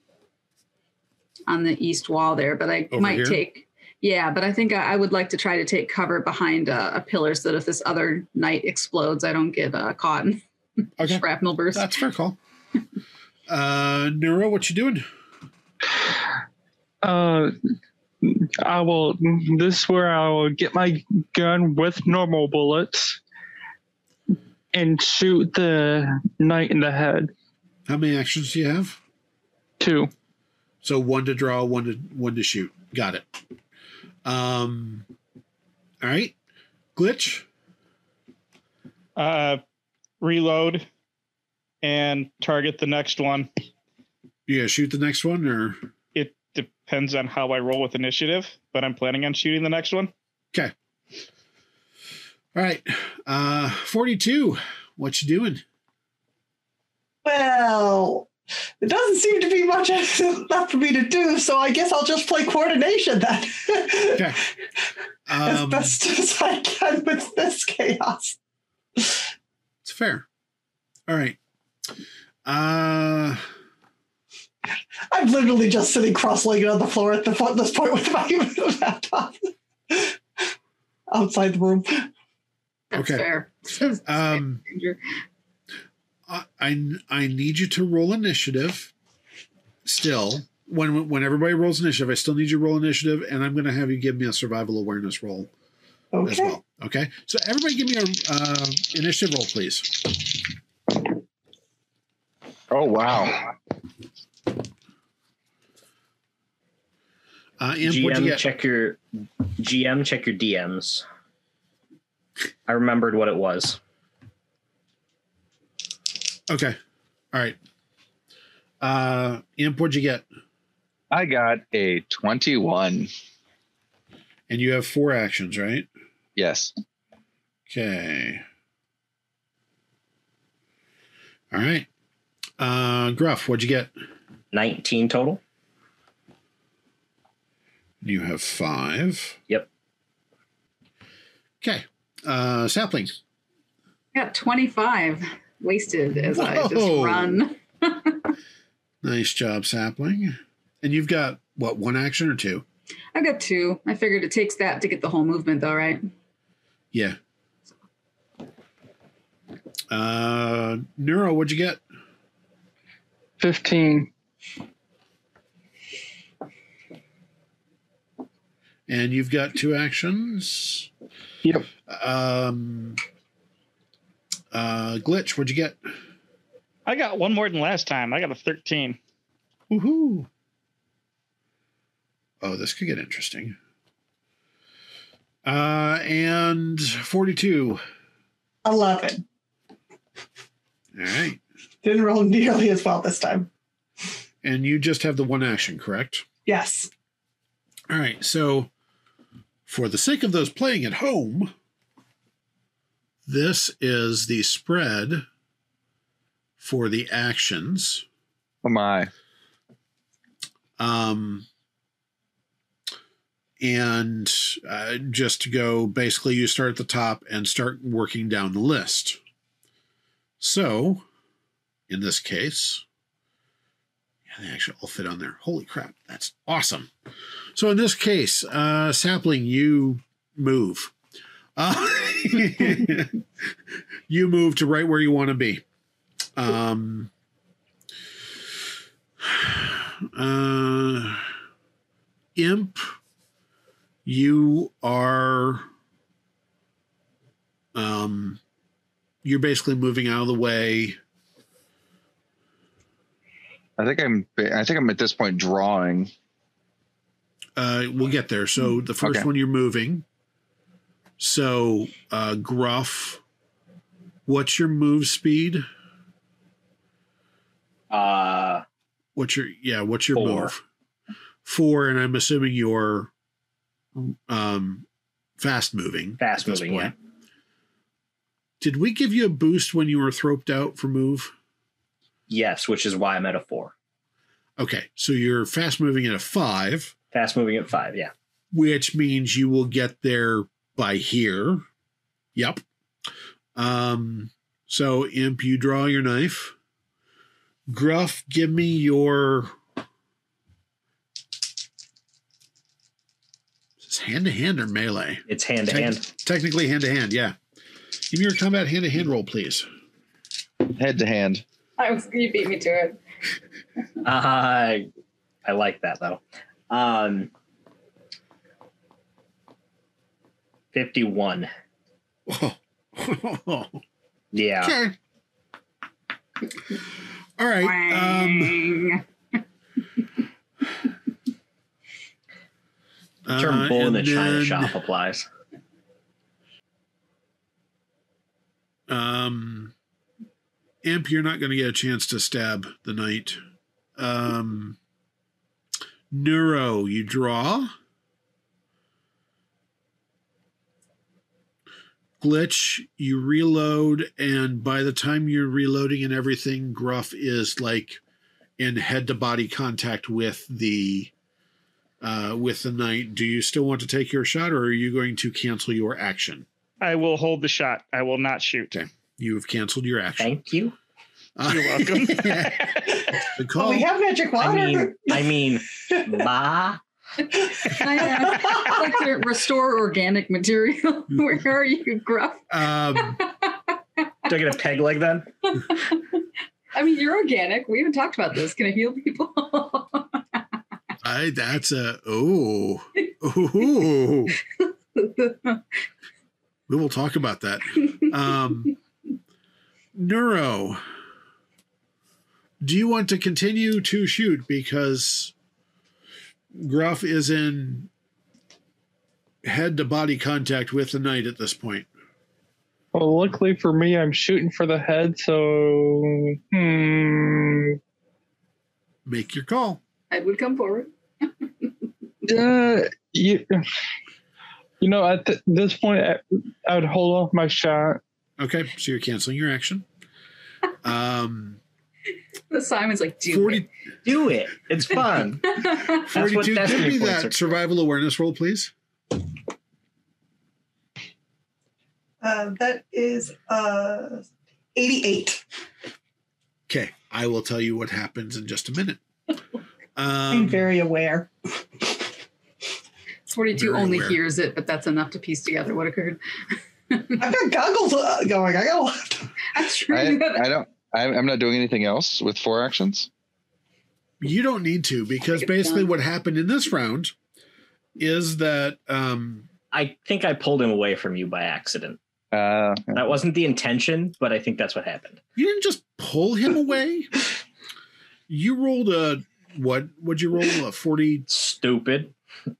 Speaker 5: on the east wall there. But I
Speaker 3: Over
Speaker 5: might
Speaker 3: here?
Speaker 5: take, yeah. But I think I, I would like to try to take cover behind uh, a, a pillar so that if this other knight explodes, I don't get uh, caught in
Speaker 3: Okay.
Speaker 5: shrapnel burst.
Speaker 3: That's a fair call. Uh, Nero, what you doing?
Speaker 6: Uh, I will. This is where I will get my gun with normal bullets and shoot the knight in the head.
Speaker 3: How many actions do you have?
Speaker 6: Two.
Speaker 3: So one to draw, one to one to shoot. Got it. Um, all right. Glitch.
Speaker 8: Uh, reload and target the next one.
Speaker 3: You gonna shoot the next one, or
Speaker 8: It depends on how I roll with initiative, but I'm planning on shooting the next one.
Speaker 3: all right? Uh, forty-two. What you doing?
Speaker 9: Well, it doesn't seem to be much left for me to do, so I guess I'll just play coordination then.
Speaker 3: Okay.
Speaker 9: as
Speaker 3: Um,
Speaker 9: best as I can with this chaos.
Speaker 3: it's fair. All right. Uh,
Speaker 9: I'm literally just sitting cross-legged on the floor at the fo- this point with my laptop outside the room.
Speaker 5: That's
Speaker 3: okay.
Speaker 5: fair.
Speaker 3: um, I, I I need you to roll initiative. Still, when when everybody rolls initiative, I still need you to roll initiative, and I'm going to have you give me a survival awareness roll as
Speaker 9: Okay.
Speaker 3: well. Okay, so everybody, give me a uh, initiative roll, please.
Speaker 4: Oh wow.
Speaker 3: Uh, Imp, what'd you
Speaker 7: GM
Speaker 3: get?
Speaker 7: check your GM check your DMs. I remembered what it was.
Speaker 3: Okay, all right. Uh, Imp, what'd you get?
Speaker 4: I got a 21.
Speaker 3: And you have four actions, right?
Speaker 4: Yes.
Speaker 3: Okay. All right. Uh, Gruff, what'd you get?
Speaker 7: 19 total.
Speaker 3: You have five.
Speaker 7: Yep.
Speaker 3: Okay. Uh, sapling.
Speaker 5: I got 25 wasted as I just
Speaker 3: Whoa.
Speaker 5: run.
Speaker 3: Nice job, sapling. And you've got what one action or two?
Speaker 5: I got two. I figured it takes that to get the whole movement, though, right?
Speaker 3: Yeah. Uh, Neuro, what'd you get?
Speaker 6: 15.
Speaker 3: And you've got two actions.
Speaker 6: Yep.
Speaker 3: Um, uh, glitch, what'd you get?
Speaker 8: I got one more than last time. I got a 13.
Speaker 3: Woohoo! Oh, this could get interesting. Uh, and forty-two.
Speaker 9: Eleven.
Speaker 3: All right.
Speaker 9: Didn't roll nearly as well this time.
Speaker 3: And you just have the one action, correct?
Speaker 9: Yes.
Speaker 3: All right. So, for the sake of those playing at home, this is the spread for the actions.
Speaker 4: Oh my.
Speaker 3: Um, and uh, just to go, basically, you start at the top and start working down the list. So, in this case, yeah, they actually all fit on there. Holy crap, that's awesome! So, in this case, uh, sapling, you move. Uh, you move to right where you want to be. Um, uh, imp you are um you're basically moving out of the way
Speaker 4: I think I'm I think I'm at this point drawing.
Speaker 3: uh we'll get there so the first
Speaker 4: Okay.
Speaker 3: one you're moving so uh gruff what's your move speed
Speaker 7: Uh
Speaker 3: what's your yeah what's your
Speaker 7: Four.
Speaker 3: move four and i'm assuming you're um fast moving
Speaker 7: fast
Speaker 3: at this
Speaker 7: moving, yeah.
Speaker 3: point. Did we give you a boost when you were throped out for move?
Speaker 7: Yes, which is why I'm at a four.
Speaker 3: Okay, so you're fast moving at a five,
Speaker 7: Fast moving at five. Yeah.
Speaker 3: which means you will get there by here. Yep. Um, so imp, you draw your knife. Gruff, give me your. Is this hand to hand or melee?
Speaker 7: It's hand to
Speaker 3: Tec-
Speaker 7: hand.
Speaker 3: Technically hand to hand, yeah. Give me your combat hand to hand roll, please.
Speaker 4: Head to hand.
Speaker 5: I was, you beat me to it.
Speaker 7: I Uh, I like that though. Um, fifty-one. Yeah.
Speaker 3: Okay. All right. Um,
Speaker 5: Wang.
Speaker 7: The term
Speaker 3: uh,
Speaker 7: bull in
Speaker 3: and
Speaker 7: the China
Speaker 3: then,
Speaker 7: shop applies.
Speaker 3: Um, Imp, you're not going to get a chance to stab the knight. Um, Neuro, you draw. Glitch, you reload, and by the time you're reloading and everything, Gruff is like in head to body contact with the uh, with the knight. Do you still want to take your shot, or are you going to cancel your action?
Speaker 8: I will hold the shot. I will not shoot.
Speaker 3: You have canceled your action.
Speaker 7: Thank you.
Speaker 8: You're welcome.
Speaker 3: Good
Speaker 9: But
Speaker 7: Oh,
Speaker 3: call.
Speaker 9: we have magic
Speaker 7: I
Speaker 9: water.
Speaker 7: mean, I mean, bah.
Speaker 5: I uh, like to restore organic material.
Speaker 3: Hmm.
Speaker 5: Where are you, Gruff?
Speaker 3: um,
Speaker 7: Do I get a peg leg then?
Speaker 5: I mean, you're organic. We haven't talked about this. Can I heal people?
Speaker 3: I that's a oh oh. We will talk about that. Um, Neuro, do you want to continue to shoot because Gruff is in head to body contact with the knight at this point?
Speaker 6: Well, luckily for me, I'm shooting for the head, so hmm.
Speaker 3: Make your call.
Speaker 5: I would come forward.
Speaker 6: Uh, you, you know, at th- this point, I, I would hold off my shot.
Speaker 3: Okay, so you're canceling your action. Um,
Speaker 5: Simon's like, do
Speaker 3: 40,
Speaker 5: it.
Speaker 7: Do it. It's fun.
Speaker 5: I
Speaker 7: That's what
Speaker 3: 42, give
Speaker 7: Destiny
Speaker 3: me
Speaker 7: points are.
Speaker 3: that survival awareness roll, please.
Speaker 9: Uh, that is uh, 88.
Speaker 3: Okay, I will tell you what happens in just a minute.
Speaker 9: I'm
Speaker 3: Um,
Speaker 9: very aware.
Speaker 5: 42
Speaker 3: Very
Speaker 5: only
Speaker 3: aware.
Speaker 5: hears it, but that's enough to piece together what occurred.
Speaker 9: I've got goggles uh, going. I got a lot.
Speaker 5: I'm sure
Speaker 4: I,
Speaker 5: you have
Speaker 4: I don't. I'm I'm not doing anything else with four actions.
Speaker 3: you don't need to because
Speaker 5: Get it done.
Speaker 3: basically what happened in this round is that um,
Speaker 7: I think I pulled him away from you by accident.
Speaker 4: Uh,
Speaker 7: That wasn't the intention, but I think that's what happened.
Speaker 3: you didn't just pull him away. You rolled a what? What'd you roll? A forty?
Speaker 7: Stupid.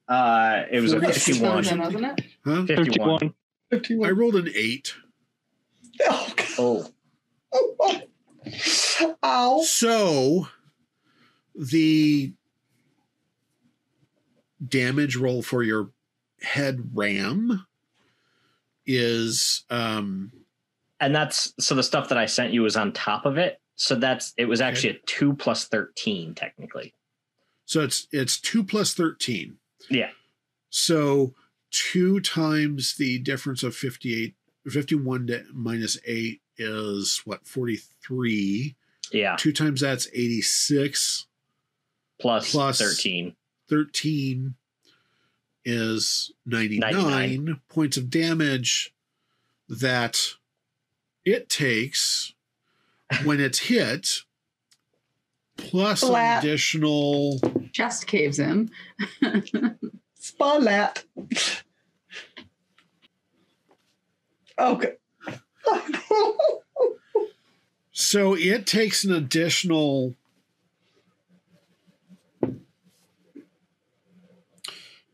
Speaker 7: Uh, it was a
Speaker 3: Forty-six
Speaker 7: 51.
Speaker 5: Frozen, wasn't it?
Speaker 3: Huh?
Speaker 7: 51.
Speaker 6: 51.
Speaker 3: I rolled an eight.
Speaker 9: Oh, God.
Speaker 7: Oh,
Speaker 9: Oh, oh.
Speaker 5: Oh.
Speaker 9: Ow.
Speaker 3: So the damage roll for your head ram is um
Speaker 7: and that's so the stuff that I sent you was on top of it. So that's it was actually a two plus 13, technically.
Speaker 3: So it's it's two plus thirteen.
Speaker 7: Yeah.
Speaker 3: So two times the difference of 58, 51 to minus eight is what forty three.
Speaker 7: Yeah,
Speaker 3: Two times that's eighty six.
Speaker 7: plus,
Speaker 3: Plus
Speaker 7: 13.
Speaker 3: Thirteen is ninety nine
Speaker 7: 99.
Speaker 3: points of damage that it takes when it's hit. Plus an
Speaker 9: Slap.
Speaker 3: additional
Speaker 5: Just caves in.
Speaker 9: Spallat. Okay.
Speaker 3: So it takes an additional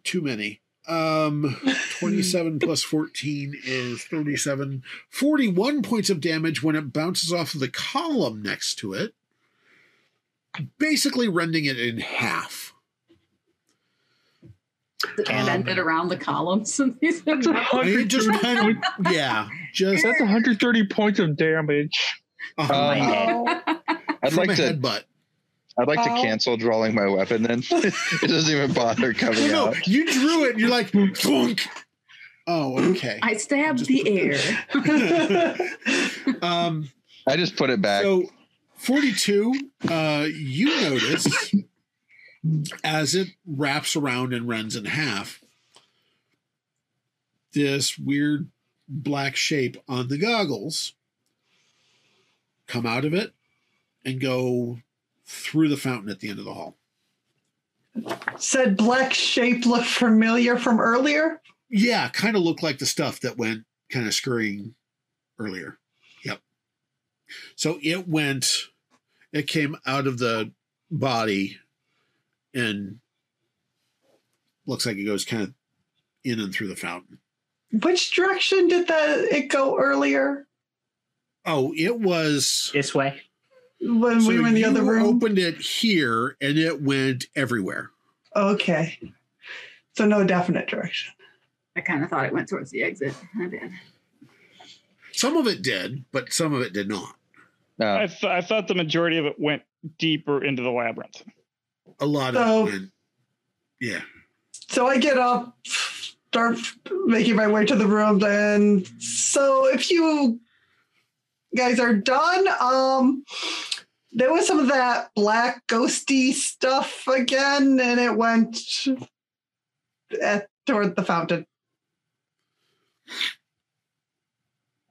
Speaker 3: too many. Um 27 plus 14 is 37. 41 points of damage when it bounces off of the column next to it, basically rending it in half.
Speaker 5: And
Speaker 3: Um,
Speaker 5: ended around the columns. and these-
Speaker 6: That's a
Speaker 3: I mean,
Speaker 6: hundred.
Speaker 3: it just kind of yeah, just
Speaker 6: That's 130 points of damage.
Speaker 3: uh,
Speaker 4: Uh,
Speaker 7: my head.
Speaker 9: Oh.
Speaker 4: I'd
Speaker 3: from
Speaker 4: like
Speaker 3: a
Speaker 4: to.
Speaker 3: headbutt.
Speaker 4: I'd like
Speaker 9: Ow.
Speaker 4: to cancel drawing my weapon then. it doesn't even bother coming
Speaker 3: No,
Speaker 4: out.
Speaker 3: no, you drew it. and You're like, thunk. Oh, okay.
Speaker 5: I stabbed the air.
Speaker 3: um,
Speaker 4: I just put it back.
Speaker 3: so, 42, uh, you notice as it wraps around and runs in half this weird black shape on the goggles come out of it and go through the fountain at the end of the hall.
Speaker 9: Said black shape look familiar from earlier.
Speaker 3: Yeah, kind of looked like the stuff that went kind of scurrying earlier. Yep. So it went, it came out of the body and looks like it goes kind of in and through the fountain.
Speaker 9: Which direction did that it go earlier
Speaker 3: Oh, it was.
Speaker 7: This way.
Speaker 9: when we
Speaker 3: so
Speaker 9: were in the
Speaker 3: you
Speaker 9: other room?
Speaker 3: opened it here and it went everywhere.
Speaker 9: Okay. So no definite direction.
Speaker 5: I kind of thought it went towards the exit. I did.
Speaker 3: Some of it did, but some of it did not.
Speaker 8: I,
Speaker 4: Uh,
Speaker 8: th- I thought the majority of it went deeper into the labyrinth.
Speaker 3: A lot
Speaker 9: So-
Speaker 3: of it. Went, yeah.
Speaker 9: So I get up, start making my way to the room. And so if you guys are done, um, there was some of that black ghosty stuff again, and it went at, toward the fountain.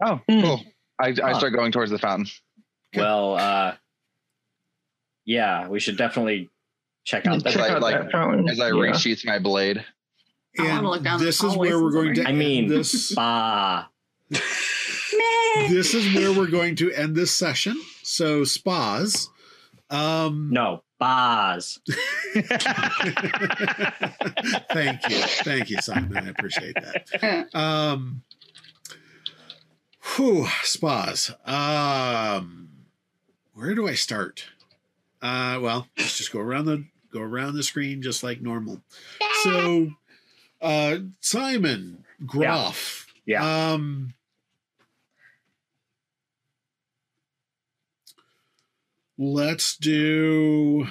Speaker 8: Oh,
Speaker 4: cool. I, I start going towards the fountain.
Speaker 7: Well, uh, yeah, we should definitely check out
Speaker 4: Check
Speaker 7: that.
Speaker 4: out like-
Speaker 6: that fountain.
Speaker 4: As I
Speaker 6: Yeah.
Speaker 4: resheath my blade.
Speaker 5: I wanna
Speaker 3: And
Speaker 5: look down
Speaker 3: this
Speaker 5: the
Speaker 3: is
Speaker 5: hallway
Speaker 3: where we're
Speaker 5: somewhere.
Speaker 3: going to
Speaker 7: I mean-
Speaker 3: end this.
Speaker 7: Bah.
Speaker 5: Meh.
Speaker 3: this is where we're going to end this session. So spas. Um,
Speaker 7: No, bahs.
Speaker 3: thank you. Thank you, Simon. I appreciate that. Um, whew, spas. Um, where do I start? Uh, well, let's just go around the go around the screen just like normal. So, uh, Simon Groff.
Speaker 7: Yeah.
Speaker 3: Um, let's do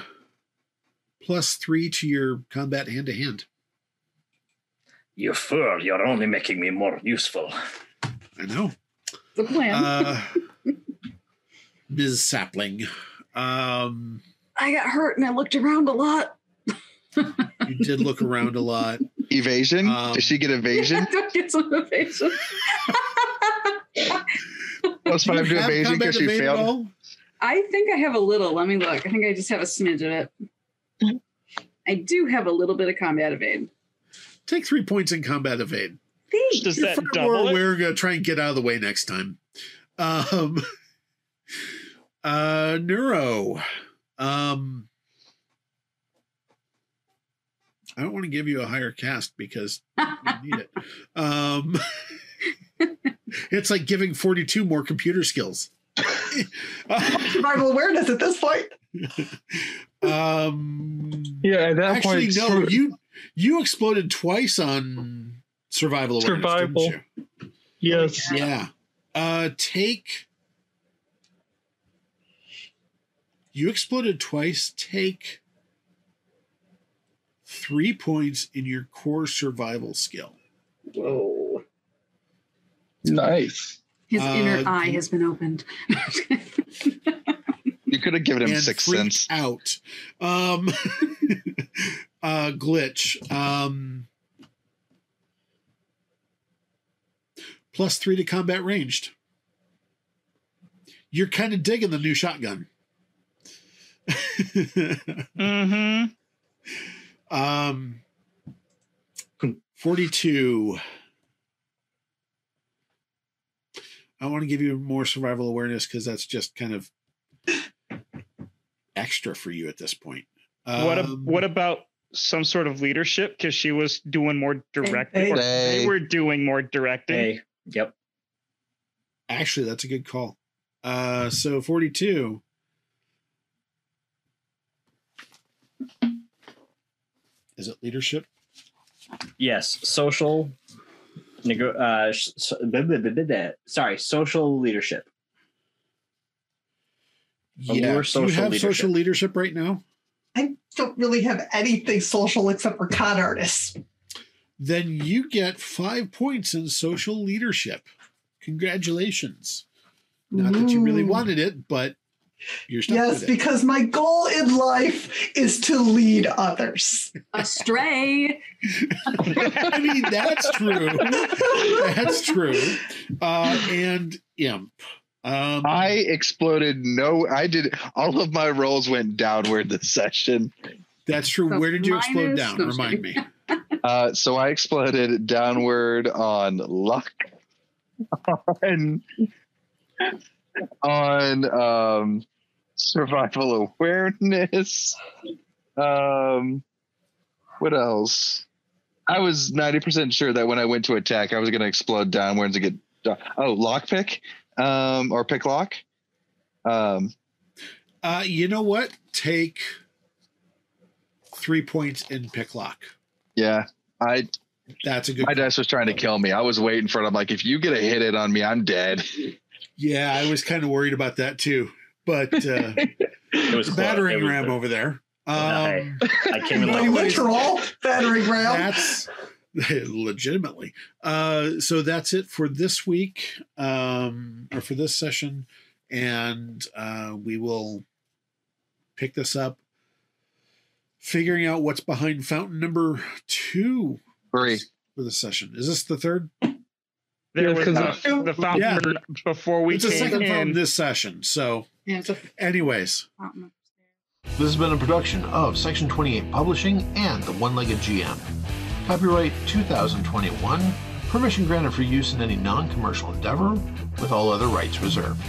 Speaker 3: plus three to your combat hand to hand.
Speaker 7: You fool, you're only making me more useful.
Speaker 3: I know.
Speaker 5: The plan.
Speaker 3: Uh, Ms. Sapling, um,
Speaker 5: I got hurt and I looked around a lot.
Speaker 3: you did look around a lot.
Speaker 4: Evasion?
Speaker 3: Um,
Speaker 4: Does she get evasion?
Speaker 5: Do I get some evasion?
Speaker 4: Plus
Speaker 3: Do you
Speaker 4: five to
Speaker 3: have
Speaker 4: evasion
Speaker 3: combat
Speaker 4: because she
Speaker 3: evade at
Speaker 4: failed.
Speaker 3: all?
Speaker 5: I think I have a little. Let me look. I think I just have a smidge of it. I do have a little bit of combat evade.
Speaker 3: Take three points in combat evade.
Speaker 5: Thanks.
Speaker 8: does that
Speaker 3: You're far more
Speaker 8: double it?
Speaker 3: aware. Gonna try and get out of the way next time. Um, uh, neuro. Um, I don't want to give you a higher cast because you need it. Um, it's like giving forty-two more computer skills.
Speaker 9: Survival awareness at this point.
Speaker 3: um,
Speaker 6: Yeah, at that
Speaker 3: actually,
Speaker 6: point,
Speaker 3: no.
Speaker 6: sur-
Speaker 3: you you exploded twice on survival awareness,
Speaker 6: Survival.
Speaker 3: didn't you?
Speaker 6: yes,
Speaker 3: Yeah. Uh take You exploded twice. Take 3 points in your core survival skill.
Speaker 5: Whoa.
Speaker 6: nice.
Speaker 5: His inner
Speaker 3: Uh,
Speaker 5: eye
Speaker 3: do-
Speaker 5: has been opened.
Speaker 4: You could have given him
Speaker 3: and
Speaker 4: six
Speaker 3: freaked
Speaker 4: cents.
Speaker 3: out. Um uh glitch. Um plus 3 to combat ranged. You're kind of digging the new shotgun.
Speaker 8: Mm-hmm.
Speaker 3: Um, hmm, 42. I want to give you more survival awareness because that's just kind of extra for you at this point. Um,
Speaker 8: what a, What about some sort of leadership? Because she was doing more directing. or
Speaker 4: They-
Speaker 8: they were doing more directing.
Speaker 7: Hey, yep.
Speaker 3: actually, that's a good call. Uh, so 42. Is it leadership?
Speaker 7: Yes, social. Nego- uh, sh- so- blah, blah, blah, blah, blah. Sorry, social leadership.
Speaker 3: Yeah.
Speaker 7: Allure
Speaker 3: Do you
Speaker 7: social
Speaker 3: have social
Speaker 7: leadership.
Speaker 3: leadership right now?
Speaker 9: I don't really have anything social except for con artists.
Speaker 3: Then you get five points in social leadership. Congratulations. Not that you really
Speaker 9: Ooh.
Speaker 3: wanted it, but you're stuck
Speaker 9: Yes,
Speaker 3: with it.
Speaker 9: because my goal in life is to lead others.
Speaker 5: Astray.
Speaker 3: I mean, that's true. that's true. Uh, and imp. Um,
Speaker 4: I exploded. No, I did. All of my rolls went downward this session.
Speaker 3: that's true.
Speaker 5: So
Speaker 3: Where did you explode
Speaker 5: minus-
Speaker 3: down?
Speaker 5: no, I'm just
Speaker 3: Remind me.
Speaker 4: Uh, so I exploded downward on luck, on on um, survival awareness. Um, what else? I was ninety percent sure that when I went to attack, I was going to explode downwards and get oh lockpick um, or pick lock. Um,
Speaker 3: Uh, you know what? Take three points in pick lock.
Speaker 4: yeah, I
Speaker 3: That's a good.
Speaker 4: my dice was trying to kill me. I was waiting for it. I'm like, if you get a hit it on me, I'm dead.
Speaker 3: Yeah, I was kind of worried about that too. But uh,
Speaker 7: It was
Speaker 3: the
Speaker 7: close.
Speaker 3: battering
Speaker 7: It was-
Speaker 3: ram over there.
Speaker 7: Okay.
Speaker 3: Um,
Speaker 7: I came in
Speaker 9: My
Speaker 7: like
Speaker 9: literal battering ram.
Speaker 3: that's legitimately. Uh, so that's it for this week, um, or for this session, and uh, we will pick this up, figuring out what's behind fountain number two
Speaker 4: Three.
Speaker 3: for this session. Is this the third?
Speaker 8: There
Speaker 6: Yeah,
Speaker 8: was
Speaker 6: 'cause
Speaker 8: the, the fountain
Speaker 3: Yeah.
Speaker 8: before we
Speaker 3: it's the
Speaker 8: came
Speaker 3: second fountain
Speaker 8: in.
Speaker 3: this session. So,
Speaker 5: Yeah, it's a
Speaker 3: anyways,
Speaker 5: fountain upstairs.
Speaker 1: This has been a production of Section 28 Publishing and The One Legged GM. Copyright 2021. Permission granted for use in any non commercial endeavor, with all other rights reserved.